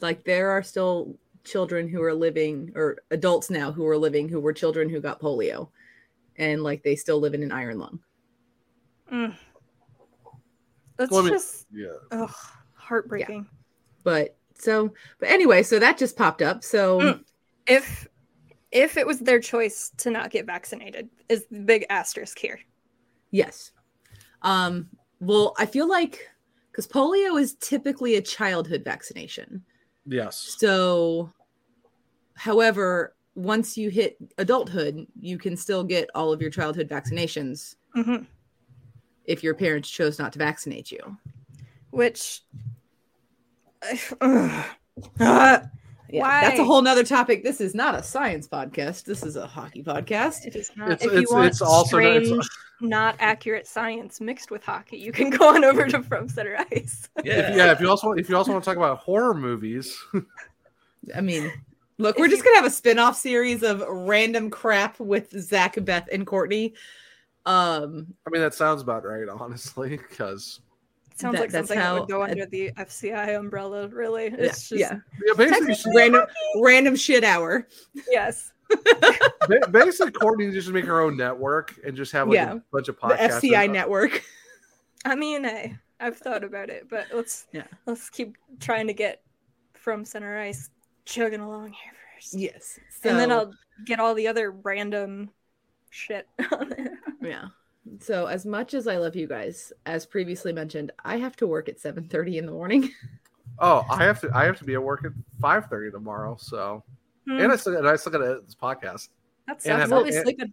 like there are still children who are living, or adults now who are living, who were children who got polio, and like they still live in an iron lung.
Mm. That's
Well, I mean-
just
yeah.
ugh, heartbreaking.
But so, but anyway, so that just popped up. So
If if it was their choice to not get vaccinated, is the big asterisk here.
Yes. Um, well, I feel like because polio is typically a childhood vaccination.
Yes.
So, however,
Mm-hmm.
once you hit adulthood, you can still get all of your childhood vaccinations. if your parents chose not to vaccinate you.
Which
Ah, yeah,
Why?
that's a whole nother topic. This is not a science podcast. This is a hockey podcast. It is
not. if you want strange, not accurate science mixed with hockey, you can go on over to From Center Ice.
If, yeah. If you also if you also want to talk about horror movies,
I mean, look, we're just gonna have a spin-off series of random crap with Zach, Beth, and Courtney. Um,
I mean that sounds about right, honestly. Because
Sounds
That-
like
that's
something that
how-
would go under the FCI umbrella, really.
yeah,
It's just
yeah. Texas
basically-
random, random shit hour.
yes.
ba- basically Courtney needs to just make her own network and just have like
Yeah.
a bunch of
The
podcasts.
FCI
network.
I mean, I, I've thought about it, but let's
Yeah.
let's keep trying to get from center ice chugging along here first.
Yes.
and then
so-
I'll get all the other random shit on there.
Yeah. So as much as I love you guys, as previously mentioned, I have to work at 7:30 in the morning.
Oh, I have to I have to be at work at five thirty tomorrow. So,
Hmm.
and I still and I still got to edit this podcast.
That
And
sucks.
have-
I'll be
and-
sleeping.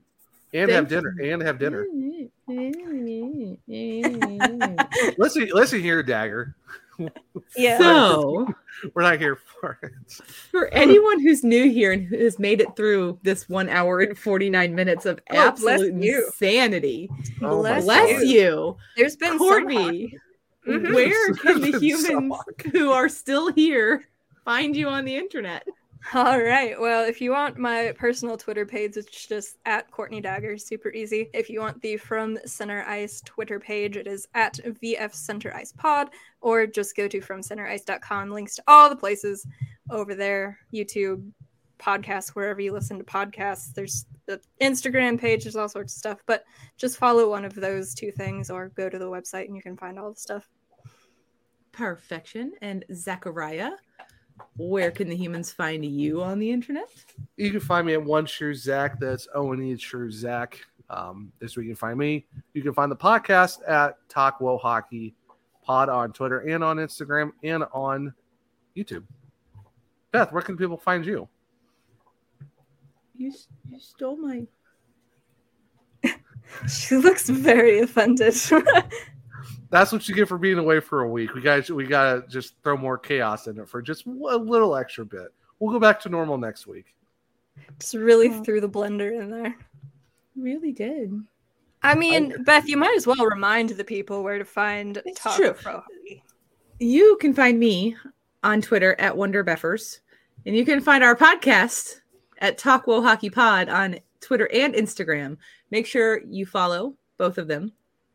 and have
Thank
dinner and have dinner.
so
Listen, listen here, Dagger.
Yeah.
We're not here for it.
for anyone who's new here and who has made it through this 1 hour and 49 minutes of
Oh, bless
absolute
you.
insanity.
Oh my
bless,
God.
you.
There's been
Courtney.
some hockey. Mhm.
Where
There's
can the
been some
humans who are still here find you on the internet?
All right. Well, if you want my personal Twitter page, it's just at Courtney Dagger, super easy. If you want the From Center Ice Twitter page, it is at VF Center Ice Pod, or just go to FromCenterIce.com. Links to all the places over there YouTube, podcasts, wherever you listen to podcasts. There's the Instagram page, there's all sorts of stuff, but just follow one of those two things or go to the website and you can find all the stuff.
Perfection and Zachariah. Where can the humans find you on the internet?
You can find me at One True Zach. That's O N E True Zach. Um, this week you can find me. You can find the podcast at Talk Wo Hockey Pod on Twitter and on Instagram and on YouTube. Beth, where can people find you?
You, you stole my.
She looks very offended.
That's what you get for being away for a week. We guys, we gotta just throw more chaos in it for just a little extra bit. We'll go back to normal next week.
just really threw the blender in there.
Really did.
I mean, Beth, you might as well remind the people where to find Talk
true.
Pro.
You can find me on Twitter at WonderBeffers, and you can find our podcast at Talk Wo Hockey Pod on Twitter and Instagram. Make sure you follow both of them.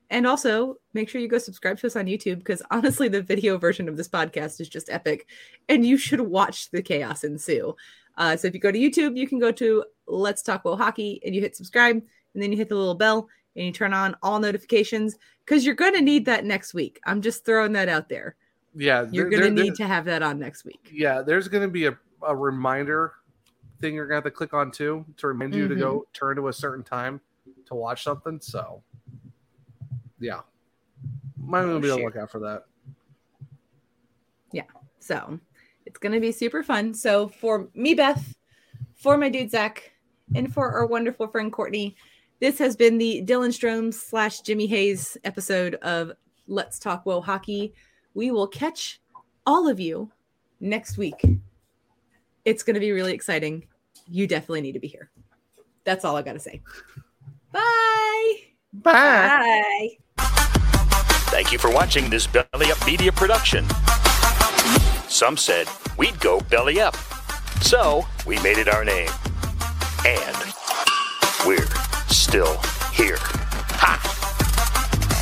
And also make sure you go subscribe to us on YouTube because honestly, the video version of this podcast is just epic and you should watch the chaos ensue. Uh, so if you go to YouTube, you can go to Let's Talk Well Hockey and you hit subscribe and then you hit the little bell and you turn on all notifications because you're going to need that next week. I'm just throwing that out there.
Yeah,
You're
there-
going to
there-
need to have that on next week.
Yeah, there's going to be a, a reminder thing you're going to have to click on too to remind you to go
Mm-hmm.
turn to a certain time to watch something. So, yeah, might going to be on the lookout for that.
Yeah. So it's going to be super fun. So for me, Beth, for my dude, Zach, and for our wonderful friend, Courtney, this has been the Dylan Strom slash Jimmy Hayes episode of Let's Talk Woe Hockey. We will catch all of you next week. It's going to be really exciting. You definitely need to be here. That's all I got to say. Bye.
Bye.
Thank you for watching this Belly Up Media production. Some said we'd go belly up, so we made it our name. And we're still here. Ha!